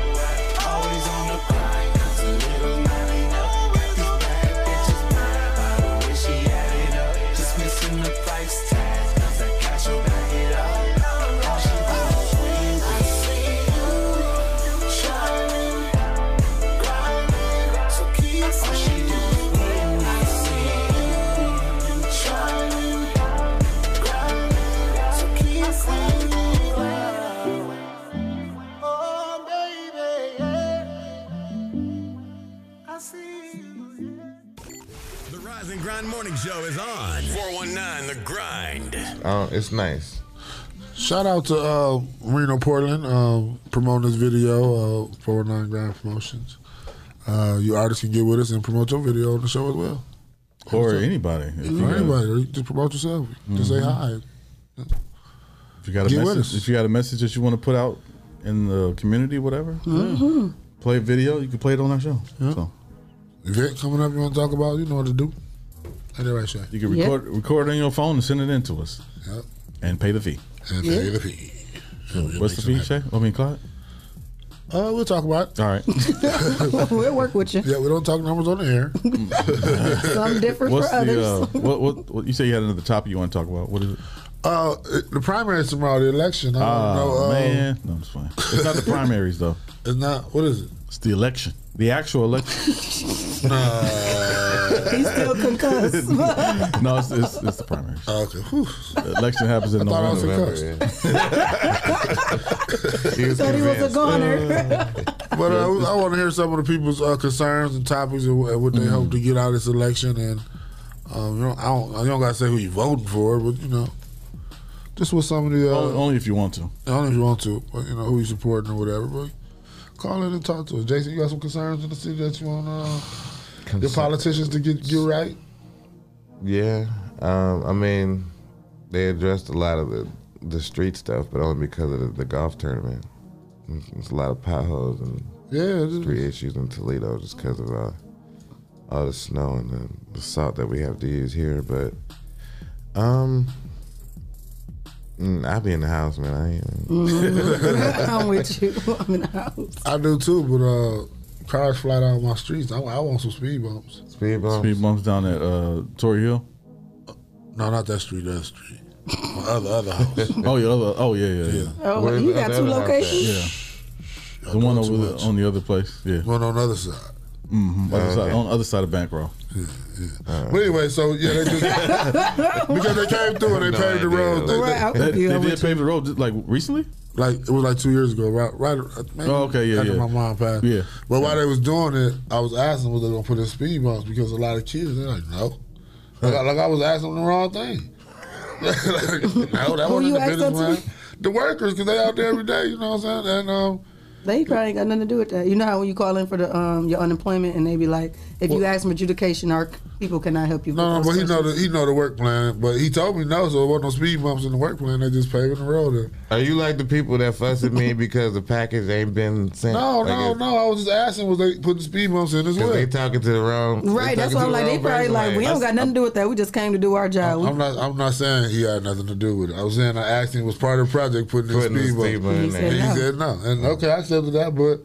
S14: always on the grind, cause a little not enough. Got these bad bitches mad by the way she had it up. Just missing the price tag, cause I got your bag it up. All she do is win. I see you shining, grinding, so keep All she do is win. I see you shining, grinding, so keep winning.
S8: Oh, baby, yeah. I see you.
S2: The Rise and Grind Morning Show is on 419 The Grind.
S13: Oh, it's nice.
S10: Shout out to uh, Reno Portland um, promoting this video, uh, 409 Grand Promotions. Uh, you artists can get with us and promote your video on the show as well.
S12: Or anybody, if you
S10: Or
S12: got-
S10: anybody. Or you Just promote yourself. Just say hi.
S12: Mhm. If you got a
S10: Get with
S12: message, if you got a message that you want to put out in the community, whatever,
S11: Mm-hmm.
S10: Mhm.
S12: play a video. You can play it on our show. So
S10: Event coming up you want to talk about, you know what to do. At the right show.
S12: you can record record it on your phone and send it in to us,
S10: Yep.
S12: and pay the fee.
S10: And pay Yeah. the fee.
S12: What's the fee, Shay? I mean, Clyde.
S10: Uh, we'll talk about it.
S12: All right.
S10: we'll work with you. Yeah, we don't talk numbers on the air.
S11: Some different
S12: What's
S11: for others.
S12: the uh, what, what what you say you had another topic you want to talk about? What is it?
S10: Uh, the primaries tomorrow, the election. I don't
S12: Ah,
S10: know. Uh,
S12: man, no, it's fine. It's not the primaries though.
S10: It's not. What is it?
S12: It's the election. The actual election.
S10: Uh.
S11: He's still concussed.
S12: no, it's, it's, it's the primaries.
S10: Oh, okay.
S12: The election happens in
S13: I thought I was
S12: November.
S11: Thought he was a goner.
S10: But uh, I want to hear some of the people's uh, concerns and topics and wh- what
S12: Mm-hmm.
S10: they hope to get out of this election. And um, you know, I don't, you don't got to say who you voting for, but you know, just what some of the uh,
S12: only, only if you want to.
S10: Only if you want to, but you know who you supporting or whatever. But call in and talk to us. Jason, you got some concerns in the city that you want uh, your
S13: Concern-
S10: politicians to get get right?
S13: Yeah, um, I mean, they addressed a lot of the, the street stuff, but only because of the, the golf tournament. It's it's a lot of potholes and
S10: Yeah, it is.
S13: street issues in Toledo just because of uh, all the snow and the, the salt that we have to use here. But um, mm, I be in the house, man. I ain't.
S11: Mhm. I'm with you. I'm in the house.
S10: I do too, but uh, cars fly down my streets. I, I want some speed bumps.
S13: Speed
S10: bumps.
S12: Speed bumps down at uh, Tory Hill.
S10: No, not that street. That street. My other other house.
S12: oh yeah, other, oh yeah, yeah, yeah.
S10: Oh, Where you is got the two other house at? locations?
S12: Yeah. The one over the, on the other place. Yeah.
S10: One on the other side.
S12: hmm
S10: Oh,
S12: other side,
S10: okay.
S12: on the other side of Bankroll. Yeah,
S13: yeah.
S10: But anyway, so yeah, they just because they came through and they
S12: No
S10: paved the
S12: idea.
S10: road. They,
S12: Right, I'm
S10: they,
S12: They- with you, they I'm did with pave the road like recently.
S10: Like it was like two years ago, right? Right. uh, Maybe
S12: Oh, okay, yeah,
S10: After
S12: yeah.
S10: my mom passed.
S12: Yeah.
S10: But while they was doing it, I was asking was they gonna put in speed bumps because a lot of kids they're like no, like, I- like I was asking them the wrong thing. like, no, that
S11: Who
S10: wasn't
S11: you
S10: the
S11: asked
S10: business
S11: them
S10: plan.
S11: to?
S10: the workers because they out there every day. You know what I'm saying? And um,
S11: They probably ain't got nothing to do with that. You know how when you call in for the um your unemployment and they be like, if you
S10: Well-
S11: ask for adjudication, our people cannot help you. with
S10: no, no,
S11: those
S10: but he know
S11: questions.
S10: the he know the work plan. But he told me no, so it wasn't no speed bumps in the work plan. They just paving the road. There.
S12: Hmm.
S13: Are you like the people that fuss at me because the package ain't been sent?
S10: No,
S13: Like,
S10: no,
S13: it's-
S10: no. I was just asking, was they putting speed bumps in as
S13: 'cause
S10: well?
S13: They talking to the wrong. they
S11: Right, that's
S13: talking
S11: why I'm
S13: to
S11: like, they
S13: the wrong
S11: probably
S13: person,
S11: like, we don't got nothing to do with that. We just came to do our job. We-
S10: I'm not. I'm not saying he had nothing to do with it. I was saying I asked him was part of the project putting,
S13: Putting the
S10: the speed
S13: speed
S10: bump.
S13: bump in
S10: And
S13: there.
S10: he
S13: Yeah.
S10: said no. And okay, I accepted that, but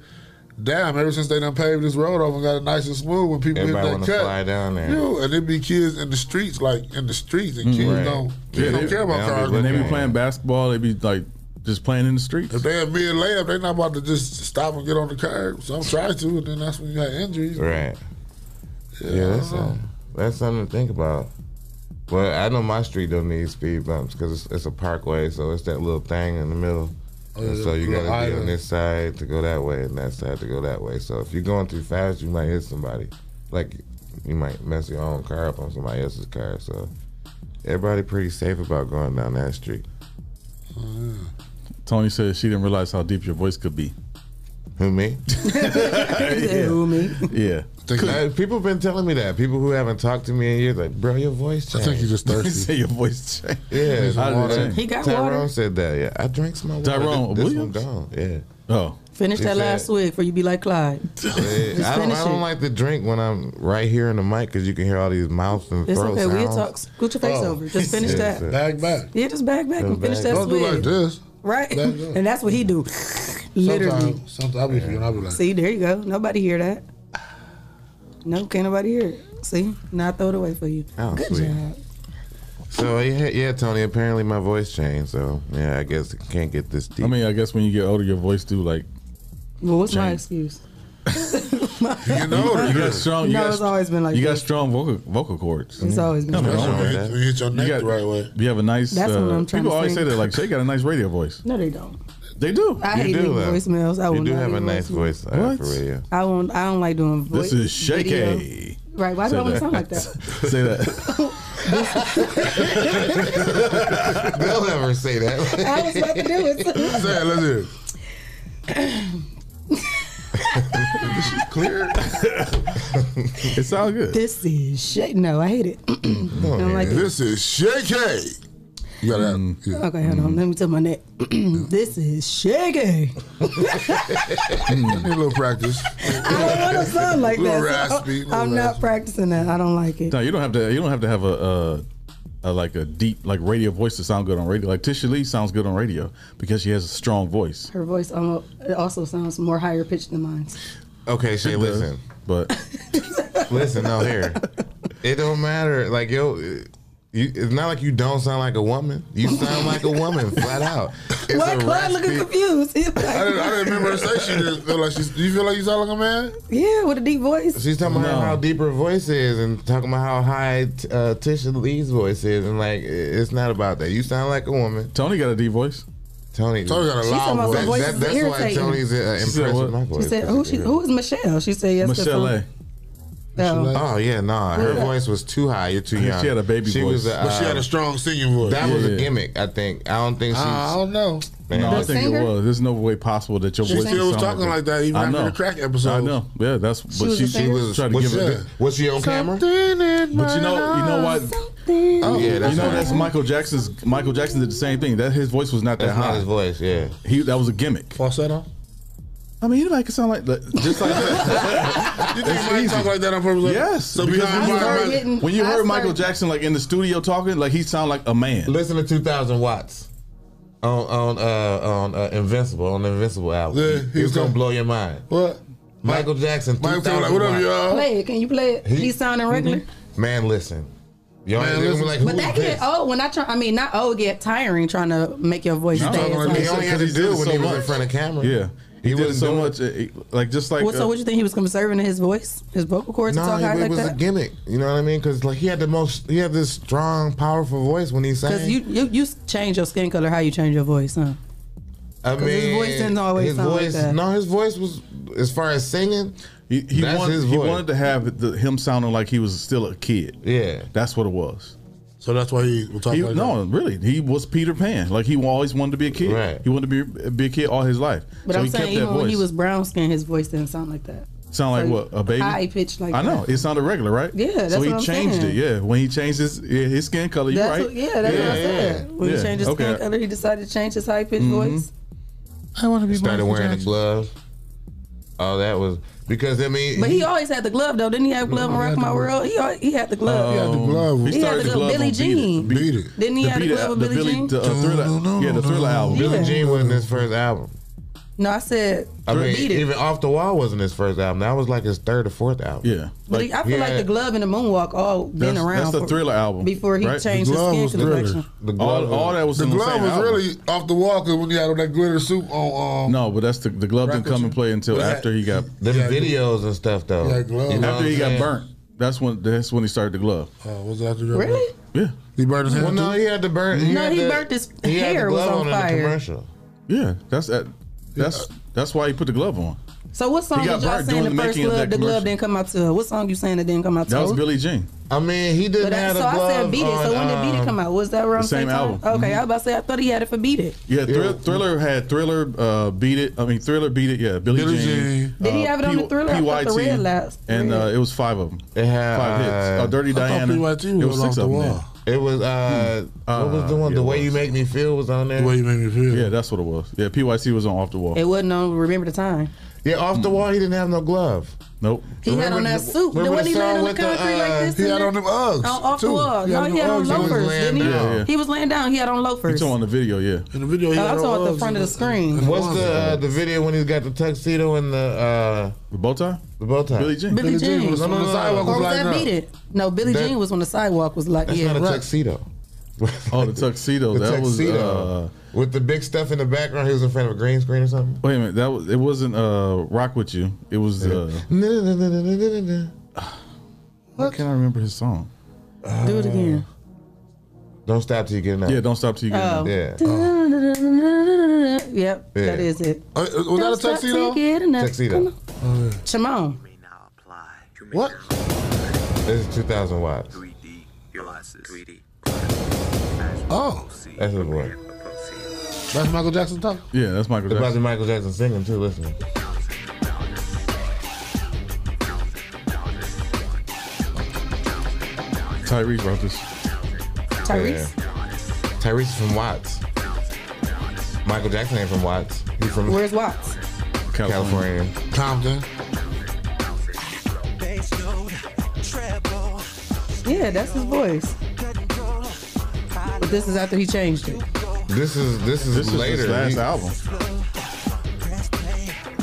S10: damn, ever since they done paved this road off and got it nice and smooth, when people
S13: Everybody
S10: hit
S13: want
S10: that
S13: to
S10: cut,
S13: fly down there.
S10: you and it be kids in the streets, like in the streets, and
S12: Mhm.
S10: kids
S12: Right.
S10: don't. Kids don't care about cars.
S12: When they be
S10: anymore.
S12: playing basketball, they be like just playing in the streets.
S10: If they a mid layup, they not about to just stop and get on the curb. Some try to, and then that's when you got injuries.
S13: Right. Yeah,
S10: I
S13: that's,
S10: don't know.
S13: something, that's something to think about. Well, I know my street don't need speed bumps because it's, it's a parkway, so it's that little thing in the middle.
S10: Oh,
S13: And
S10: yeah,
S13: so you
S10: little
S13: gotta be on
S10: island.
S13: this side to go that way and that side to go that way. So if you're going too fast, you might hit somebody. Like you might mess your own car up on somebody else's car. So everybody pretty safe about going down that street.
S12: Tony said she didn't realize how deep your voice could be.
S13: Who me?
S12: yeah.
S11: Who me?
S12: Yeah.
S13: Uh, people have been telling me that. People who haven't talked to me in years, like, bro, your voice changed.
S12: I think you just thirsty. Say your voice changed.
S13: Yeah,
S12: How did it change? He got
S13: Tyrone
S12: water?
S13: said that. Yeah, I drank some water.
S12: Tyrone
S13: This- this
S12: Williams?
S13: one gone. Yeah.
S12: Oh,
S11: Finish
S13: She
S11: that
S13: said-
S11: last swig for you be like Clyde. Just finish
S13: I don't, I don't
S11: it.
S13: like to drink when I'm right here in the mic because you can hear all these mouths and
S11: It's
S13: throat
S11: okay. We'll
S13: sounds.
S11: talk. Scoot your face
S13: Oh.
S11: over. Just finish
S13: Yeah,
S11: that.
S10: Back back.
S11: Yeah, just back back and
S13: Just
S11: finish
S13: back
S11: that
S13: back. Don't do
S11: swig.
S13: like
S10: this.
S11: Right.
S10: Back up.
S11: And that's what he do. Literally.
S10: Sometimes, sometimes I be feeling. I be like,
S11: See, there you go. Nobody hear that. No, can't nobody hear it. See? Now I throw it away for you.
S13: Oh,
S11: Good
S13: sweet.
S11: job.
S13: So yeah, yeah, Tony. Apparently my voice changed. So yeah, I guess it can't get this deep. I
S12: mean, I guess when you get older, your voice do like.
S11: Well, what's my
S12: Change.
S11: excuse?
S10: you know,
S12: you got strong. You
S11: No,
S12: got,
S11: it's always been like
S12: You got strong vocal vocal cords. Mm-hmm.
S11: It's always been
S12: Nothing
S11: like
S12: wrong
S11: that.
S12: with
S10: When you hit- when you hit your neck the right way.
S12: You have a nice.
S11: That's
S12: uh,
S11: what I'm trying
S12: People
S11: to
S12: always say
S11: say.
S12: that like Shay got a nice radio voice.
S11: No, they don't.
S12: They do.
S11: I hate leaving voicemails. I will not leave
S13: uh,
S11: voicemails. I won't. I don't like doing voice.
S12: This is Shay
S11: video.
S12: K.
S11: Right? Why do I
S12: Say
S11: want to
S12: that.
S11: sound like that?
S12: Say that.
S13: They'll never say that.
S11: I was about to do it.
S10: Say it, let's hear it. Is she clear?
S12: it sounds good.
S11: This is shit. No, I hate it. don't
S10: yeah.
S11: like it. Mm.
S10: this is shaky. You gotta have, yeah.
S11: Okay, hold
S13: Mm-hmm.
S11: on. Let me tell my neck. this is shaky.
S10: Need a little practice.
S11: I don't want to sound like
S10: Little
S11: that. so
S10: raspy, little
S11: I'm not practicing that. I don't like it.
S12: No, you don't have to. You don't have to have a, uh a like a deep like radio voice to sound good on radio. Like Tisha Lee sounds good on radio because she has a strong voice.
S11: Her voice almost, it also sounds more higher pitched than mine.
S13: Okay, Shay, listen.
S12: But
S13: listen, no, here. It don't matter. Like yo, you, it's not like you don't sound like a woman. You sound like a woman, flat out. It's
S11: Why
S13: a
S11: Clyde
S13: raspy-
S11: looking confused? He's like-
S10: I didn't, I didn't remember her say she didn't feel like she's. Do you feel like you sound like a man?
S11: yeah, with a deep voice.
S13: She's talking about
S10: No.
S13: how deep her voice is and talking about how high uh, Tisha Lee's voice is. And like, it's not about that. You sound like a woman.
S12: Tony got a deep voice.
S13: Tony,
S10: Tony got a She's loud talking about the voice. voice
S13: That-
S10: is
S13: that's why
S10: irritating.
S13: Tony's uh,
S12: She
S13: impressed
S12: said what?
S13: with my
S11: She
S13: voice.
S11: said, "Who she? Who is Michelle?" She said, "Yes, that's
S13: Michelle
S11: from-
S13: A.
S11: Oh.
S10: Ah,
S13: Oh yeah, nah. Her
S11: Yeah.
S13: voice was too high. You're too
S12: She
S13: young.
S12: had a baby
S13: She
S12: voice.
S13: was, uh,
S10: But she had a strong singing voice.
S13: That was
S12: Yeah.
S13: a gimmick. I think. I don't think she's.
S10: I don't know.
S13: Man.
S12: no, I
S13: The
S12: think
S13: singer?
S12: it was. There's no way possible that your
S10: She
S12: voice.
S10: still was
S12: sound
S10: talking like that even
S12: I
S10: after
S12: know.
S10: the crack episode.
S12: I know. Yeah, that's. But
S10: She
S12: she,
S10: was a
S12: she
S10: singer?
S12: was trying to
S13: Was
S12: give it.
S13: she- was she on camera?
S12: But you know, you know what?
S13: Oh, yeah, that's
S12: you know
S13: right.
S12: that's Michael Jackson's. Michael Jackson did the same thing. That his voice was not that
S13: That's
S12: high.
S13: not his voice. Yeah,
S12: he that was a gimmick.
S10: Falsetto.
S12: I mean, anybody can sound like that. Just like
S10: You think Mike talk like that on purpose? Like,
S12: Yes.
S10: So
S12: because
S10: because
S12: when you heard, when you
S10: I
S12: heard
S10: started-
S12: Michael Jackson like in the studio talking, like he sound like a man.
S13: Listen to 2,000 watts. on on uh, on uh, Invincible on the Invincible album.
S10: Yeah,
S13: It's
S10: he was
S13: gonna
S10: like-
S13: blow your mind.
S10: What?
S13: Michael Jackson.
S10: Michael
S13: Michael
S10: Jackson, like, what up, y'all?
S11: Play it. Can you play it?
S13: He- Mm-hmm.
S11: He's sounding regular.
S13: Man, listen. Y'all
S10: Man,
S13: ain't gonna be
S10: listen.
S13: like, who
S11: But that
S13: is
S11: get
S13: this?
S11: old when I try. I mean, not old, get tiring trying to make your voice
S12: You
S11: stay.
S12: talking
S11: as
S12: like
S11: high.
S13: He only had to do it when he was in front of camera.
S12: Yeah, he, did
S13: wasn't
S12: so
S13: doing-
S12: much. uh, he- Like just like
S11: Well, so what you think he was conserving his voice, his vocal cords, to
S13: No,
S11: talk high
S13: it,
S11: like
S13: was a
S11: that?
S13: gimmick. You know what I mean? Because like he had the most, he had this strong, powerful voice when he sang.
S11: Because you, you you change your skin color, how you change your voice, huh?
S13: I
S11: 'Cause
S13: mean,
S11: his voice didn't always
S13: his
S11: sound like
S13: voice-
S11: that.
S13: No, his voice was as far as singing.
S12: he, he,
S13: that's
S12: wanted,
S13: his
S12: he
S13: voice.
S12: wanted to have the, him sounding like he was still a kid.
S13: Yeah,
S12: that's what it was.
S10: So that's why he was talking
S12: He-
S10: like that.
S12: no, really, he was Peter Pan. Like he always wanted to be a kid. Right. He wanted to be, be a kid all his life.
S11: But
S12: so
S11: I'm
S12: he
S11: saying
S12: kept that
S11: even when
S12: voice.
S11: he was brown skinned, his voice didn't sound like that.
S12: Sound like what a baby?
S11: High pitched like
S12: I know
S11: that.
S12: it sounded regular, right?
S11: Yeah, that's
S12: so he
S11: what I'm
S12: changed
S11: saying.
S12: it. Yeah, when he changed his yeah, his skin color, you're
S11: That's
S12: right.
S11: what, yeah, that's what I said. When
S12: Yeah,
S11: he changed his
S12: okay. Mm-hmm.
S11: skin color, he decided to change his high pitched
S13: Mhm.
S11: voice.
S10: I want to be
S13: Started wearing a glove. All that was because I mean,
S11: But he always had the glove though. Didn't he have glove
S13: He
S11: on
S13: had
S11: Rock
S13: the
S11: My
S13: glove.
S11: World? He al- he had the glove.
S12: Um, He,
S11: He had
S12: started
S11: the
S12: the
S11: glove.
S12: glove.
S11: Billy
S12: on
S11: Jean.
S12: Beat it.
S10: Beat it.
S11: Didn't he
S12: The
S11: have the
S12: Beat It-
S11: glove with
S12: the
S11: Billy Jean?
S12: The uh, thriller, yeah, the thriller album.
S13: Billie Jean wasn't his first album.
S11: No, I said
S13: I mean,
S11: beat it.
S13: even Off the Wall wasn't his first album. That was like his third or fourth album.
S12: Yeah,
S11: but I feel like the glove and the moonwalk all been around. for- Before he changed his skin complexion.
S12: all, all that was
S10: the
S12: in
S10: glove
S12: same
S10: was
S12: album.
S10: really off the wall 'cause when he had on that glitter suit on. Um,
S12: No, but that's the the glove didn't
S10: Rocket
S12: come
S10: Shoe.
S12: and play until
S10: But that-
S12: after he got
S10: Them Yeah,
S13: videos and stuff though.
S10: Yeah, gloves. You know
S12: after
S10: what
S12: he
S10: I'm
S12: got
S10: saying?
S12: burnt, that's when that's when he started the glove.
S10: Oh, was it after that?
S11: Really?
S12: Yeah,
S10: he burned his hand.
S13: Well, no,
S10: too?
S13: he had to burn.
S11: No,
S13: had
S11: he
S13: the-
S11: burnt his
S13: he had the
S11: hair was
S13: glove
S11: on
S13: in the
S11: fire.
S13: commercial.
S12: Yeah, that's that. That's that's why he put the glove on.
S11: So what song
S12: He got
S11: did y'all
S12: burnt
S11: saying
S12: during
S11: the
S12: the
S11: first
S12: making of
S11: glove?
S12: that
S11: The glove
S12: commercial.
S11: didn't come out till what song you saying that didn't come out till?
S12: That was Billy Jean.
S13: I mean, he didn't
S11: But I,
S13: have
S11: so
S13: a
S11: I
S13: glove. um,
S11: said beat it. So when did beat it come out? Was that around
S12: um, the same
S11: time?
S12: album. Mm-hmm.
S11: Okay, I was about to say I thought he had it for beat it.
S12: Yeah, Thriller, Thriller had Thriller uh, beat it. I mean, Thriller beat it. Yeah, Billy
S10: Billie
S12: Jean.
S11: Did he
S12: uh,
S11: have it on
S12: P-
S11: the Thriller? I thought the
S12: PYT,
S11: red last.
S12: And uh, it was five of them.
S13: It had
S12: five hits. Uh, Dirty
S13: I thought
S12: Diana.
S13: PYT was
S12: it was
S13: on
S12: six
S13: the
S12: of them.
S13: wall.
S12: yeah. Hmm.
S13: It was uh, what was the one?
S12: yeah,
S13: the
S12: it
S13: way you
S12: was.
S13: make me feel was on there.
S12: The Way You
S10: Make Me Feel.
S12: Yeah, that's what it was. Yeah, PYC was on Off the Wall.
S11: It wasn't on Remember the Time.
S13: Yeah, off the wall. He didn't have no glove.
S12: Mm. Nope.
S11: He had on that suit. The one he laying on the concrete
S13: uh,
S11: like this.
S10: Uh, he
S11: in
S10: had
S11: there?
S10: on them Uggs,
S11: On- Off the
S10: too.
S11: wall.
S10: He had
S11: No,
S10: them
S11: he had on
S10: Uggs. He was
S11: loafers.
S10: laying
S11: Didn't he?
S12: down. Yeah, yeah.
S11: He was laying down. He had on
S12: He
S11: loafers.
S12: told on the video. Yeah.
S10: In the video,
S11: he Oh, had I'm on talking about the Uggs. front of the screen.
S13: What's
S11: Uggs.
S13: the uh, the video when he's got the tuxedo and the uh,
S12: the bow tie?
S13: The bow tie.
S12: Billie Jean.
S11: Billy Jean.
S13: No, no, no, no.
S11: Or was that beat it? No, Billy
S13: That-
S11: Jean was when the sidewalk was like.
S13: That's
S11: Yeah,
S13: not a
S11: right.
S13: tuxedo.
S12: Oh, the tuxedo.
S13: The
S12: that
S13: tuxedo.
S12: was. Uh,
S13: With the big stuff in the background, he was in front of a green screen or something.
S12: wait a minute. That was. It wasn't uh, Rock with You. It was. Uh,
S13: What?
S12: Can I remember his song?
S11: Do it again.
S13: Don't stop till you get enough.
S12: Yeah, don't stop till you get
S11: Oh.
S12: enough.
S13: Uh, Yeah.
S11: Yep,
S13: Yeah.
S11: that Uh, oh, is it.
S10: Uh, was that a
S11: Don't stop
S10: tuxedo?
S11: till you get enough.
S13: Tuxedo.
S11: Come on. Shimon.
S13: What? This is 2,000 watts. 3D, your
S10: losses.
S13: 3D.
S10: Oh,
S13: That's his voice.
S10: that's Michael Jackson talk.
S12: Yeah, that's Michael
S13: It's about
S12: Jackson.
S13: to Michael Jackson singing too, listen.
S12: Tyrese wrote this.
S11: Tyrese?
S13: Tyrese is from Watts. Michael Jackson ain't from Watts. He's from
S11: Where's Watts?
S13: California.
S10: Compton.
S11: Yeah, that's his voice. But this is after he changed it.
S13: This is this is
S12: This is his
S13: later.
S12: last album.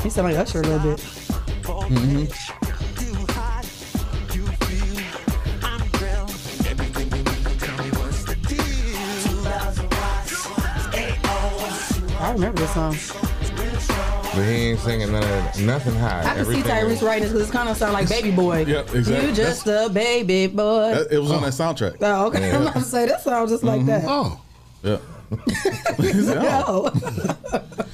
S11: He sounded like Usher a little bit. Mm-hmm. I remember this song.
S13: But he ain't singing none of that. Nothing high.
S11: I can see Tyrese writing this because it kind of sound like Baby Boy.
S12: Yeah, exactly.
S11: You just a baby boy.
S12: That- it was on that soundtrack. Mm-hmm.
S11: Oh, okay. I'm about to say that sounds just like that.
S10: Oh.
S12: Yeah.
S11: no.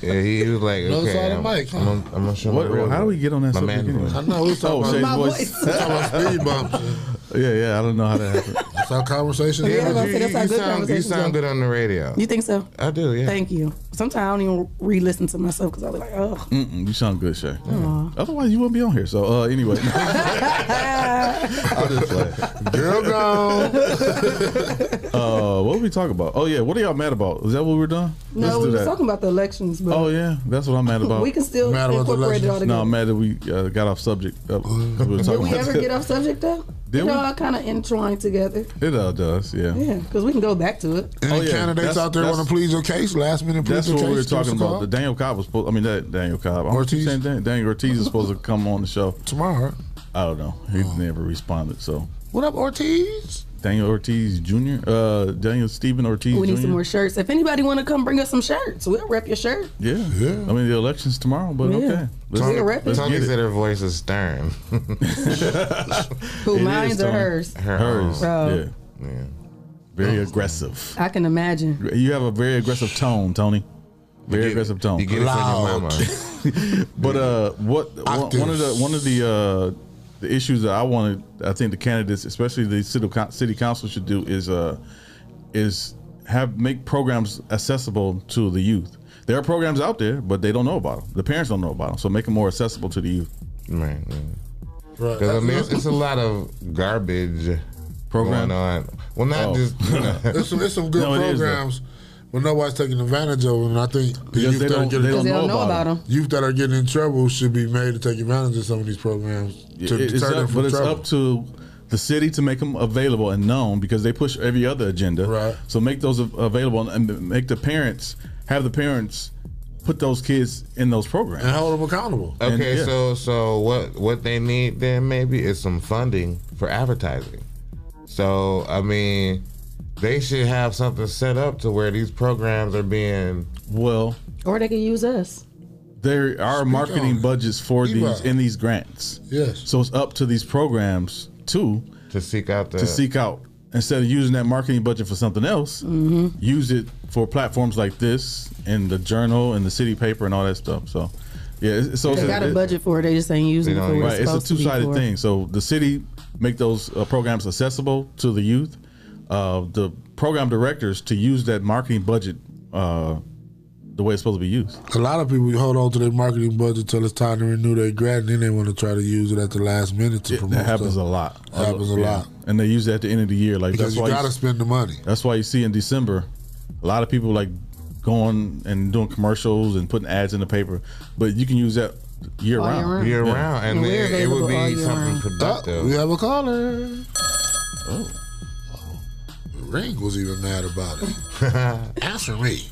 S13: Yeah, he, he was like,
S10: Another
S13: okay,
S10: side of
S13: I'm,
S10: Mike, huh?
S13: I'm, gonna- I'm gonna show
S12: What-
S13: my real
S12: how do we
S13: voice.
S12: get on that
S13: My
S12: subject
S13: man
S12: anyway?
S13: voice.
S10: I know who's talking
S12: Oh, Shay's
S10: about
S12: voice.
S10: We're talking about speed bumps.
S12: Yeah, yeah. I don't know how that happened.
S10: That's our conversation.
S11: Yeah, I was gonna say,
S13: You,
S11: that's how
S13: you
S11: good
S13: sound, you
S11: conversations
S13: sound
S11: go.
S13: good on the
S12: Oh.
S13: radio.
S11: You think so?
S13: I do, yeah.
S11: Thank you. Sometimes I don't even re-listen to myself because I was like, oh.
S12: Mm-mm, you sound good, Shay.
S11: Aw.
S12: Otherwise, you wouldn't be on here. So, uh, anyway, I'll just play.
S10: Girl gone.
S12: Uh, what were we talking about? Oh yeah, what are y'all mad about? Is that what we're done? Let's
S11: No,
S12: do
S11: we were
S12: that.
S11: talking about the elections, but
S12: Oh yeah, that's what I'm mad about.
S11: We can still Mad about the incorporate it all elections? together.
S12: No, I'm mad that we uh, got off subject. Uh, we were
S11: did
S12: talking
S11: we
S12: about
S11: ever
S12: that.
S11: get off subject though?
S12: Did
S11: it
S12: we?
S11: all kind of entwined together.
S12: It uh, does, yeah.
S11: Yeah, because we can go back to it.
S10: Any
S12: Oh, yeah.
S10: candidates
S12: That's-
S10: out there want
S12: that's-
S10: to plead your case? Last minute plead
S12: That's
S10: your
S12: what
S10: case.
S12: we were
S10: give us
S12: talking
S10: a
S12: about.
S10: call.
S12: The Daniel Cobb was supposed. I mean, that Daniel Cobb. I'm
S10: Ortiz?
S12: saying Dan- Daniel Ortiz is supposed to come on the show
S10: tomorrow. Oh.
S12: I don't know. He never responded. So
S10: What up, Ortiz?
S12: Daniel Ortiz Jr. Uh, Daniel Stephen Ortiz.
S11: we need
S12: Jr.
S11: some more shirts. If anybody want to come bring us some shirts, we'll rep your shirt.
S12: Yeah. I mean, the election's tomorrow, but
S11: Yeah.
S12: okay.
S11: Tony- Let's get
S13: Tony
S12: it.
S13: said her voice is stern.
S11: Who
S12: It
S11: mine's
S12: is,
S11: or
S12: Tony.
S11: hers? Oh.
S12: Hers.
S11: Bro.
S12: Yeah. Yeah. Very aggressive.
S11: I can imagine.
S12: You have a very aggressive tone, Tony. Very aggressive tone.
S13: You get it from your mama.
S12: but uh, what one, one of the one of the uh, the issues that I wanted, I think the candidates, especially the city coun- city council, should do is uh, is have make programs accessible to the youth. There are programs out there, but they don't know about them. The parents don't know about them, so make them more accessible to the youth.
S13: Right. Because I mean, it's, it's a lot of garbage
S12: Program?
S13: going on. Well, not
S10: Oh.
S13: just you know,
S10: There's some, there's some good
S13: No, it is, though.
S10: programs, but nobody's taking advantage of them. And I think the
S12: Because
S10: youth
S12: they
S10: that are
S12: don't-
S10: getting
S12: they don't Because they don't know know about about 'em.
S10: youth that are getting in trouble should be made to take advantage of some of these programs to
S12: It- it's
S10: deter them
S12: up, but
S10: from
S12: it's
S10: trouble.
S12: up to the city to make them available and known because they push every other agenda. Right. So make those av- available and and make the parents have the parents put those kids in those programs
S10: and hold them accountable.
S13: Okay,
S12: And, yeah.
S13: so so what what they need then maybe is some funding for advertising. So I mean, they should have something set up to where these programs are being
S12: well.
S11: Or they can use us.
S12: There are marketing
S11: on it.
S12: budgets for
S11: Speak
S12: these
S11: up.
S12: in these grants.
S10: Yes.
S12: So it's up to these programs too
S13: to seek out the
S12: to seek out instead of using that marketing budget for something else.
S11: Mm-hmm.
S13: Mhm.
S12: Use it for platforms like this and the journal and the city paper and all that stuff. So yeah, it's- so
S11: they
S12: it's-
S11: got a
S12: it-
S11: budget for it. They just ain't using it for what
S12: right.
S11: it's
S12: It's a
S11: supposed to
S12: two
S11: be
S12: sided
S11: for.
S12: thing. So the city make those uh, programs accessible to the youth. Uh, the program directors to use that marketing budget uh, the way it's supposed to be used.
S10: A lot of people hold on to their marketing budget till it's time to renew their grant, and then they want to try to use it at the last minute to promote.
S12: That happens
S10: stuff.
S12: a lot.
S10: Happens a
S12: Yeah.
S10: lot.
S12: And they use it at the end of the year. Like
S10: Because
S12: that's
S10: you
S12: why
S10: gotta spend the money.
S12: That's why you see in December, a lot of people like going and doing commercials and putting ads in the paper. But you can use that year
S10: All year
S12: round.
S10: round. Year round, and And we're it- it would available all be year something round. productive. Oh, we have a caller.
S12: Oh.
S10: Ring was even mad about it. Answer me.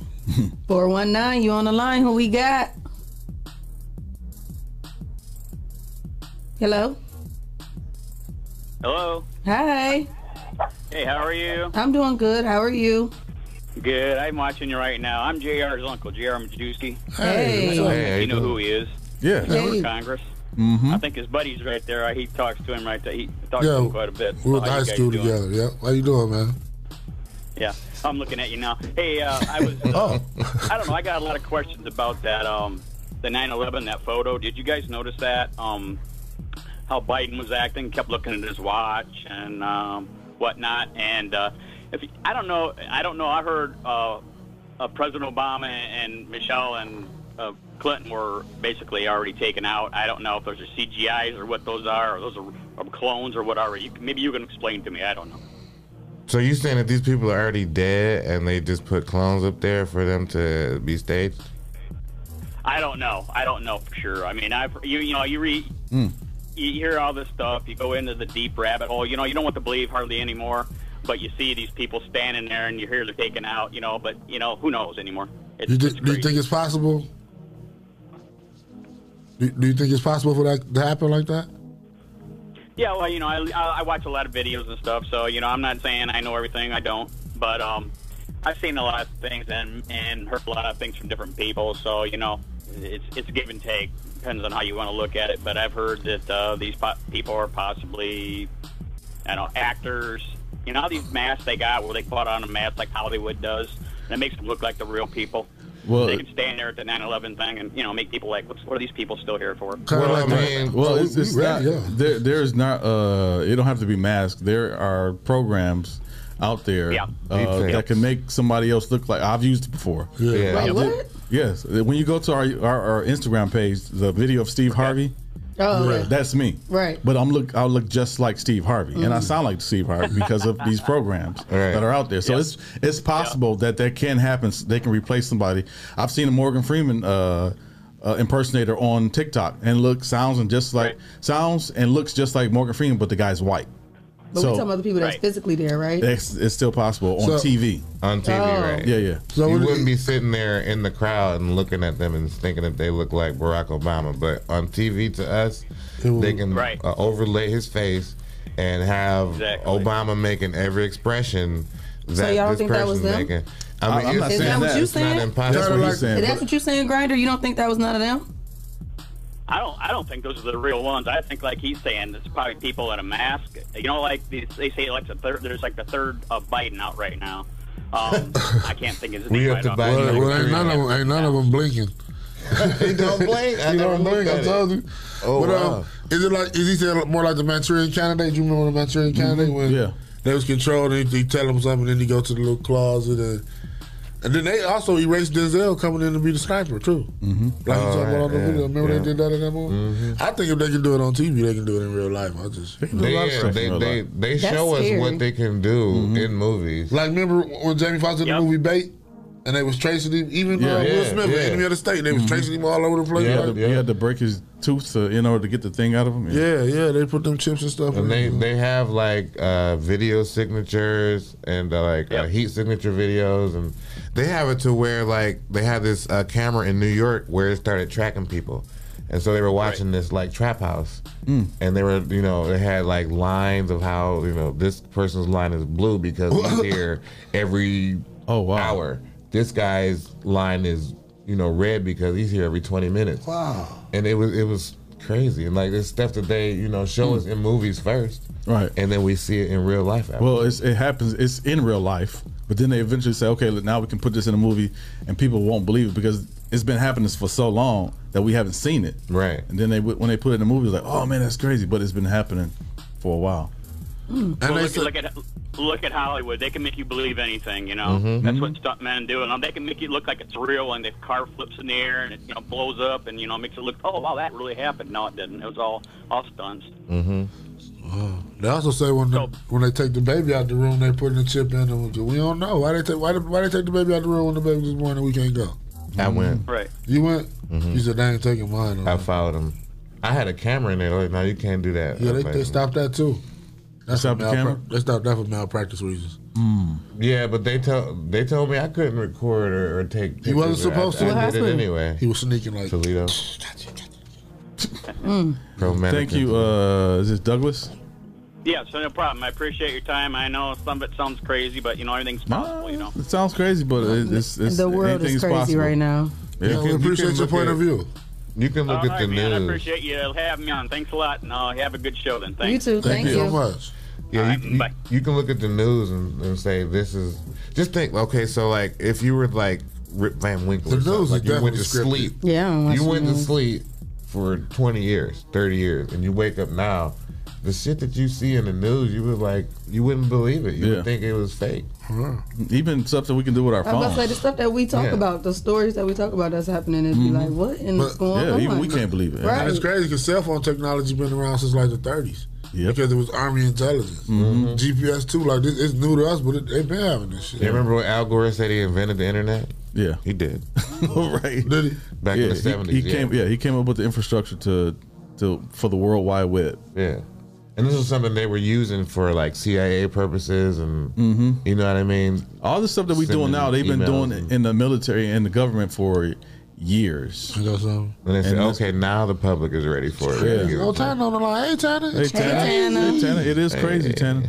S11: 419, you on the line. Who we got? Hello?
S20: Hello.
S11: Hi.
S20: Hey, how are you?
S11: I'm doing good. How are you?
S20: Good. I'm watching you right now. I'm JR's uncle, JR Majewski.
S11: Hey.
S12: Hey,
S20: you know who he is?
S12: Yeah.
S20: He's over
S12: Hey.
S20: Congress.
S12: Mm-hmm.
S20: I think his buddy's right there. He talks to him right there. He talks
S10: Yeah,
S20: to him quite a bit.
S10: we were in
S20: How you
S10: high
S20: guys
S10: school
S20: doing?
S10: together. Yeah. How you doing, man?
S20: Yeah, I'm looking at you now. Hey, uh, I was.
S10: Oh.
S20: Uh, I don't know. I got a lot of questions about that. Um, the 9/11, that photo. Did you guys notice that? Um, how Biden was acting, kept looking at his watch and um, whatnot. And uh, if I don't know, I don't know. I heard uh, uh, President Obama and Michelle and uh, Clinton were basically already taken out. I don't know if those are CGI's or what those are, or those are, are clones or whatever. You, maybe you can explain to me. I don't know.
S13: So you saying that these people are already dead and they just put clones up there for them to be staged?
S20: I don't know. I don't know for sure. I mean, I've you you know you read
S13: Mm.
S20: you hear all this stuff. You go into the deep rabbit hole. You know you don't want to believe hardly anymore. But you see these people standing there, and you hear they're taken out. You know, but you know who knows anymore.
S10: you thi- do you think it's possible? Do, do you think it's possible for that to happen like that?
S20: Yeah, well, you know, I, I I watch a lot of videos and stuff, so you know, I'm not saying I know everything. I don't, but um, I've seen a lot of things and and heard a lot of things from different people. So you know, it's it's give and take. Depends on how you want to look at it. But I've heard that uh, these po- people are possibly, I don't know, actors. You know, all these masks they got where they put on a mask like Hollywood does, and it makes them look like the real people.
S12: Well-
S20: they can stand there at the 9/11 thing and you know make people like, what's, what are these people still here for?
S12: Well, well, it's, it's not, there, there's not, uh, it don't have to be masked. There are programs out there
S20: Yeah.
S12: uh,
S20: Deepfakes.
S12: that can make somebody else look like I've used it before.
S10: Yeah. Yeah. Wait,
S12: I
S10: what?
S12: did- Yes. When you go to our, our, our Instagram page, the video of Steve Harvey,
S11: Oh, okay.
S12: that's me.
S11: Right.
S12: But I'm look I look just like Steve Harvey, and I
S13: Mm.
S11: Mhm.
S12: sound like Steve Harvey because of these programs that are out there. So it's it's possible that that can happen. They can replace somebody. I've seen a Morgan Freeman uh, uh, impersonator on TikTok and look sounds and just like sounds and looks just like Morgan Freeman, but the guy's white.
S11: But we're talking about the people that's physically there, right?
S12: it's, it's still possible on
S13: So-
S12: TV.
S13: On TV,
S11: Oh.
S13: right?
S12: Yeah, yeah.
S13: So you wouldn't be sitting there in the crowd and looking at them and thinking that they look like Barack Obama, but on TV to us, they can uh, overlay his face and have Obama making every expression that
S11: So y'all
S13: this
S11: think that was them?
S13: person's making.
S12: I-
S13: I mean,
S12: I'm not
S11: Is
S13: it's,
S11: that what you
S13: it's not
S11: saying?
S13: impossible.
S11: Is that what you saying, Grinder? You don't think that was none of them?
S20: I don't. I don't think those are the real ones. I think, like he's saying, it's probably people in a mask. You know, like these, they say, like the third. There's like the third of Biden out right now. Um, I can't think of his name.
S13: We
S20: right
S13: have to
S20: off.
S13: buy
S10: Well,
S13: another
S10: well, ain't none
S13: three.
S10: of them, ain't none of them blinking.
S13: He don't blink. I
S10: He
S13: never
S10: don't
S13: looked
S10: blink.
S13: at
S10: I
S13: it.
S10: told you.
S13: Oh,
S10: but, um,
S13: wow.
S10: Is it like is he saying more like the Manchurian Candidate? You remember the
S13: Mm-hmm.
S10: Manchurian Candidate when yeah. they was controlled and he tell him something, then he go to the little closet and and then they also erased Denzel coming in to be the sniper too. Mm-hmm. Like you
S13: Oh,
S10: talking about on the
S13: yeah,
S10: video. Remember
S13: yeah. Mm-hmm.
S10: they did that in that movie. I think if they can do it on TV, they can do it in real life. I just they
S13: They, yeah, they, they, they show us what they can do in movies.
S10: Like remember when Jamie Foxx did the movie Bait, and they was tracing him. Even
S12: Yeah.
S10: uh, Will
S12: Yeah,
S10: Smith,
S12: yeah.
S10: the enemy of the state, they was tracing him all over the place.
S12: He
S10: like-
S12: had, to, he had to break his tooth to, in order to get the thing out of him.
S10: Yeah, yeah, they put them chips and stuff.
S13: And they, they have like uh, video signatures and uh, like uh, heat signature videos, and they have it to where like they had this uh, camera in New York where it started tracking people, and so they were watching this like trap house,
S12: Mm.
S13: and they were you know they had like lines of how you know this person's line is blue because he's here every hour. This guy's line is you know red because he's here every twenty minutes.
S10: Wow.
S13: And it was it was crazy and like this stuff that they you know show us in movies first,
S12: right?
S13: And then we see it in real life. After.
S12: Well, it's, it happens. It's in real life, but then they eventually say, "Okay, look, now we can put this in a movie," and people won't believe it because it's been happening for so long that we haven't seen it.
S13: Right.
S12: And then they when they put it in the movie, it's like, "Oh man, that's crazy," but it's been happening for a while.
S20: Well, look, look at look at Hollywood. They can make you believe anything. You know,
S13: Mm-hmm.
S12: Mhm.
S20: that's what stuntmen do, and they can make you look like it's real. And the car flips in the air and it you know blows up, and you know makes it look, oh wow, that really happened. No, it didn't. It was all all stunts.
S10: Mm-hmm. They also say when the, when they take the baby out the room, they putting the chip in them. We don't know why they take why, the- why they take the baby out the room when the baby was born and we can't go.
S13: I went.
S20: Right.
S10: Mm-hmm. You went.
S13: Mhm.
S10: You said they ain't taking mine.
S13: I followed him. I had a camera in there. Like, no, you can't do that.
S10: Yeah, they,
S13: Like,
S10: they stopped that too. That's
S13: Stop
S10: for
S13: the
S10: malpra-
S13: camera?
S10: They stopped Mm. that for malpractice reasons.
S13: Yeah, but they tell they told me I couldn't record or, or take.
S10: He wasn't
S13: pictures,
S10: supposed
S13: I-
S10: to.
S13: I
S10: What
S13: did it
S10: happened?
S13: anyway.
S10: He was sneaking like
S13: Toledo.
S12: Thank you. Uh, is this Douglas?
S20: Yeah, so no problem. I appreciate your time. I know some of it sounds crazy, but you know everything's possible. You know.
S12: It sounds crazy, but it- it's, it's
S11: the world is
S12: anything's
S11: crazy
S12: possible.
S11: right now.
S12: Yeah. You can- you can look at-
S13: You can
S20: All right, man. I appreciate you having me on. Thanks a lot, and uh, have a good show. Then thanks.
S10: much.
S13: Yeah, you, you, you can look at the news and, and say this is. Just think, okay, so like if you were like Rip Van Winkle,
S10: The
S13: or something,
S10: news is
S13: like you went
S10: definitely
S13: to
S10: scripted.
S13: sleep.
S11: Yeah, I don't watch
S13: you
S11: the
S13: went to
S11: news.
S13: sleep for twenty years, thirty years, and you wake up now. The shit that you see in the news, you would like, you wouldn't believe it. You
S12: Yeah.
S13: would think it was fake.
S12: Even stuff that we can do with our
S11: I was about to say the
S12: phones.
S11: stuff that we talk
S12: Yeah.
S11: about, the stories that we talk about that's happening, is
S12: Mm-hmm.
S11: be like, what in the going on?
S12: believe
S11: it. Right.
S10: And it's crazy because cell phone technology been around since like the 30s. Because it was army intelligence,
S13: Mhm.
S10: GPS too. Like this, it's new to us, but it, they been having this shit.
S13: You remember when Al Gore said he invented the internet?
S12: Yeah,
S13: he did.
S12: right.
S10: Did he?
S13: Back in
S12: Yeah, he-
S13: the seventies.
S12: He, came. Yeah, he came up with the infrastructure to to for the World Wide Web.
S13: Yeah. And this is something they were using for like CIA purposes and
S12: Mhm.
S13: you know what I mean?
S12: All the stuff that we doing now, they've been doing it in the military and the government for years.
S10: I got something.
S13: And they said,
S12: And this-
S13: okay, now the public is ready for it.
S12: Yeah.
S10: No Tana on the line. Hey Tana.
S12: Hey, Tanner. Hey, Tanner. It is crazy, Tanner.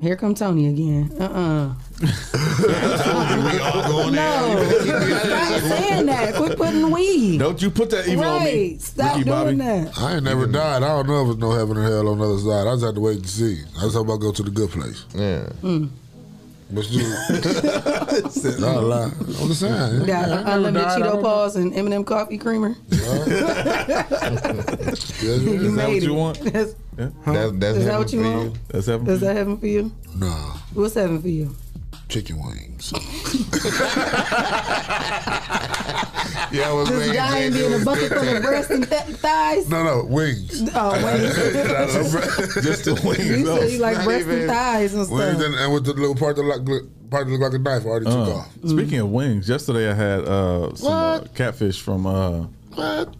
S11: Here come Tony again. Uh uh Stop saying that. Quit putting weed.
S12: Don't you put that
S11: evil on me, Right. Stop Ricky doing Bobby. that.
S10: I ain't never died. I don't know if it's no heaven or hell on the other side. I just had to wait and see. I was hoping I go to the good place.
S13: Yeah.
S11: Mm.
S10: But you, not a lie. I'm just saying.
S11: Got
S10: Yeah, I never
S11: unlimited
S10: died. I
S11: Cheeto
S10: don't-
S11: paws and M&M coffee creamer.
S10: Is
S11: You
S12: that
S11: made
S12: what you
S11: it.
S12: want?
S11: That's-
S12: Yeah.
S13: That, that's
S11: Is that what you
S13: heaven for
S11: want?
S12: That's heaven.
S11: Does that heaven for you?
S10: Nah,
S11: What's heaven for you?
S10: chicken wings.
S13: yeah, I was
S11: Just dying being a bucket full of breasts and th- thighs.
S10: No, no, wings.
S11: Oh, wings.
S10: Just the wings.
S11: You said you like Not breasts and even- thighs and stuff.
S10: Wings and, and with the little part that look part that look like a knife already
S12: Uh,
S10: took off.
S12: Speaking of wings, yesterday I had uh, some uh, catfish from uh,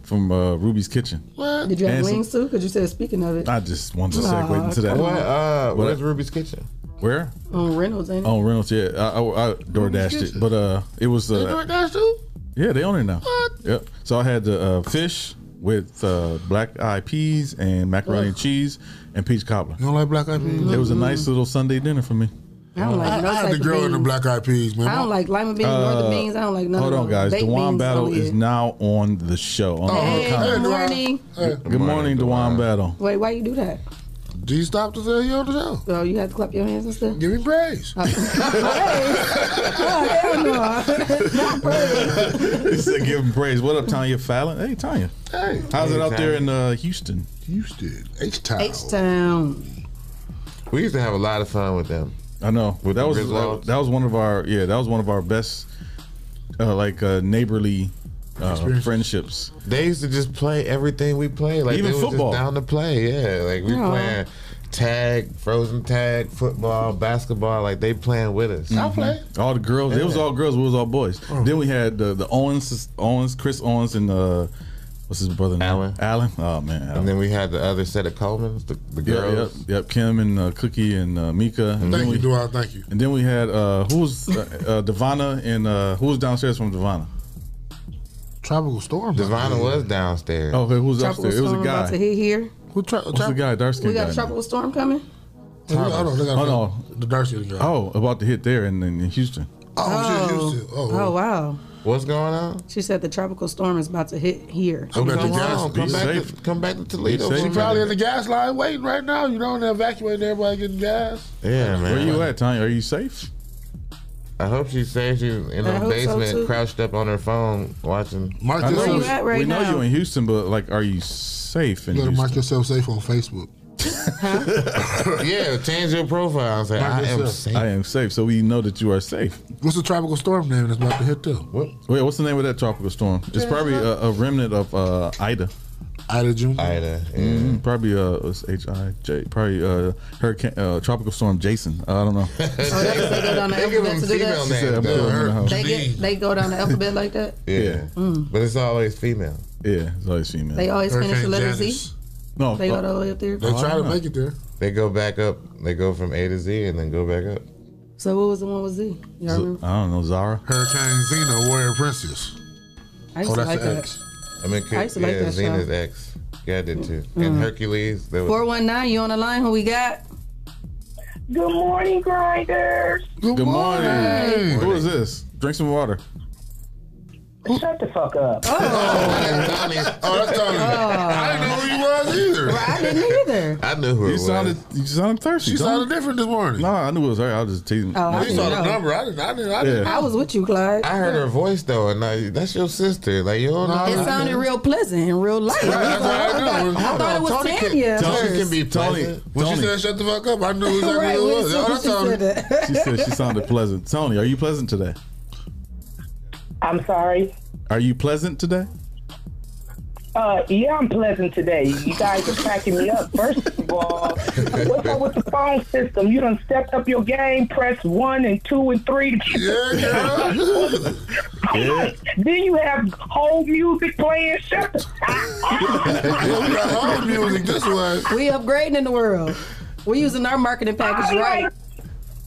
S12: from uh, Ruby's Kitchen.
S11: What? Did you have
S12: And some-
S11: wings too? Because you said speaking of it
S12: I just wanted to
S11: Aw,
S12: segue into that.
S11: come on. What,
S13: uh,
S12: But-
S13: where's Ruby's Kitchen?
S12: Where?
S11: on Reynolds, ain't it?
S12: Oh, Reynolds. Yeah, I, I, I door dashed it,
S11: Kitchen.
S12: but uh, it was
S11: They
S12: uh,
S10: DoorDash too?
S12: yeah, they own it now. Yep. So I had the uh, fish with uh, black eyed peas and macaroni and cheese and peach cobbler.
S10: You don't like black eyed peas?
S12: It was a nice little Sunday dinner for me.
S11: Mm. I don't like
S10: I,
S11: no
S10: I had
S11: type
S10: to
S11: of
S10: grow in the
S11: beans.
S10: black eyed peas, man.
S11: I don't like lima beans nor the
S12: Uh,
S11: beans. I don't like none
S12: Hold
S11: of
S12: on,
S11: them.
S12: guys.
S11: Baked
S12: Dewan
S11: beans,
S12: Battle
S11: I'm
S12: is
S11: weird.
S12: now on the show. On
S11: Hey,
S12: the
S11: good
S12: comment.
S11: morning.
S12: Good morning, Dewan Battle.
S11: Wait, why you do that?
S10: Do you stop to tell you on the show?
S11: So you have to clap your hands and stuff?
S10: Give me praise.
S11: praise? Oh, hell no. Not praise.
S12: he said, "Give him praise." What up, Tanya Fallon? Hey, Tanya.
S10: Hey.
S12: How's it
S10: Hey,
S12: out there
S10: Tanya.
S12: in uh, Houston?
S10: Houston, H Town.
S11: H-Town.
S13: We used to have a lot of fun with them.
S12: I know.
S13: With
S12: that was
S13: Griswolds.
S12: that, that was one of our yeah that was one of our best uh, like uh, neighborly uh,
S13: Experiences.
S12: friendships.
S13: They used to just play everything we played. Like
S12: Even
S13: they was
S12: football.
S13: just down to play. Yeah, like we
S10: Yeah.
S13: playing tag, frozen tag, football, basketball. Like they playing with us.
S12: Mhm. All the girls. It was
S13: Yeah. Oh.
S12: all girls. It was all boys. Then we had the, the Owens, Owens, Chris Owens, and uh, what's his brother? name? Allen. Allen. Oh man.
S13: And then we had the other set of Coleman's, the, the girls.
S12: Yep, yep, yep. Kim and uh, Cookie and uh, Mika. And
S13: Thank
S12: then
S13: you,
S12: we,
S10: Duan, Thank you.
S12: And then we had uh, who was uh, uh, Devana and uh, who was downstairs from Devana?
S10: Tropical storm.
S13: Devonna was downstairs.
S12: Okay, Oh, who was
S11: Tropical
S12: upstairs? It was
S11: storm
S12: a
S11: about to
S12: guy.
S11: hit here.
S10: Who tra-
S12: What's the guy? Dark
S11: we
S12: skinned guy.
S11: got a tropical storm coming?
S10: Hold on, they got-
S12: Oh
S10: no, the dark skinned guy.
S12: Oh, about to hit there in, in Houston.
S10: Oh, shit, Houston. Oh,
S11: oh, wow.
S13: What's going on?
S11: She said the tropical storm is about to hit here.
S10: I bet the gas.
S13: Come back, to, come back to Toledo.
S10: She probably in the gas line waiting right now. You know, and they're evacuating everybody getting gas.
S13: Yeah, man.
S12: Where you at, Tanya? Are you safe?
S13: I hope she's safe. She's in
S10: I
S13: her
S10: hope so,
S13: basement,
S10: too.
S13: crouched up on her phone, watching.
S10: Mark
S12: I know
S10: yourself.
S12: we- we know you in Houston, but like, are you safe in
S10: You gotta
S12: Houston?
S10: mark yourself safe on Facebook.
S13: yeah, change your profile and say,
S10: Mark
S13: I am
S10: yourself.
S13: safe.
S12: I am safe, so we know that you are safe.
S10: What's the tropical storm name that's about to hit too?
S13: What?
S12: Wait, what's the name of that tropical storm? It's probably a, a remnant of uh, Ida.
S10: Ida June.
S13: Ida.
S12: Mhm, probably uh H I J. Probably uh, hurricane uh, tropical storm Jason. I don't know.
S11: Oh, They go down the
S13: give
S11: alphabet
S13: them
S11: to do that.
S13: female
S12: She said, I'm
S13: though.
S12: going in the house.
S11: They get they go down the alphabet like that.
S13: Yeah.
S11: Mm.
S13: But it's always female.
S12: Yeah, it's always female.
S11: They always finish the letter Z.
S12: No, Oh,
S11: They go all the way up there.
S10: it there.
S13: They go back up. They go from A to Z and then go back up.
S11: So what was the one with Z? Y'all remember?
S12: don't know, Zara.
S10: Hurricane Xena, Warrior Princess.
S11: I used
S13: oh,
S11: to
S13: that's
S11: like
S13: the
S11: that.
S13: X. I mean,
S11: I used to
S13: yeah,
S11: like that
S13: Xena's
S11: show.
S13: X. Yeah, I did too.
S11: Mm.
S13: And Hercules. There was,
S11: Four one nine, you on the line? Who we got?
S21: Good morning, grinders.
S12: Good, morning.
S21: morning.
S12: Who is this? Drink some water.
S21: Shut the fuck up.
S10: Oh, that's Tony. I didn't know who he was either.
S11: I didn't either.
S13: I knew who
S12: you
S13: it was.
S12: sounded. You sounded thirsty.
S10: She
S12: Tony.
S10: sounded different this morning.
S12: No, I knew it was her. I was just teasing.
S11: Oh, I You saw didn't the know. number.
S10: I didn't. I didn't.
S13: I didn't- Yeah.
S11: I was with you, Clyde.
S13: I heard her voice though, and I, that's your sister. Like you don't know.
S11: It sounded real pleasant in real life. I, thought, I thought it was
S13: Tony can-
S11: Tanya. at
S13: Tony
S11: first.
S13: can be
S12: Tony.
S13: pleasant.
S10: When
S12: Tony.
S10: she said shut the fuck up, I knew exactly
S11: Right,
S10: who
S11: we
S10: it was.
S11: assumed
S10: Oh,
S11: she said
S10: that's Tony.
S11: that.
S12: She said she sounded pleasant. Tony, are you pleasant today?
S21: I'm sorry.
S12: Are you pleasant today?
S21: Uh, yeah, I'm pleasant today. You guys are packing me up. First of all, what's up with the phone system? You done stepped up your game. Press one and two and three.
S10: Yeah,
S12: Yeah.
S21: Then you have whole music playing. Shut the
S10: yeah, we got all the music this way.
S11: We upgrading in the world. We're using our marketing package
S21: All
S11: right.
S21: right.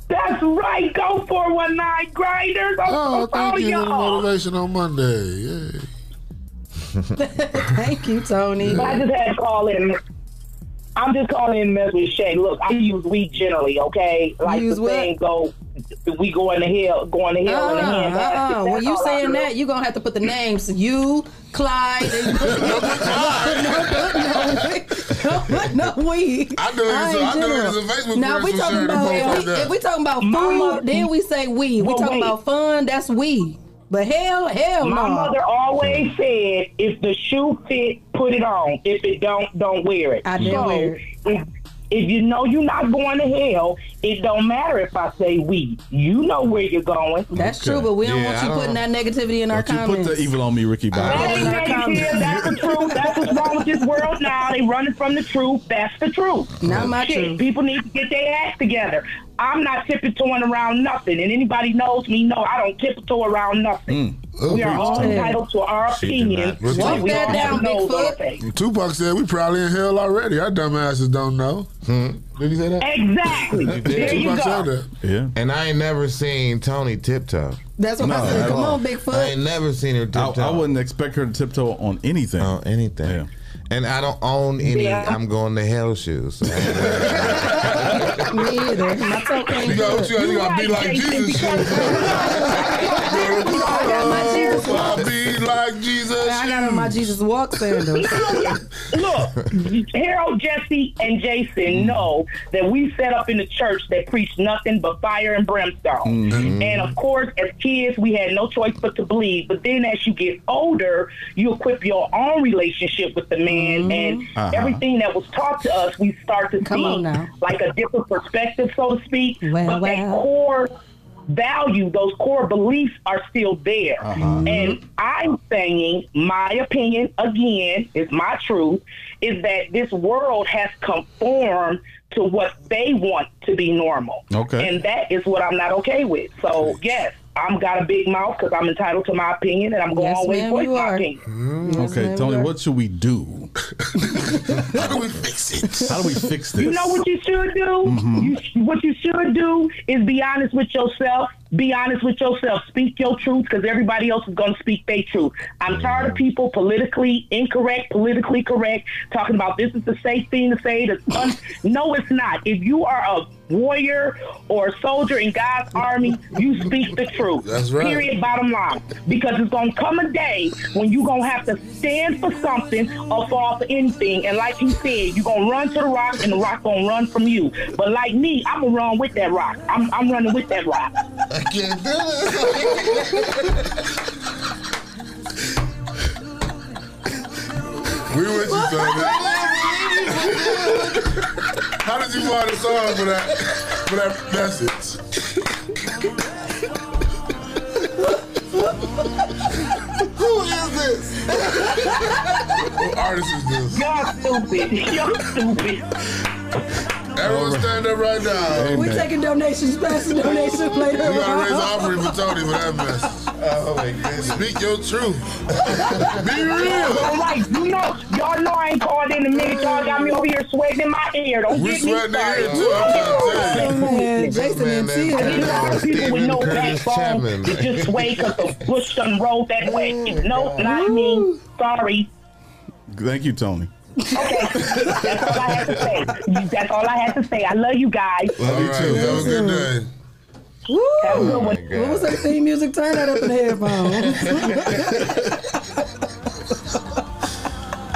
S21: That's right. Go for one night grinders. I'm
S10: Oh,
S21: so
S10: thank
S21: proud of
S10: you for the
S21: y'all.
S10: motivation on Monday. Yay.
S11: Thank you, Tony.
S21: I just had to call in. I'm just calling in to mess with Shay. Look, I use we generally, okay? Like
S11: Use
S21: the
S11: what?
S21: thing go, we going to hell, going to hell in the
S11: Uh-uh,
S21: hand. basket.
S11: uh-uh. When
S21: That's
S11: you
S21: all I
S11: saying
S21: know.
S11: that, you're gonna have to put the names you, Clyde, and put no, no, no, we.
S10: I do it as a- I do it as a Facebook
S11: Now
S10: group,
S11: we
S10: so
S11: talking
S10: sure, them
S11: about
S10: folks
S11: if we,
S10: like that.
S11: if we talking about FOMO, then we say we. We
S21: Well,
S11: talking
S21: wait.
S11: about fun. That's we. But hell, hell
S21: My
S11: no.
S21: mother always said, if the shoe fit, put it on. If it don't, don't wear it.
S11: I didn't
S21: so,
S11: wear it.
S21: If, if you know you're not going to hell, it don't matter if I say we. You know where you're going.
S11: That's true, but we don't
S12: Yeah, I
S11: want you
S12: don't-
S11: putting that negativity in our
S12: Don't you put
S11: comments.
S12: the evil on me, Ricky Bobby.
S21: That ain't negative. That's the truth. That's what's wrong with this world now. They running from the truth. That's the truth.
S11: Not my
S21: Shit,
S11: truth.
S21: People need to get their act together. I'm not tiptoeing around nothing, and anybody knows me know I don't tiptoe around nothing. we
S10: preach,
S21: are all
S10: Tony.
S21: entitled to our
S10: Hmm. She did
S21: opinions.
S10: not. Walk
S21: We
S10: that
S21: all have
S10: down,
S21: nose on our
S10: Bigfoot.
S21: face.
S10: Tupac said we probably in hell already. Our dumb asses don't know. Did he say that?
S21: Exactly.
S10: There you Tupac go. said that.
S12: Yeah.
S13: And I ain't never seen Tony tiptoe.
S11: That's what I said. Come on, Bigfoot.
S13: I ain't never seen her
S12: I,
S13: tiptoe.
S12: I wouldn't expect her to tiptoe on anything. On
S13: anything. and I don't own any. I'm going to hell shoes. So I-
S11: Me either. My toe can't
S10: You
S11: do
S10: got,
S11: it.
S10: you got, you got to be like Jesus. shit.
S11: I got my Jesus
S10: I'll be like Jesus.
S11: I got on my Jesus walk sandals.
S21: Look, Harold, Jesse, and Jason know that we set up in the church that preached nothing but fire and brimstone.
S14: Mhm.
S21: And of course, as kids, we had no choice but to believe. But then as you get older, you equip your own relationship with the man, and
S14: Uh-huh.
S21: everything that was taught to us, we start to
S11: Mm-hmm. Come
S21: see
S11: on now.
S21: like a different perspective, so to speak.
S11: Well,
S21: but that
S11: well.
S21: core value, those core beliefs are still there.
S14: Uh-huh.
S21: And I'm saying, my opinion, again, is my truth, is that this world has conformed to what they want to be normal.
S14: Okay.
S21: And that is what I'm not okay with. So, yes. I'm got a big mouth because I'm entitled to my opinion, and I'm going
S11: Yes,
S21: always
S11: ma'am,
S21: voice
S11: you
S21: my
S11: are.
S21: opinion.
S12: okay,
S21: ma'am,
S12: Tony,
S21: you're-
S12: what should we do?
S21: How do we fix
S12: it? How do we fix this?
S21: You know what you should do? You, what you should do is be honest with yourself. Be honest with yourself. Speak your truth because everybody else is going to speak their truth. I'm tired of people politically incorrect, politically correct, talking about this is the safe thing to say. The un- no, it's not. If you are a warrior or a soldier in God's army, you speak the truth.
S14: That's right.
S21: Period. Bottom line. Because it's going to come a day when you're going to have to stand for something or fall for anything. And like he said, you're going to run to the rock and the rock going to run from you. But like me, I'm going to run with that rock. I'm, I'm running with that rock. I can't do this.
S10: We with you, Tony. How did you find a song for that for that message?
S14: Who is this?
S10: What artist is this?
S21: Y'all stupid. Y'all stupid.
S10: Everyone stand up right now.
S11: We're taking donations, passing donations later.
S10: We gotta raise an offering for Tony for that message. Oh my goodness. Speak your truth. Be real.
S21: All right, you know, y'all know I ain't called in a minute. Y'all got me over here sweating in my ear. Don't
S10: We
S21: get me
S10: sweating in
S21: started.
S10: here, too. I'm trying to tell you.
S21: Man,
S10: This
S21: Jason
S10: man
S21: and
S10: named
S21: Tia. There's a lot of people with no
S10: Stephen Curtis
S21: backbone
S10: Chapman.
S21: that just sway because the bush done rolled that way. No, not me. Sorry.
S12: Thank you, Tony.
S21: That's all I had to say. That's all I had to say. I love you guys.
S10: All right, that was a good day.
S11: Woo!
S10: Oh my
S11: what was that theme music? Turn that up in the headphones.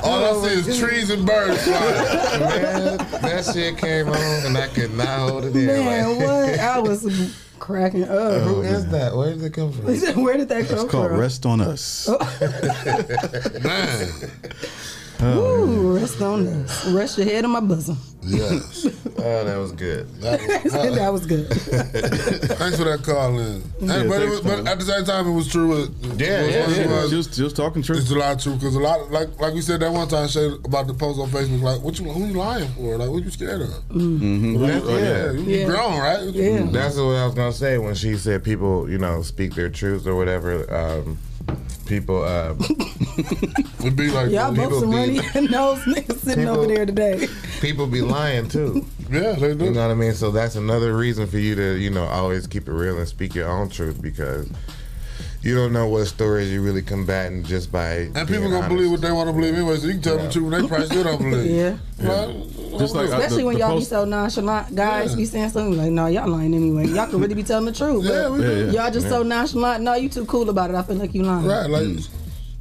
S10: All I see is trees and birds flying.
S13: Man, that shit came on and I could not hold it in.
S11: Man,
S13: like,
S11: what? I was cracking up.
S13: Who is that? Where did it come from?
S11: Where did that
S12: It's
S11: come
S12: called
S11: from?
S12: Rest on Us.
S10: Man.
S11: Ooh, rest on us. Rest your head on my bosom.
S10: Yes.
S13: Oh, that was good.
S11: that was good.
S10: Thanks for that call in.
S12: Yeah,
S10: hey, but, it
S12: thanks,
S10: was, but
S12: Tony.
S10: at the same time, it was true. It,
S12: Yeah,
S10: it
S12: yeah,
S10: was,
S12: yeah.
S10: It
S12: She
S10: was,
S12: was, talking truth.
S10: It's a lot of truth because a lot, of, like like we said that one time, Shay, about the post on Facebook. Like, what you who you lying for? Like, what you scared of?
S11: Mm.
S12: Mm-hmm.
S13: Mhm.
S10: Well,
S13: That-
S12: Oh,
S10: you- Oh, yeah, you grown, right? Mm. Yeah.
S13: That's what I was gonna say when she said people, you know, speak their truths or whatever. Um, people um,
S10: would be like
S11: Y'all both
S13: people
S11: some
S13: be,
S11: runny nose niggas sitting over there today.
S13: people be lying too.
S10: Yeah, they do.
S13: You know what I mean? So that's another reason for you to, you know, always keep it real and speak your own truth because you don't know what stories you really combating just by
S10: And people gonna believe what they want to believe anyway. So you can tell them the truth, and they probably still don't believe.
S11: Yeah.
S10: Well,
S12: Just like uh,
S11: Especially
S12: the-
S11: when
S12: the
S11: y'all
S12: post-
S11: be so nonchalant, guys be saying something like, "No, y'all lying anyway." Y'all could really be telling the truth, but
S10: Yeah, we do. Yeah, Mm. yeah.
S11: y'all just so nonchalant. No, you too cool about it. I feel like you
S12: Mm.
S11: lying.
S10: Right, like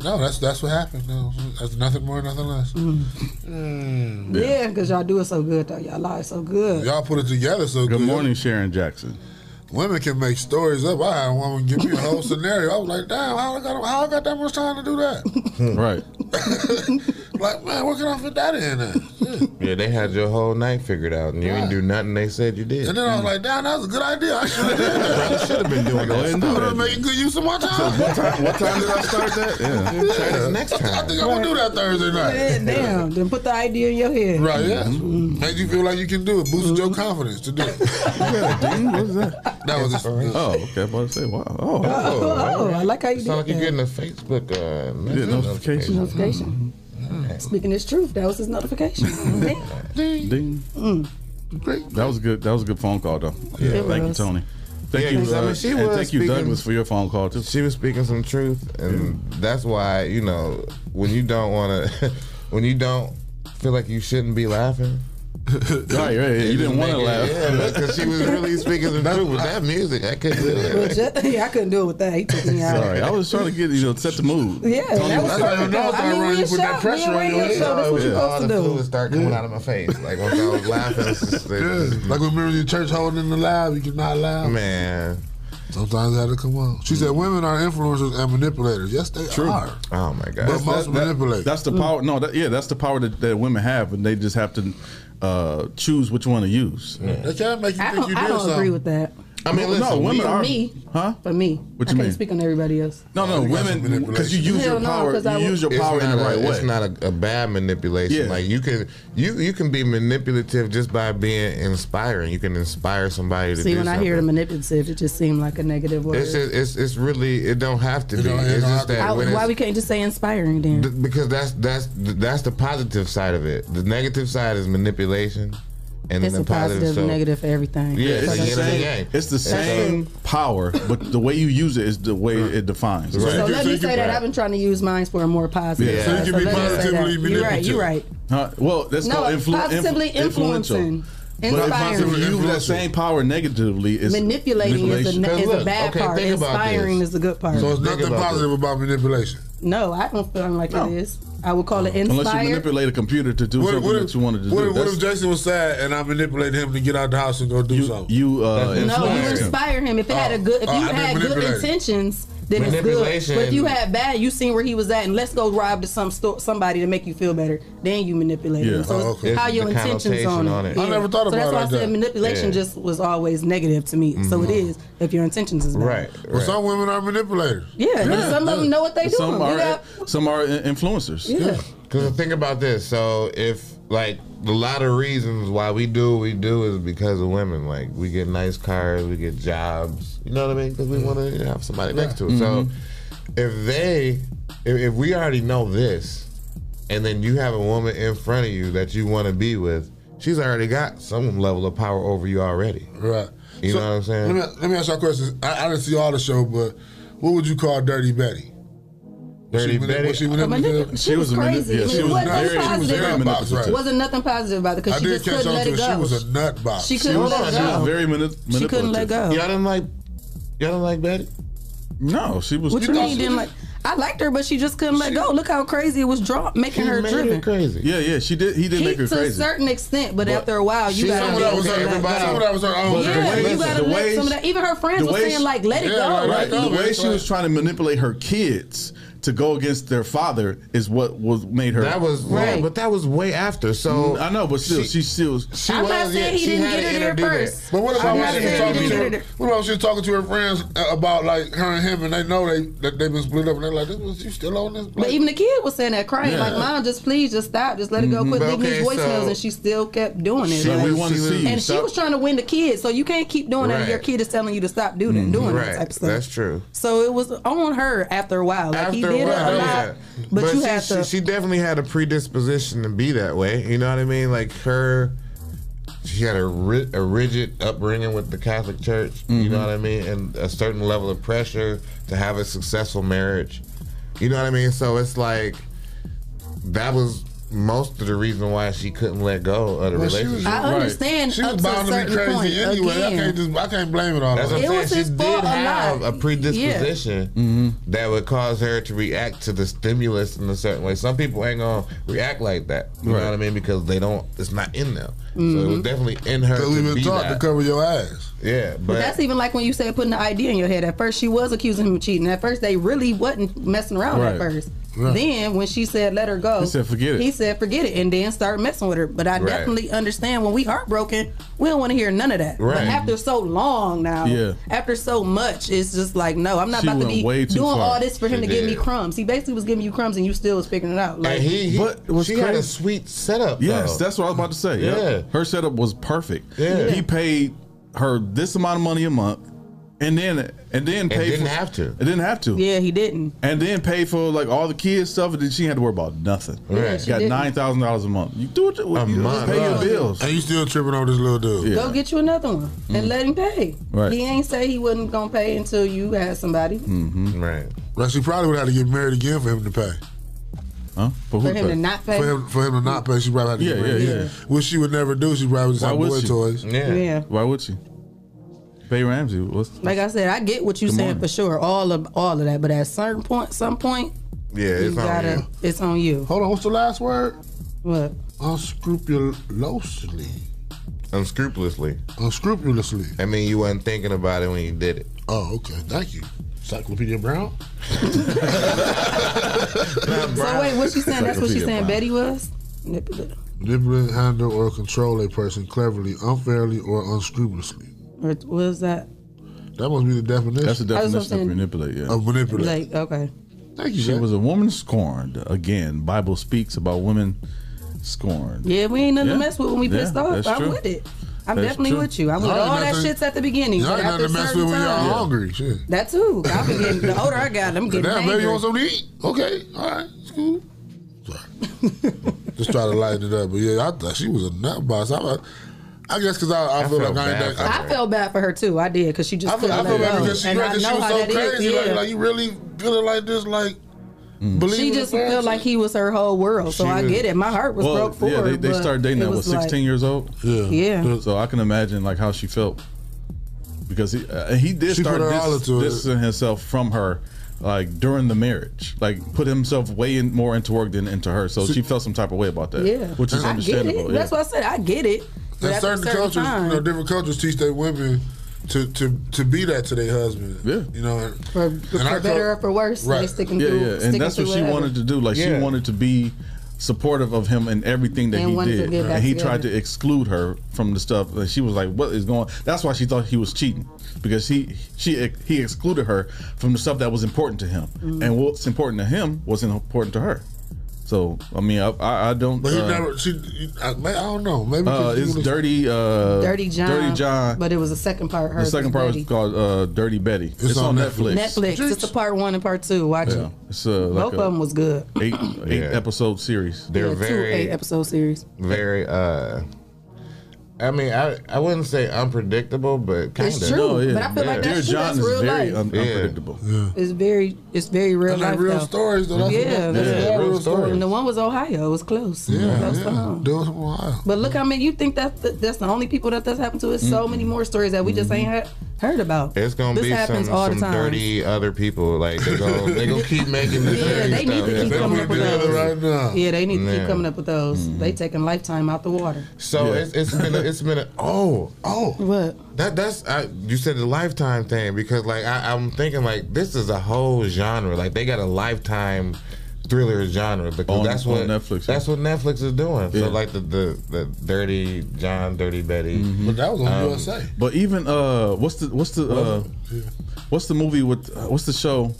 S10: no, that's that's what happened. No, that's nothing more, nothing less. Mm.
S11: yeah, because y'all do it so good though. Y'all lie so good.
S10: Y'all put it together so good.
S12: morning, Sharon Jackson.
S10: Women can make stories up. I had a woman give me a whole scenario. I was like, damn, how I got, how I got that much time to do that?
S12: right.
S10: Like, man, where can I fit that in? At?
S13: Yeah, they had your whole night figured out and you didn't do nothing they said you did.
S10: And then I was like, damn, that was a good idea. I should have did that.
S13: should have been doing that.
S10: I would have made good use of my time.
S12: what time? What time did I start that? Yeah.
S13: Next
S10: time. I think I'm gonna do that Thursday
S11: Yeah,
S10: night.
S11: damn. Then put the idea in your head.
S10: Right, yeah.
S12: Mm-hmm.
S10: Made you feel like you can do it.
S11: Mm-hmm.
S10: Boosted your confidence to do it.
S12: What was that?
S10: That was a,
S12: Oh, okay. I'm about to say, wow. Oh,
S11: Oh, I like how you
S13: It's
S11: did
S13: not like you're
S11: that.
S13: getting a Facebook uh, message
S12: notification.
S11: Notification.
S12: Mm-hmm.
S11: Mm-hmm. Speaking his truth, that was his notification.
S13: Mm-hmm.
S12: Ding. Ding.
S11: Mm.
S12: That was a good. That was a good phone call, though.
S13: Yeah. It
S12: Thank
S13: was.
S12: you, Tony. Thank
S13: Yeah,
S12: you.
S13: 'cause, I
S12: uh,
S13: mean, she
S12: and
S13: was
S12: thank you,
S13: speaking-
S12: Douglas, for your phone call too.
S13: She was speaking some truth, and that's why you know when you don't want to, when you don't feel like you shouldn't be laughing,
S12: right, right. You didn't want to laugh.
S13: Yeah, because she was really speaking the truth with that music. I couldn't do
S11: Well,
S13: that.
S11: just- yeah, I couldn't do it with that. He took me out.
S12: Sorry, I was trying to get you know set the mood.
S11: Yeah, that was perfect. though. I mean, we a show, we a radio show. That's what you're
S13: all
S11: supposed to
S13: the
S11: do.
S13: fluids start coming out of my face. Like when I was laughing, it's just,
S10: Yeah, like when we were in the church holding the live, you cannot laugh.
S13: man.
S10: Sometimes that'll come on. She said women are influencers and manipulators. Yes, they
S12: True.
S10: are.
S13: Oh my
S10: God. But most manipulate.
S12: That's the power. No, that, yeah, that's the power that, that women have, and they just have to uh, choose which one to use.
S10: They can't make you
S11: I
S10: think
S11: don't,
S10: you
S11: I
S10: did
S11: don't
S10: something.
S11: agree with that.
S12: I mean, listen,
S11: no,
S12: women
S11: for
S12: are-
S11: me,
S12: huh?
S11: For me,
S12: What
S11: I
S12: you
S11: can't
S12: mean?
S11: speak on everybody else.
S12: No, no, women because you use
S11: Hell
S12: your
S11: no,
S12: power.
S11: 'cause I
S12: you
S11: would-
S12: use your
S13: It's
S12: power in
S13: not
S12: the
S13: a-
S12: right way.
S13: It's not a, a bad manipulation.
S12: Yeah.
S13: Like you can, you you can be manipulative just by being inspiring. You can inspire somebody to
S11: See,
S13: do
S11: when I
S13: something.
S11: hear the manipulative, it just seemed like a negative word.
S13: it's, just, it's it's really it don't have to be. It's just that
S11: How-
S13: when it's-
S11: why we can't just say inspiring then?
S13: Th- because that's that's that's the positive side of it. The negative side is manipulation, and
S11: it's
S13: then
S11: a
S13: the positive.
S11: positive
S13: so
S11: and negative for everything.
S13: Yeah,
S12: it's, the
S13: it's like yin and
S12: same,
S13: yang.
S12: it's the
S13: It's
S12: same power, but the way you use it is the way it defines.
S11: So let me say that I've been trying to use mine for a more positive.
S12: Yeah.
S11: side,
S12: So you can
S11: let
S12: be
S11: me say that.
S12: positively
S11: You're right. You're right.
S12: Huh? Well, that's
S11: No,
S12: called influ- influ-
S11: positively
S12: influential.
S11: influencing.
S12: But if
S11: Inspiring.
S12: you use that same power negatively, it's
S11: Manipulating is the ne-
S12: manipulation.
S11: is the bad part. Inspiring is the good part.
S10: So it's
S12: Think
S10: nothing
S12: about
S10: positive about manipulation.
S11: No, I don't feel like
S10: No.
S11: it is. I would call it
S12: Unless you
S11: inspired.
S12: manipulate a computer to do
S10: What-
S12: something
S10: what if-
S12: that you wanted to
S10: What,
S12: do.
S10: if- what
S12: That's-
S10: if Jason was sad and I manipulated him to get out the house and go do something?
S12: You uh,
S11: No, you inspire him. If it had a good, if
S10: Oh,
S11: you
S10: I've been
S11: had good
S10: manipulated.
S11: intentions, then it's good.
S10: Manipulation.
S11: But if you had bad, you seen where he was at, and let's go rob to some store, somebody to make you feel better. Then you manipulate him.
S10: Yeah.
S11: So
S10: Oh,
S11: it's
S10: okay.
S11: how
S10: It's
S11: your
S10: the
S11: intentions on
S10: connotation
S11: it.
S10: on it. I
S11: Yeah.
S10: never thought
S11: So
S10: about
S11: that's
S10: it
S11: why I
S10: like
S11: said
S10: that.
S11: manipulation
S10: Yeah.
S11: just was always negative to me. So it is if your intentions is bad.
S10: Well, some women are manipulators.
S11: Yeah, and some of them know what they doing.
S12: Some
S11: You
S12: are
S11: got-
S12: some are in- influencers.
S11: Yeah.
S13: Because think about this. So if like a lot of reasons why we do what we do is because of women. Like we get nice cars, we get jobs. You know what I mean? Because we want to have somebody next to us.
S12: Mhm.
S13: So
S10: Mm-hmm.
S13: if they, if, if we already know this, and then you have a woman in front of you that you want to be with, she's already got some level of power over you already.
S10: Right.
S13: You
S10: So,
S13: know what I'm saying?
S10: Let me, let me ask y'all questions. I, I didn't see all the show, but what would you call Dirty Betty?
S13: Dirty
S10: Was she,
S13: Betty?
S10: Was she, manipulative?
S11: She, was, crazy. I mean, what, nothing positive, Wasn't nothing positive about it
S10: I
S11: because she
S10: did
S11: just
S10: catch
S11: couldn't
S10: on
S11: let
S10: to
S11: it
S10: that
S11: go.
S10: she was a nut box.
S11: She couldn't let
S12: She was
S11: go.
S12: very mani- manipulative.
S11: She couldn't let go.
S13: Y'all didn't like. Y'all didn't like Betty.
S12: No, she was.
S11: What you mean you didn't like? I liked her, but she just couldn't let go. Look how crazy it was draw- making her driven.
S13: crazy.
S12: Yeah, yeah. She did. He did
S11: He,
S12: make
S11: to
S12: her
S11: a
S12: crazy.
S11: certain extent, but,
S12: But
S11: after a while, you
S12: she-
S11: gotta
S12: some of that
S11: let
S12: was her-
S11: let
S12: everybody-
S11: go.
S12: some of that was her own
S11: Yeah,
S12: doing.
S11: you gotta
S12: The
S11: let
S12: way-
S11: some of that. Even her friends
S12: the
S11: were
S12: way
S11: saying
S12: she-
S11: like, "Let it
S12: Yeah,
S11: go."
S12: right.
S11: Like,
S12: The way she was trying to manipulate her kids to go against their father is what was made her.
S13: That was right. but that was way after. So
S12: Mm, I know, but still,
S13: she-
S12: she, still. She
S10: I'm not saying he didn't get her there first. But what about
S12: I'm
S10: when she
S12: not
S10: was
S12: saying he
S10: talking
S12: didn't
S10: to
S12: get
S10: her,
S12: her there.
S10: What about when she was talking to her friends uh, about like her and him, and they know they that they've been split up, and they're like, "This was you still on this?"
S11: But even the kid was saying that, crying
S10: Yeah.
S11: like, "Mom, just please, just stop, just let it go,
S10: Mhm.
S11: quit
S10: But
S11: leaving these
S10: okay,
S11: voicemails,"
S10: so-
S11: and she still kept doing it.
S13: She
S11: Like-
S13: was- we wanna see you,
S11: and she
S13: stop.
S11: was trying to win the kid, so you can't keep doing that.
S13: Right.
S11: If your kid is telling you to stop doing
S10: Mm-hmm.
S11: that, doing that type of stuff.
S13: That's true.
S11: So it was on her after a while. Like he
S13: After a
S11: did
S13: while,
S11: it a
S13: yeah.
S11: lot, but, you
S13: she,
S11: had
S13: she-
S11: to.
S13: She definitely had a predisposition to be that way. You know what I mean? Like her, she had a, ri- a rigid upbringing with the Catholic Church. You know what I mean? And a certain level of pressure to have a successful marriage. You know what I mean? So it's like that was most of the reason why she couldn't let go of the
S10: Well, she was-
S13: relationship.
S11: I understand
S10: She
S11: up
S10: was
S11: to a
S10: bound to
S11: certain
S10: be crazy
S11: point.
S10: anyway. I
S11: Again,
S10: can't just I can't blame it on
S13: That's
S10: her. Mm-hmm.
S13: what I'm
S11: It was
S13: saying. She
S11: his fault
S13: did
S11: a lot.
S13: have a predisposition that would cause her to react to the stimulus in a certain way. Some people ain't gonna react like that. You know what I mean? Because they don't. It's not in them. So it
S11: Mm-hmm.
S13: was
S10: Mhm.
S13: definitely in her.
S10: 'Cause we
S13: to
S10: been
S13: be
S10: taught
S13: that.
S10: to cover your ass.
S13: Yeah,
S11: But
S13: but
S11: that's even like when you said putting the idea in your head. At first, she was accusing him of cheating. At first, they really wasn't messing around at
S12: Right.
S11: first.
S12: Right.
S11: Then, when she said let her go,
S12: He said, "Forget it."
S11: He said forget it, and then start messing with her. But I
S12: Right.
S11: definitely understand when we heartbroken, we don't want to hear none of that. But
S12: Right.
S11: after so long now,
S12: Yeah.
S11: after so much, it's just like no, I'm not
S12: She
S11: about to
S12: went
S11: be
S12: way too
S11: doing
S12: far.
S11: all this for him
S12: She
S11: to give me
S12: did.
S11: crumbs. He basically was giving you crumbs, and you still was figuring it out. Like
S13: and he, he
S12: But it was
S13: she had a
S12: crazy.
S13: sweet setup.
S12: Yes,
S13: though.
S12: that's what I was about to say. Yeah.
S13: Uh, Yeah.
S12: Her setup was perfect.
S13: Yeah.
S12: He paid her this amount of money a month and then and then paid
S13: didn't
S12: for,
S13: have to. It
S12: didn't have to.
S11: Yeah, he didn't.
S12: And then paid for like all the kids stuff and then she had to worry about nothing.
S13: Yeah, Right. she
S12: Got
S11: didn't.
S12: nine thousand dollars a month. You do what you,
S13: A
S12: you
S13: month.
S12: just pay your
S13: Right.
S12: bills.
S10: And you still tripping on this little dude.
S12: Yeah. Mm.
S11: Go get you another one and let him pay.
S10: Right.
S11: He ain't say he wasn't gonna pay until you had somebody.
S10: Mm-hmm.
S13: Right.
S10: Well, she probably would have to get married again for him to pay.
S12: Huh?
S10: For
S11: For him to not pay.
S10: For him, for him to not pay, she probably had to
S12: Yeah,
S10: get
S12: yeah,
S10: rid
S12: yeah.
S10: of it. Which she would never do. She probably just
S12: Why
S10: had
S12: would
S10: boy
S12: she?
S10: toys.
S11: Yeah.
S12: Why would she? Bay Ramsey. What's
S11: Like I said, I get what you're
S12: Good
S11: saying
S12: morning.
S11: for sure. All of all of that, but at certain point, some point,
S12: Yeah,
S11: you gotta. It's on you.
S10: Hold on. What's the last word?
S11: What?
S10: Unscrupulously.
S13: Unscrupulously.
S10: Unscrupulously.
S13: I mean, you weren't thinking about it when you did it.
S10: Oh, okay. Thank you. Encyclopedia Brown.
S11: So wait, what she saying? That's what she saying.
S10: Encyclopedia Brown.
S11: Betty was. Nip it up.
S10: Manipulate, handle, or control a person cleverly, unfairly, or unscrupulously.
S11: Or what was that?
S10: That must be the definition.
S12: That's the
S11: I was
S12: definition of
S11: saying-
S12: manipulate. Yeah.
S10: Of manipulate.
S11: Like okay.
S10: Thank you,
S12: She
S10: Jack.
S12: was a woman scorned. Again, Bible speaks about women scorned.
S11: Yeah, we ain't nothing
S12: Yeah.
S11: to mess with when we
S12: Yeah,
S11: pissed off.
S12: that's
S11: I'm
S12: true.
S11: with it. I'm
S12: That's
S11: definitely
S12: true.
S11: with you. I'm with
S12: Y'all ain't
S11: all that
S12: nothing-
S11: shit's at the beginning.
S10: Y'all
S11: but
S10: ain't
S11: after
S10: nothing to
S11: a
S10: mess
S11: certain
S10: with when y'all
S11: time-
S10: hungry. Shit.
S11: That too. I've been getting the older I got, I'm getting
S10: Damn,
S11: angry.
S10: baby, you want something to eat? Okay, all right, it's cool. Just try to lighten it up. But yeah, I thought she was a nut box. I, I guess because I, I, feel like I ain't that.
S11: I felt bad for her too. I did because she just
S10: I feel, I
S11: couldn't
S10: feel
S11: let
S10: bad
S11: go.
S10: because she,
S11: And
S10: right,
S11: I
S10: 'cause she
S11: know
S10: was
S11: how
S10: so
S11: that is,
S10: crazy. Like,
S11: yeah.
S10: like, you really feeling like this? Like,
S12: Mm.
S10: believe
S11: she
S10: in the
S11: just
S10: fairy
S11: felt like he was her whole world. So
S12: She
S11: I
S12: was-
S11: get it. My heart was broke for
S12: yeah,
S11: her.
S12: they, they
S11: but
S12: started dating
S11: it
S12: at what,
S11: was like-
S12: 16 years old? Yeah.
S11: Yeah.
S12: So I can imagine like how she felt because he uh, he did
S10: She put
S12: start
S10: her all
S12: dis-
S10: into it.
S12: distancing himself from her like during the marriage, like put himself way in, more into work than into her. So she felt some type of way about that,
S11: Yeah.
S12: which is
S11: I get
S12: understandable.
S11: it.
S12: yeah.
S11: That's why I said I get it. But
S10: And
S11: after a
S10: certain, cultures,
S11: time-
S10: you know, different cultures teach their women to to to be that to their husband. Yeah, you know, and-
S11: For,
S10: I
S11: for
S10: thought-
S11: better or for worse, they
S10: Right.
S11: sticking
S12: yeah,
S11: through.
S12: yeah, and
S11: sticking
S12: that's what
S11: through
S12: she
S11: whatever.
S12: wanted to do. Like
S11: Yeah.
S12: she wanted to be supportive of him in everything that
S11: And
S12: he
S11: wanted to
S12: did,
S11: get back
S12: and he
S11: together.
S12: tried to exclude her from the stuff. And she was like, "What is going?" That's why she thought he was cheating because he she he excluded her from the stuff that was important to him,
S11: Mm-hmm.
S10: Mhm.
S12: and what's important to him wasn't important to her. So I mean, I I, I don't.
S10: But he
S12: uh,
S10: never. She. I, may- I don't know. Maybe
S12: uh,
S10: 'cause she
S12: it's
S10: was-
S12: dirty. Uh,
S11: Dirty John.
S12: Dirty John.
S11: But it was the second part. Her
S12: the second part
S11: Betty.
S12: was called uh, Dirty Betty. It's, on, Netflix.
S11: Netflix. It's the part one and part two. Watch
S12: Yeah,
S11: it.
S12: it's uh, like
S11: Both of them was good.
S12: eight eight episode series.
S13: They're
S11: Yeah, two
S13: very
S11: eight episode series.
S13: very uh I mean, I I wouldn't say unpredictable, but kind
S11: It's
S13: of.
S11: true, No, yeah. but I feel like that's true. That's real life.
S12: un- unpredictable.
S11: It's very it's very real
S10: And they're
S11: life.
S10: real
S11: though.
S10: stories, though. That's
S11: yeah,
S10: what- that's
S11: yeah,
S10: Yeah, real
S11: real
S10: real stories.
S11: stories. And the one was Ohio. It was close.
S10: Yeah,
S11: That was
S10: yeah.
S11: the one.
S10: Doing some wild.
S11: But look, I mean, you think that's the, that's the only people that that's happened to? It's so
S13: Mhm.
S11: many more stories that we just ain't heard, heard about.
S13: It's gonna
S11: this
S13: be some,
S11: happens all
S13: some
S11: the time.
S13: dirty other people. Like they go, they gonna keep making this.
S11: Yeah, they need to keep coming up with those. Yeah, they need to keep
S13: Yeah.
S11: coming up with those. They taking lifetime out the water.
S13: So it's, it's been a, it's been a, oh oh
S11: what
S13: that that's I, you said the lifetime thing because like I, I'm thinking like this is a whole genre like they got a lifetime thriller genre because
S12: On-
S13: that's
S12: on
S13: what
S12: Netflix,
S13: that's what Netflix is doing
S12: Yeah.
S13: so like the, the the dirty John Dirty Betty
S12: Mm-hmm.
S10: But that was on
S13: Um,
S10: USA.
S12: But even uh, what's the what's the uh, what's the movie with uh, what's the show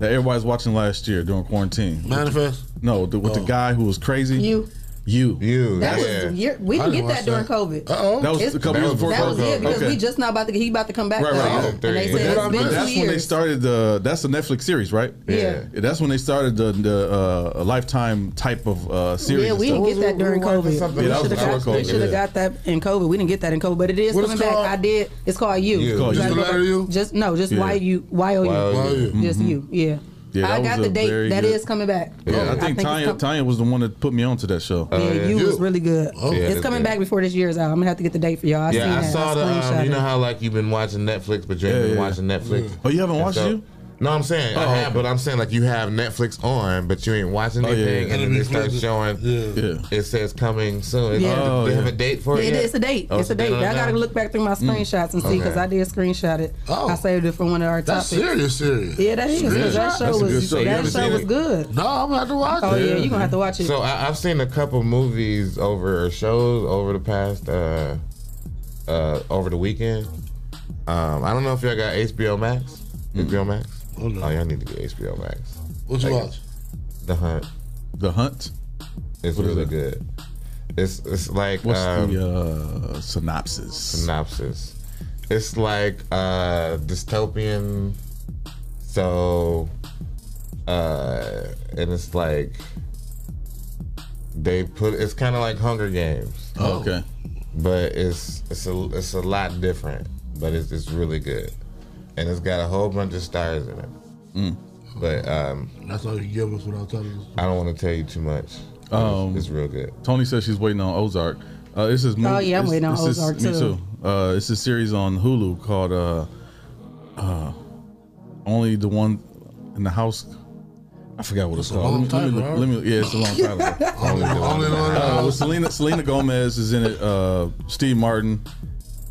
S12: that everybody's watching last year during quarantine?
S10: Manifest. Oh.
S12: no, the, with the guy who was crazy.
S11: You.
S12: You.
S13: You.
S11: That was year, we didn't get that during COVID.
S12: Uh-oh. That was a couple years before
S11: That was
S12: COVID.
S11: it because
S12: Okay.
S11: we just not about to. He about to come back.
S12: Right,
S11: though.
S12: right.
S11: And they said
S12: but
S11: it's
S12: that-
S11: been two
S12: but that's when they
S11: years.
S12: started the. That's the Netflix series, right?
S11: Yeah. Yeah.
S12: That's when they started the the uh, lifetime type of uh, series.
S11: yeah,
S12: and
S11: we
S12: stuff.
S11: didn't get that during COVID.
S12: Yeah, that was before COVID.
S11: They should have
S12: yeah.
S11: got that in COVID. We didn't get that in COVID, but it is
S10: What it's
S11: coming back.
S10: called?
S11: I did. It's called you.
S12: You. It's called
S11: You
S12: You.
S11: gotta go
S12: Just
S11: back-
S12: the letter U?
S11: Just no, just
S12: Yeah.
S11: Y U Y O U.
S12: Y-O-U.
S11: Just
S12: Mhm.
S11: you. Yeah.
S12: Yeah, that
S11: I got
S12: was
S11: the
S12: a
S11: date.
S12: very
S11: That
S12: good-
S11: is coming back.
S12: Yeah, I think,
S11: it's
S12: Tanya,
S11: com-
S12: Tanya was the one that put me onto that show.
S11: yeah, you
S7: Uh,
S11: was really good.
S12: Oh, yeah,
S11: it's coming
S12: yeah.
S11: back before this year's out. I'm gonna have to get the date for y'all. I
S13: yeah, I
S11: seen
S13: saw
S11: that.
S13: the.
S11: I
S13: Um, you
S11: screenshot
S13: know
S11: it.
S13: how like you've been watching Netflix, but you ain't
S12: Yeah,
S13: been
S12: yeah.
S13: watching Netflix.
S12: Oh, you haven't
S13: And
S12: watched you?
S13: No, I'm saying I
S12: Oh,
S13: have, but I'm saying like you have Netflix on, but you ain't watching
S12: yeah,
S13: anything,
S12: yeah.
S13: and then
S12: Enemy
S13: they start
S12: closes.
S13: showing. It says coming soon. Is-
S11: Yeah.
S12: Oh,
S13: do they have
S12: yeah.
S13: a date for it?
S11: Yeah,
S13: yet?
S11: it's a date.
S13: Oh,
S11: it's a date.
S13: on it
S11: I gotta
S13: now?
S11: look back through my
S13: Mm.
S11: screenshots and see because
S13: Okay.
S11: I did screenshot it. I saved it for one of our
S10: That's
S11: topics.
S10: serious, serious.
S11: Yeah, that is. 'cause
S13: Serious?
S11: That show
S13: That's a good
S11: was
S13: show. You
S11: that
S13: haven't
S11: show
S13: seen
S11: was
S13: it?
S11: good.
S10: No, I'm gonna have to watch
S11: Oh yeah, you gonna have to watch it.
S13: So I, I've seen a couple movies over or shows over the past uh, uh, over the weekend. Um, I don't know if y'all got HBO Max. HBO Max. Oh, y'all need to get HBO Max.
S10: Mm-hmm. What you watch?
S13: The Hunt.
S12: The Hunt.
S13: It's
S12: What is
S13: really
S12: it?
S13: good. It's it's like
S12: What's
S13: um,
S12: the uh, synopsis?
S13: Synopsis. It's like uh, dystopian. So, uh, and it's like they put. It's kind of like Hunger Games.
S12: Oh, okay.
S13: But it's it's a it's a lot
S12: Mm.
S13: different. But it's it's really good, and it's got a whole bunch of stars in it. But um,
S10: That's all you can give us without telling us.
S13: I don't want to tell you too much.
S12: Um,
S13: it's real good.
S12: Tony says she's waiting on Ozark. Uh, this is
S11: Oh, yeah, I'm
S12: this-
S11: waiting on
S12: this is-
S11: Ozark, too.
S12: Me too. Uh, it's a series on Hulu called uh, uh, "Only the One in the House." I forgot what it's,
S10: a
S12: called.
S10: long
S12: Let me-
S10: time,
S12: let me-
S10: bro.
S12: let me- yeah, it's a long time. ago.
S10: Only the One in the
S12: Uh,
S10: House.
S12: well, Selena Selena Gomez is in it. Uh, Steve Martin.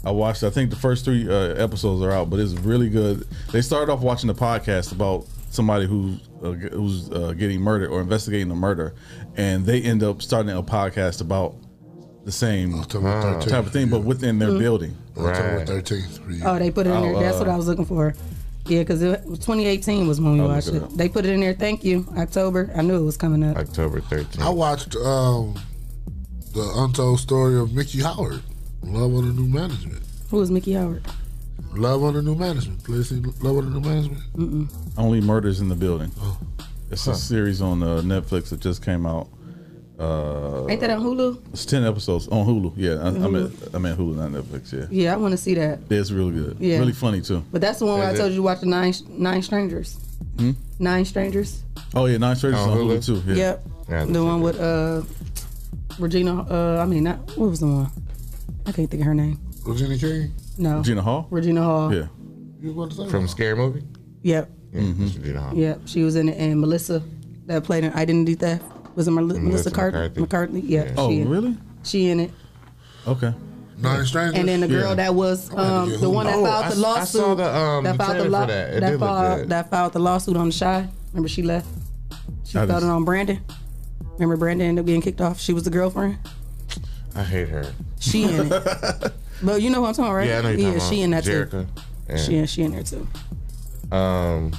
S12: I watched. I think the first three uh, episodes are out, but it's really good. They started off watching the podcast about somebody who uh, g- who's uh, getting murdered or investigating a murder, and they end up starting a podcast about the same
S10: October
S12: type of thing, but within their
S11: Mhm.
S12: building.
S10: October 13th.
S11: Oh, they put it in
S12: Oh,
S11: there. That's
S12: uh, Oh,
S11: what I was looking for. Yeah, because 2018 was when we
S10: I'll look
S11: watched
S10: it
S11: it.
S10: up.
S11: They put it in there. Thank you, October. I knew it was coming up.
S13: October 13th.
S10: I watched um, the untold story of Mickey Howard, Love Under New Management.
S11: Who is Mickey Howard?
S10: Love Under New Management. Please see Love Under New Management.
S11: Mm-mm.
S12: Only murders in the building. It's
S10: Huh.
S12: a series on uh, Netflix that just came out. Uh,
S11: Ain't that on Hulu?
S12: It's ten episodes on Hulu. Yeah, I, I
S11: Hulu.
S12: meant I meant Hulu, not Netflix. Yeah,
S11: Yeah, I want to see that.
S12: yeah it's really good.
S11: Yeah.
S12: really funny too.
S11: But that's the one where I
S12: Is it-
S11: told you to watch the nine nine strangers.
S12: Hmm?
S11: Nine strangers.
S12: Oh yeah, Nine Strangers
S13: On
S12: on Hulu,
S13: Hulu?
S12: too. Yeah.
S11: Yep. the one with uh Regina. Uh, I mean, not what was the one? I can't think of her name.
S10: Regina King.
S11: No.
S12: Regina Hall.
S11: Regina Hall.
S12: Yeah. Mm-hmm.
S10: You was about to say
S13: From Scary Movie?
S11: Yep.
S13: Yeah, Regina Hall.
S11: Yep. She was in it, and Melissa that played in Identity Theft was it Mel- Melissa,
S13: Melissa
S11: Cart- McCartney.
S13: McCarthy.
S11: Yeah.
S12: Oh,
S11: she in it.
S12: really?
S11: She in it.
S12: Okay.
S10: Nine Strangers.
S11: And then the girl that was um, the one that
S13: Oh,
S11: filed
S13: I
S11: the
S13: s- I
S11: lawsuit.
S13: saw the, um,
S11: that filed
S13: trailer for
S11: law-
S13: that. It did look
S11: filed,
S13: good.
S11: that filed the lawsuit on the shy. Remember she left. She
S13: I
S11: filed
S13: just-
S11: it on Brandon. Remember Brandon ended up getting kicked off. She was the girlfriend.
S13: I hate her.
S11: She in it. But you know what I'm talking about, right?
S13: Yeah, I know you're
S11: yeah,
S13: talking about
S11: she in that
S13: Jerica.
S11: too.
S13: And-
S11: She in she in there too.
S13: Um,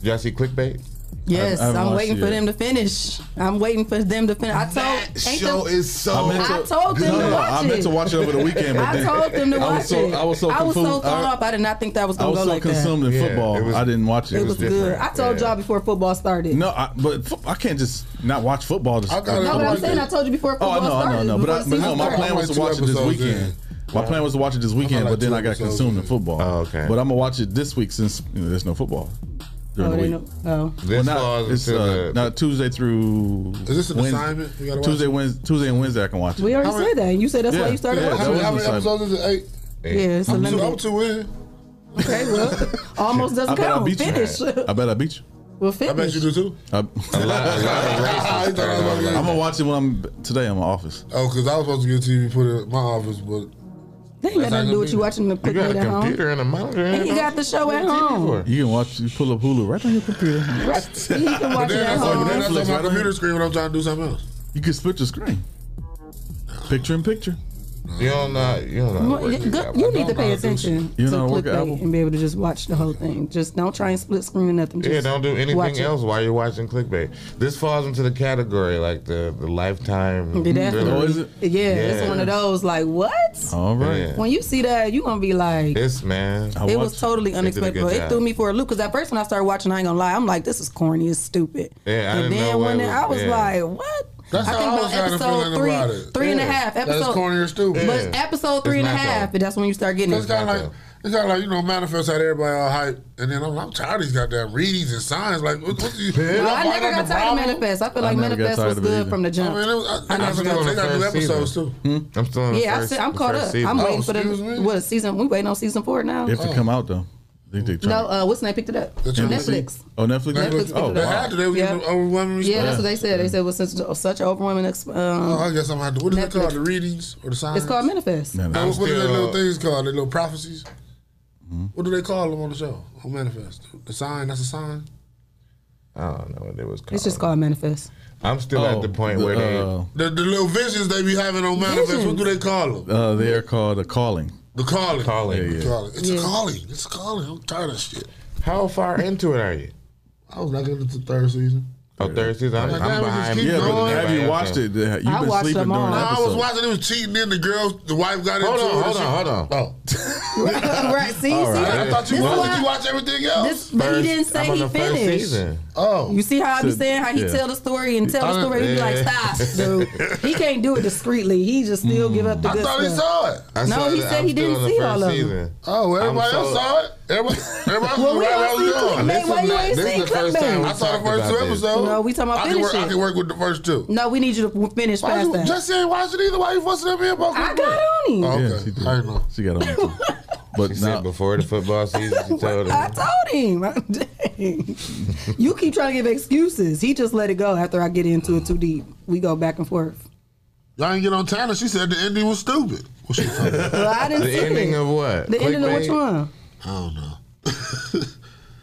S13: did y'all see Clickbait?
S11: Yes, I'm waiting for them to finish. I'm waiting for them to finish. I told ain't
S13: show
S11: them-
S13: is so-
S11: I,
S13: I meant to-
S11: told them
S12: No,
S11: to
S12: no,
S11: watch
S12: I
S11: it.
S12: meant to watch it over the weekend, but
S11: I
S12: then-
S11: told them to
S12: I was
S11: watch
S12: so-
S11: it.
S12: I was so confused.
S11: thrown
S12: I-
S11: off. I did not think that was
S12: I
S11: gonna
S12: was
S11: go
S12: so
S11: like
S12: consumed
S11: that.
S12: in football, I didn't watch it.
S11: It, was, good. I told y'all before football started.
S12: No, I, but fo- I can't just not watch football. Just
S11: no, but I'm saying I told you before
S12: Oh,
S11: football
S12: I know, I know,
S11: started.
S12: I know. But, I,
S11: before
S12: but no,
S11: season
S12: my
S11: started.
S12: plan was to watch it this
S10: episodes
S12: weekend. My plan was to watch it this weekend,
S10: like
S12: but then
S10: two
S12: I got
S10: episodes
S12: consumed in football. Oh, okay. But I'm gonna watch it this week since you know, there's no football during
S11: Oh,
S12: the
S11: they
S12: week.
S11: know- oh.
S12: well, not, it's
S13: into
S12: uh,
S13: the-
S12: not Tuesday through.
S10: Is this an
S12: Wednesday-
S10: assignment we gotta watch?
S12: Tuesday, Wednesday, Tuesday and Wednesday I can watch it.
S11: We already
S10: How many-
S11: said that, and you said that's why you started
S10: How
S11: watching.
S10: many,
S11: it.
S10: how many episodes is it? Eight.
S11: Yeah, it's a
S10: I'm two,
S11: limited.
S10: I'm two in.
S11: Okay, well, almost doesn't
S12: bet I
S11: count.
S12: beat
S11: Finish.
S12: you. I bet I beat you.
S11: Well, finish.
S10: bet you do too.
S12: I, am gonna watch it when I'm today. I'm in my office.
S10: Oh, because I was supposed to get a TV put in my office, but
S11: They ain't got nothing to do with you watching the
S10: You got
S11: clickbait
S10: a
S11: at
S10: computer
S11: home.
S13: and a monitor.
S11: And you got the show Oh, at home.
S12: You can watch. You pull up Hulu right on your computer.
S11: Right. You can watch
S10: But
S11: it
S10: then
S11: at
S10: that's on,
S11: home.
S10: then that's on
S12: Netflix,
S10: my
S12: right?
S10: computer screen when I'm trying to do something else.
S12: You can split your screen. Picture in picture.
S13: You don't know. You don't
S11: Well, you, good- you need to pay attention
S12: You
S11: to
S12: know, work at Apple.
S11: clickbait and be able to just watch the whole thing. Just don't try and split screen or nothing. Just
S13: Yeah, don't do
S11: watch
S13: anything
S11: it.
S13: else while you're watching clickbait. This falls into the category like the the lifetime.
S11: Did that-
S12: Oh,
S13: thriller.
S11: Yeah, it's one of those like what?
S13: All right. Yeah.
S11: When you see that, you gonna be like,
S13: This man.
S11: it was totally unexpected. It threw me for a loop because at first when I started watching, I ain't gonna lie, I'm like, this is corny, it's stupid.
S13: Yeah, I
S11: and
S13: didn't
S11: then
S13: know what
S11: when
S13: it
S11: it-
S13: was-
S11: I was
S13: yeah.
S11: like, what?
S10: That's
S11: I
S10: how I was having a feeling
S11: three,
S10: about it.
S11: three and a
S10: Yeah.
S11: half.
S10: That is
S11: Episode
S10: corny or stupid.
S11: But
S10: Yeah.
S11: episode
S10: It's
S11: three and a
S10: not,
S11: half, and that's when you start getting
S10: It's
S11: it.
S10: kind of like it's kind of like you know manifest had everybody all hype, and then I'm, I'm tired of these goddamn readings and signs. Like what, what do you?
S11: Well, I never
S10: y'all
S11: got
S10: buying up the
S11: tired of
S10: problem?
S11: manifest. I feel
S10: I
S11: like
S10: never got
S11: manifest
S10: tired
S11: was
S10: of it
S11: good
S10: either.
S11: from the jump.
S10: I mean, it was- Oh, I-
S11: I
S10: I'm
S11: never
S10: still
S11: got
S10: on the
S11: tired.
S10: first They got new episodes,
S13: too.
S12: Hmm?
S13: I'm still on the
S11: Yeah,
S13: first.
S11: I see, I'm
S13: the
S11: caught
S13: first
S11: up.
S13: season.
S10: Oh,
S13: Oh.
S11: I'm waiting for the what season? We waiting on season four now.
S12: Oh, They have to come out though. They, they try.
S11: No, uh, what's the name picked it up? Netflix.
S12: Oh, Netflix.
S11: Netflix picked
S12: oh,
S11: it up. yeah. Yeah, that's what they said. They said was such, such an overwhelming. Ex- um,
S10: Oh, I guess I'm gonna have to. What is it called? The readings or the signs?
S11: It's called manifest.
S10: Now, what are their little things called? Their little prophecies. What do they call them on the show? On manifest, the sign. That's a sign.
S13: I don't know what it was called.
S11: It's just called manifest.
S13: I'm still at the point where they.
S12: uh,
S10: The, the little visions they be having on manifest. What do they call them?
S12: Uh, they are called a calling.
S10: The calling.
S13: Calling.
S12: Yeah, yeah.
S10: Call it. It's a calling. It's a calling. I'm tired of shit.
S13: How far into it are you?
S10: I was not getting to the third season.
S13: Oh, third season. I'm,
S10: Like,
S13: I'm
S10: damn, we just
S13: behind.
S10: keep Yeah, but going.
S12: have you watched it? You've I been watched sleeping them all. during
S10: No, I was
S12: episodes.
S10: watching. It was cheating. Then the girl, the wife got
S13: Hold
S10: into
S13: on,
S10: it.
S13: hold on, hold on.
S10: Oh,
S11: right. See,
S13: All
S11: see,
S13: right.
S10: I thought you-
S11: this
S10: why
S11: why-
S10: did you watch everything else?
S11: this- but he didn't say
S13: I'm on
S11: he
S13: the first
S11: finished.
S13: season.
S10: Oh,
S11: You see how I be
S13: So,
S11: saying how he
S13: yeah.
S11: tell the story and tell
S13: I
S11: the
S13: don't-
S11: story, he be like,
S13: yeah.
S11: stop, dude. He can't do it discreetly. He just still give up the
S10: I
S11: good
S10: thought he
S11: stuff.
S10: saw it.
S13: I
S11: no,
S13: saw
S11: he
S13: that.
S11: said
S13: I'm
S11: he
S13: still
S11: didn't
S13: on the
S11: see
S13: first
S11: all of
S13: season.
S11: them.
S10: Oh, well, everybody
S13: I'm
S10: else
S13: so-
S10: saw it. Everybody, everybody
S11: Well, we
S10: right
S11: don't see clickbait.
S10: This is
S11: Why you
S10: not-
S11: ain't
S10: this is
S11: seen
S10: the first time
S11: clickbait?
S10: we
S11: I
S10: saw the
S11: talked
S10: first two
S11: about this.
S10: episodes.
S11: No, we talking about
S10: I can, work,
S11: finish
S10: I
S11: it.
S10: can work with the first two.
S11: No, we need you to finish
S10: Why
S11: fast.
S10: you-
S11: that.
S10: Jesse ain't watching either. Why you fussing at me about
S11: I got on him.
S10: Oh, okay.
S12: she, did. she got on it too. But
S13: She
S12: now,
S13: said before the football season, she told
S11: I
S13: him.
S11: told him. I- Dang. you keep trying to give excuses. He just let it go after I get into it too deep. We go back and forth.
S10: Y'all didn't get on Tanner. She said the ending was stupid. What she talking about?
S11: Well, I didn't
S13: The
S11: see
S13: ending
S11: it.
S13: of what?
S11: The ending of
S13: Uh, Clickbait?
S11: which one?
S10: I don't know.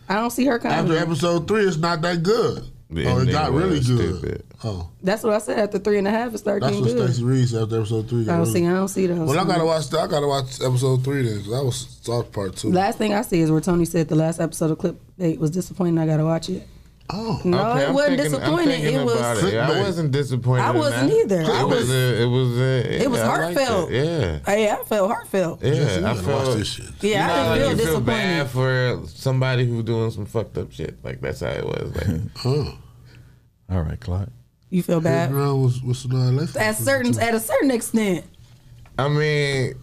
S11: I don't see her
S10: After
S11: coming.
S10: episode three, it's not that good.
S13: The
S10: oh, it
S13: ending
S10: got really
S13: was
S10: good.
S13: Stupid.
S10: Oh,
S11: That's what I said. After three and a half, it started
S10: that's
S11: getting
S10: what
S11: good.
S10: Stacey Reed said after episode three.
S11: I
S10: Got
S11: don't see. I
S10: really.
S11: don't see those.
S10: Well, I gotta watch. I gotta watch episode three then. 'cause That was thought part two.
S11: Last thing I see is where Tony said the last episode of Clip Eight was disappointing. I gotta watch it.
S10: Oh,
S11: no,
S13: Okay,
S11: it
S13: I'm
S11: wasn't
S13: thinking- I'm
S11: disappointing.
S13: thinking
S11: It
S13: about
S11: was.
S13: it. Yeah, I
S11: clickbait.
S13: wasn't disappointed.
S11: I
S13: in
S11: wasn't
S13: that.
S11: either. I
S13: It
S11: was-
S13: was. A, it was. A,
S11: It was
S13: I liked
S11: heartfelt.
S13: Yeah.
S11: Hey, I felt heartfelt.
S13: Yeah,
S10: Jesse, you
S13: I
S10: gotta
S13: felt.
S10: watch this shit.
S11: Yeah,
S13: you know,
S11: I didn't
S13: like, you
S11: feel
S13: feel
S11: disappointed.
S13: bad for somebody who doing some fucked up shit. Like that's how it was. Like,
S12: all right, Clyde.
S11: You feel
S10: Chris
S11: bad
S10: Brown was was not left.
S11: at certain at a certain extent
S13: I mean,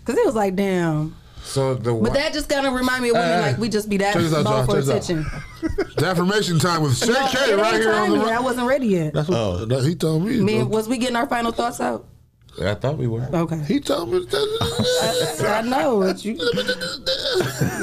S11: because it was like damn.
S13: so the
S11: But that just kind of remind me of women
S10: Hey,
S11: like we just be that
S10: check this out,
S11: low
S10: y'all,
S11: for
S10: check this out.
S11: attention.
S10: The affirmation time with Shay
S11: No,
S10: K
S11: it
S10: right
S11: ain't
S10: here on the.
S11: time yet. I
S10: right.
S11: wasn't ready yet.
S10: That's what
S12: Oh.
S10: that, he told me.
S11: Me, was we getting our final thoughts out?
S13: I thought we were.
S11: Okay.
S10: He told me. That,
S11: I know, but you,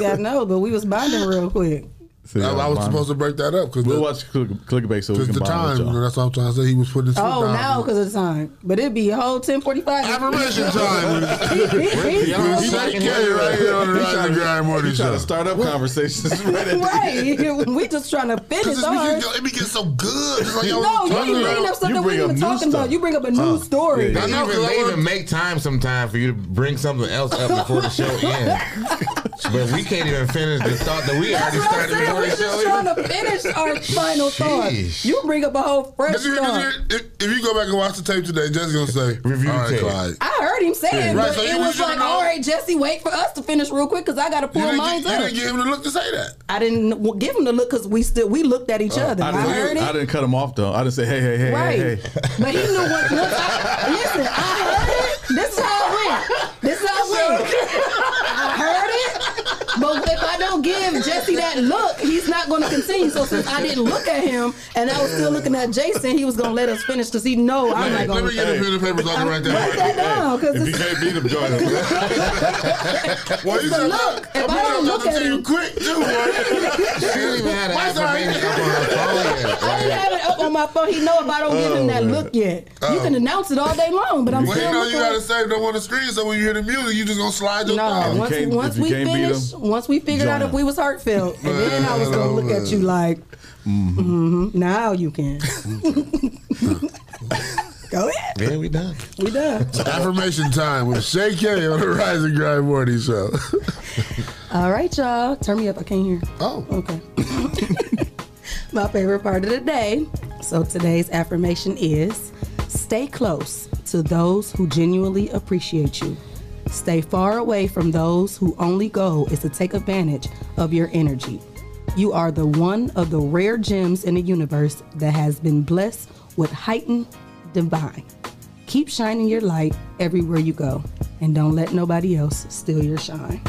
S11: yeah, I know, but we was bonding real quick.
S12: See,
S10: I, I was supposed to break that up because
S12: We'll watch click, clickbait so we
S10: Because
S12: can
S10: the
S12: bond
S10: time,
S12: with y'all.
S10: that's what I'm trying to say. He was putting his foot
S11: Oh,
S10: down.
S11: now because of the time, but it'd be a whole ten forty five.
S10: Affirmation time.
S13: Y'all
S10: He's
S13: fucking
S10: K right here on the
S12: He
S10: Rise and
S12: trying to-
S10: Grind Morning
S12: he trying to
S10: Show.
S12: start up conversations right at the end.
S11: right, we just trying to finish
S10: Because
S11: ours.
S10: it be getting so good. It's like, yo,
S11: No,
S10: we
S11: you
S10: talking
S11: keep bringing up
S10: about-
S11: something
S12: you
S11: we
S12: bring
S11: even
S12: up new
S11: talking about.
S12: stuff.
S11: You bring up a new story.
S13: They,
S10: I know, 'cause
S13: even,
S10: I
S13: they
S10: wanna-
S13: even make time sometime for you to bring something else up before the show ends. but we can't even finish the thought that we
S11: That's
S13: already
S11: what I'm
S13: started
S11: saying.
S13: before
S11: We're
S13: the
S11: just
S13: show.
S11: trying to finish our final
S13: Sheesh.
S11: thought. You bring up a whole fresh
S10: Did you hear- did you
S11: thought.
S10: hear- If if you go back and watch the tape today, Jesse gonna say,
S13: Review
S10: "All right,
S13: tape.
S10: Clyde,
S11: I heard him say it,
S10: Right,
S11: but
S10: so
S11: it
S10: you
S11: was
S10: should've
S11: like,
S10: known.
S11: all right, Jesse, wait for us to finish real quick because I got to
S10: you
S11: pull
S10: didn't,
S11: mine
S10: get, you
S11: up.
S10: didn't give him the look to say that.
S11: I didn't w- give him the look because we still we looked at each
S13: Uh,
S11: other. I,
S12: I didn't,
S11: heard
S12: I
S11: it.
S12: didn't cut him off though. I didn't say hey hey hey
S11: Right,
S12: hey hey.
S11: but he knew what. Look, I, listen, I heard it. This is how it went. This is how it went. I heard it, but if I don't give Jesse that look, he's not going to continue. So since I didn't look at him and I was still looking at Jason, he was going to let us finish because he know I'm
S10: Let
S11: not
S10: me-
S11: going
S10: let
S11: to.
S10: me get a pen and papers on it
S11: Write
S10: right
S11: that
S10: there.
S11: down
S12: If you
S11: because
S12: can't beat him, join him.
S10: Well, you said
S11: look, if
S10: I'm
S11: I don't
S10: gonna
S11: look
S10: talk
S11: at
S10: to you
S11: him-
S10: quick too, boy.
S13: She didn't even have an
S10: Why sorry?
S13: affirmation up on her phone yet.
S11: I didn't
S13: Like,
S11: have it up oh, on my phone. He know if I don't give him
S12: Oh,
S11: that look yet. You can announce it all day long, but I'm
S10: Well,
S11: still
S10: you know you
S11: looking
S10: gotta
S11: at-
S10: save them on the screen, so when you hear the music, you just gonna slide your
S11: No,
S10: thumb.
S12: you
S11: once,
S12: can't-
S11: once
S12: if you
S11: we
S12: can't beat
S11: finish,
S12: him,
S11: once we figured
S12: join
S11: out if
S12: him. Oh,
S11: we was heartfelt, and then I was gonna look at you like, mhm, now you can. Go ahead,
S13: yeah, we done.
S11: we done.
S10: Affirmation time with Shay K on the Rise and Grind Morning Show.
S11: All right, y'all, turn me up. I can't hear.
S10: Oh,
S11: Okay. My favorite part of the day. So today's affirmation is stay close to those who genuinely appreciate you. Stay far away from those who only goal is to take advantage of your energy. You are the one of the rare gems in the universe that has been blessed with heightened divine. Keep shining your light everywhere you go and don't let nobody else steal your shine.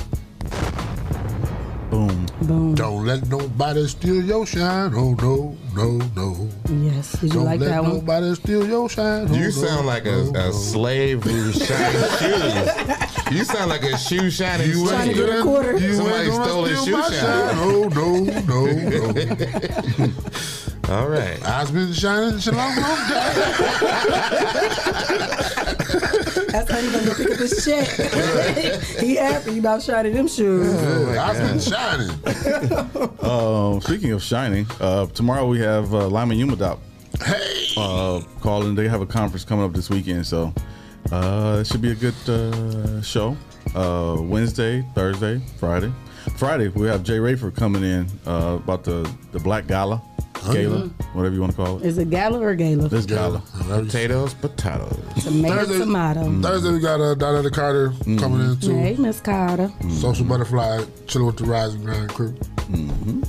S12: Boom.
S11: Boom.
S10: don't let nobody steal your shine. Oh no, no, no.
S11: Yes. Did you
S10: Don't
S11: like
S10: let
S11: that one?
S10: nobody steal your shine. Oh,
S13: You
S10: no,
S13: sound like a,
S10: no,
S13: a slave who shines shoes. You sound like a shoe shining
S10: You
S11: Trying to
S13: slave.
S11: get a quarter.
S10: You
S13: Somebody
S10: ain't gonna
S13: stole his
S10: steal
S13: shoe
S10: my
S13: shine.
S10: shine. Oh no, no, no.
S13: All right.
S10: I've been shining shit long, long time.
S11: That's how he gonna pick up his check. he happy about shining them shoes.
S12: Oh,
S10: I've been shining.
S12: Uh, speaking of shining, uh, tomorrow we have uh, Lyman Yumadop
S10: Hey,
S12: uh, calling. They have a conference coming up this weekend, so uh, it should be a good uh, show. Uh, Wednesday, Thursday, Friday. Friday we have Jay Rayford coming in uh, about the the Black Gala. Gala, whatever you want to call it.
S11: Is it gala or gala?
S12: This gala.
S13: Potatoes, potatoes.
S11: Tomato, tomato.
S10: Thursday we got uh, Donetta Carter coming in too. Oh.
S11: Hey, Miss Carter.
S10: Social Butterfly, chilling with the Rising Grind crew.
S13: Mm-hmm.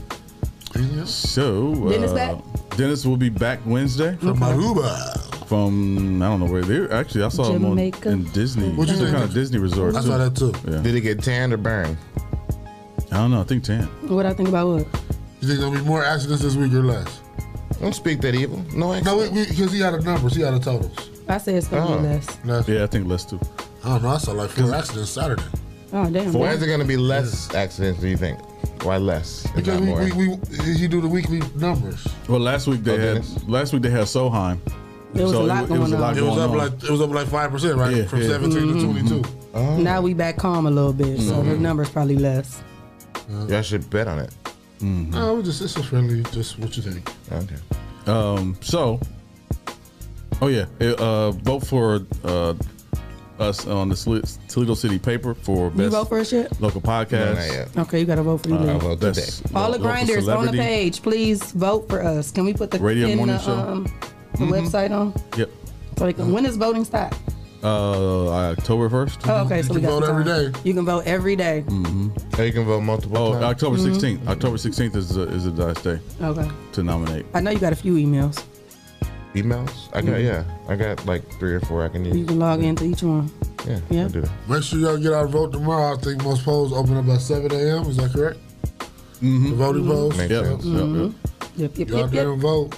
S12: So
S11: Dennis
S12: uh,
S11: back?
S12: Dennis will be back Wednesday
S10: from
S12: Aruba. From I don't know where they actually I saw
S10: Jamaica.
S12: him on, in Disney.
S10: What'd you
S12: some
S10: think?
S12: kind of Disney resort.
S10: I saw that, too.
S12: Did he get tanned or burned? I don't know. I think tan.
S11: What I think about what?
S10: You think there'll be more accidents this week or less? Don't speak that evil. No, no, because he had a numbers, he had a totals.
S11: I say it's gonna
S10: Oh.
S11: be less.
S12: Yeah, I think less too.
S10: I don't know. I saw like four accidents Saturday.
S11: Oh damn.
S13: Why is it going to be less accidents, do you think? Why less? and
S10: Because
S13: not
S10: we,
S13: more?
S10: we, we, you do the weekly numbers.
S12: Well, last week they had last week they had Soheim. So it, it was a
S10: It
S12: lot
S10: was
S12: going
S10: up
S12: on.
S10: like it was up like five percent, right?
S12: Yeah,
S10: From
S12: yeah.
S10: 17
S11: Mm-hmm.
S10: to 22.
S12: Oh.
S11: Now we back calm a little bit, so the
S12: Mm-hmm.
S13: Mhm.
S11: number's probably less.
S13: Y'all should bet on it.
S11: Oh.
S10: No, it was just it's a friendly. Just what you think?
S13: Okay.
S12: Um, so, oh yeah, eh, uh, vote for uh, us on the Sli- Toledo City paper for
S11: You
S12: best
S11: vote for us yet?
S12: local podcast.
S11: Okay, you gotta vote for you.
S12: Uh,
S11: then.
S12: vote Best today.
S11: All the
S12: local
S11: grinders on the
S12: celebrity.
S11: page, please vote for us. Can we put the
S12: Radio
S11: in
S12: Morning
S11: the,
S12: Show. Mm-hmm.
S11: the
S10: Mm-hmm.
S11: website on?
S12: Yep.
S11: So they can, when is voting stop?
S12: Uh, October first.
S11: Oh, okay, so we got some time. You can vote every day.
S12: Mm-hmm. you can vote multiple. Oh,
S13: times.
S12: October
S11: Mhm.
S12: 16th October sixteenth is a, is a dice day
S11: Okay.
S12: to nominate.
S11: I know you got a few emails.
S13: Emails? I got,
S11: Mhm.
S13: yeah. I got like three or four I can use.
S11: You can log into each one.
S13: Yeah,
S11: Yeah.
S13: I do that.
S10: Make sure y'all get our vote tomorrow. I think most polls open up at 7 a.m. Is that correct?
S12: Mm-hmm.
S10: The voting
S11: Mhm.
S10: polls.
S11: Makes sense. Mhm. Yep, yep,
S10: Go out
S11: yep,
S10: there
S11: yep.
S10: and vote.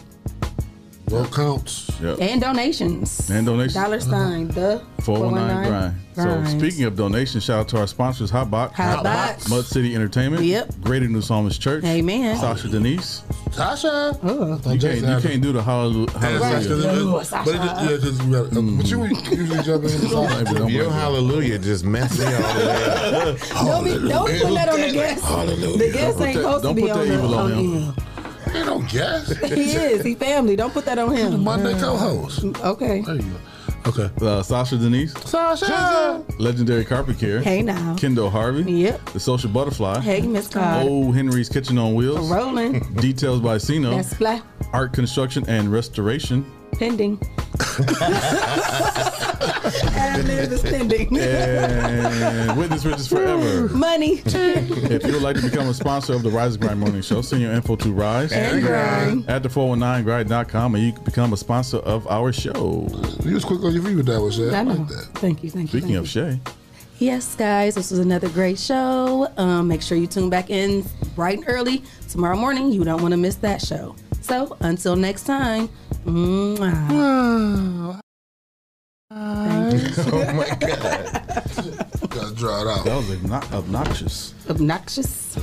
S10: Vote counts.
S12: Yep.
S11: And donations.
S12: And donations.
S11: Dollar sign, the
S12: 419 grind.
S11: grind.
S12: So speaking of donations, shout out to our sponsors, Hot Box,
S11: Hot Box.
S12: Mud City Entertainment,
S11: Yep.
S12: Greater New Psalmist Church,
S11: Amen.
S12: Sasha Denise.
S10: Tasha.
S11: Uh-huh.
S12: You can't, you can't do the hallelu- hallelujah.
S10: But it, yeah, because you got. But you usually jump in. the song.
S13: Mm-hmm. Your hallelujah just messed me all the way up.
S11: Don't be, don't be putting that on the guest. The guest ain't supposed to be on the on him.
S10: They don't guess.
S11: He is. He family. Don't put that on him. Uh,
S10: Monday co-host.
S11: Okay.
S12: Okay. Uh, Sasha Denise,
S11: Sasha.
S12: Legendary Carpet Care.
S11: Hey, now.
S12: Kendall Harvey.
S11: Yep.
S12: The Social Butterfly.
S11: Hey, Miss Carter.
S12: Oh, Henry's Kitchen on Wheels.
S11: Rolling.
S12: Details by Sino.
S11: That's fly.
S12: Art Construction and Restoration.
S11: Pending. Ad lib is pending.
S12: and Witness Riches Forever.
S11: Money.
S12: If you would like to become a sponsor of the Rise and Grind Morning Show, send your info to Rise
S11: And grind.
S12: at the 419grind.com and you can become a sponsor of our show.
S10: You was quick on your feet with that one, Shay.
S11: I know. Thank you. Thank you.
S12: Speaking
S11: thank you.
S12: of Shay,
S11: Yes, guys, this was another great show. Um, make sure you tune back in bright and early tomorrow morning. You don't want to miss that show. So until next time, mwah.
S13: oh my god.
S10: Gotta draw it out.
S12: That was obno- obnoxious.
S11: obnoxious.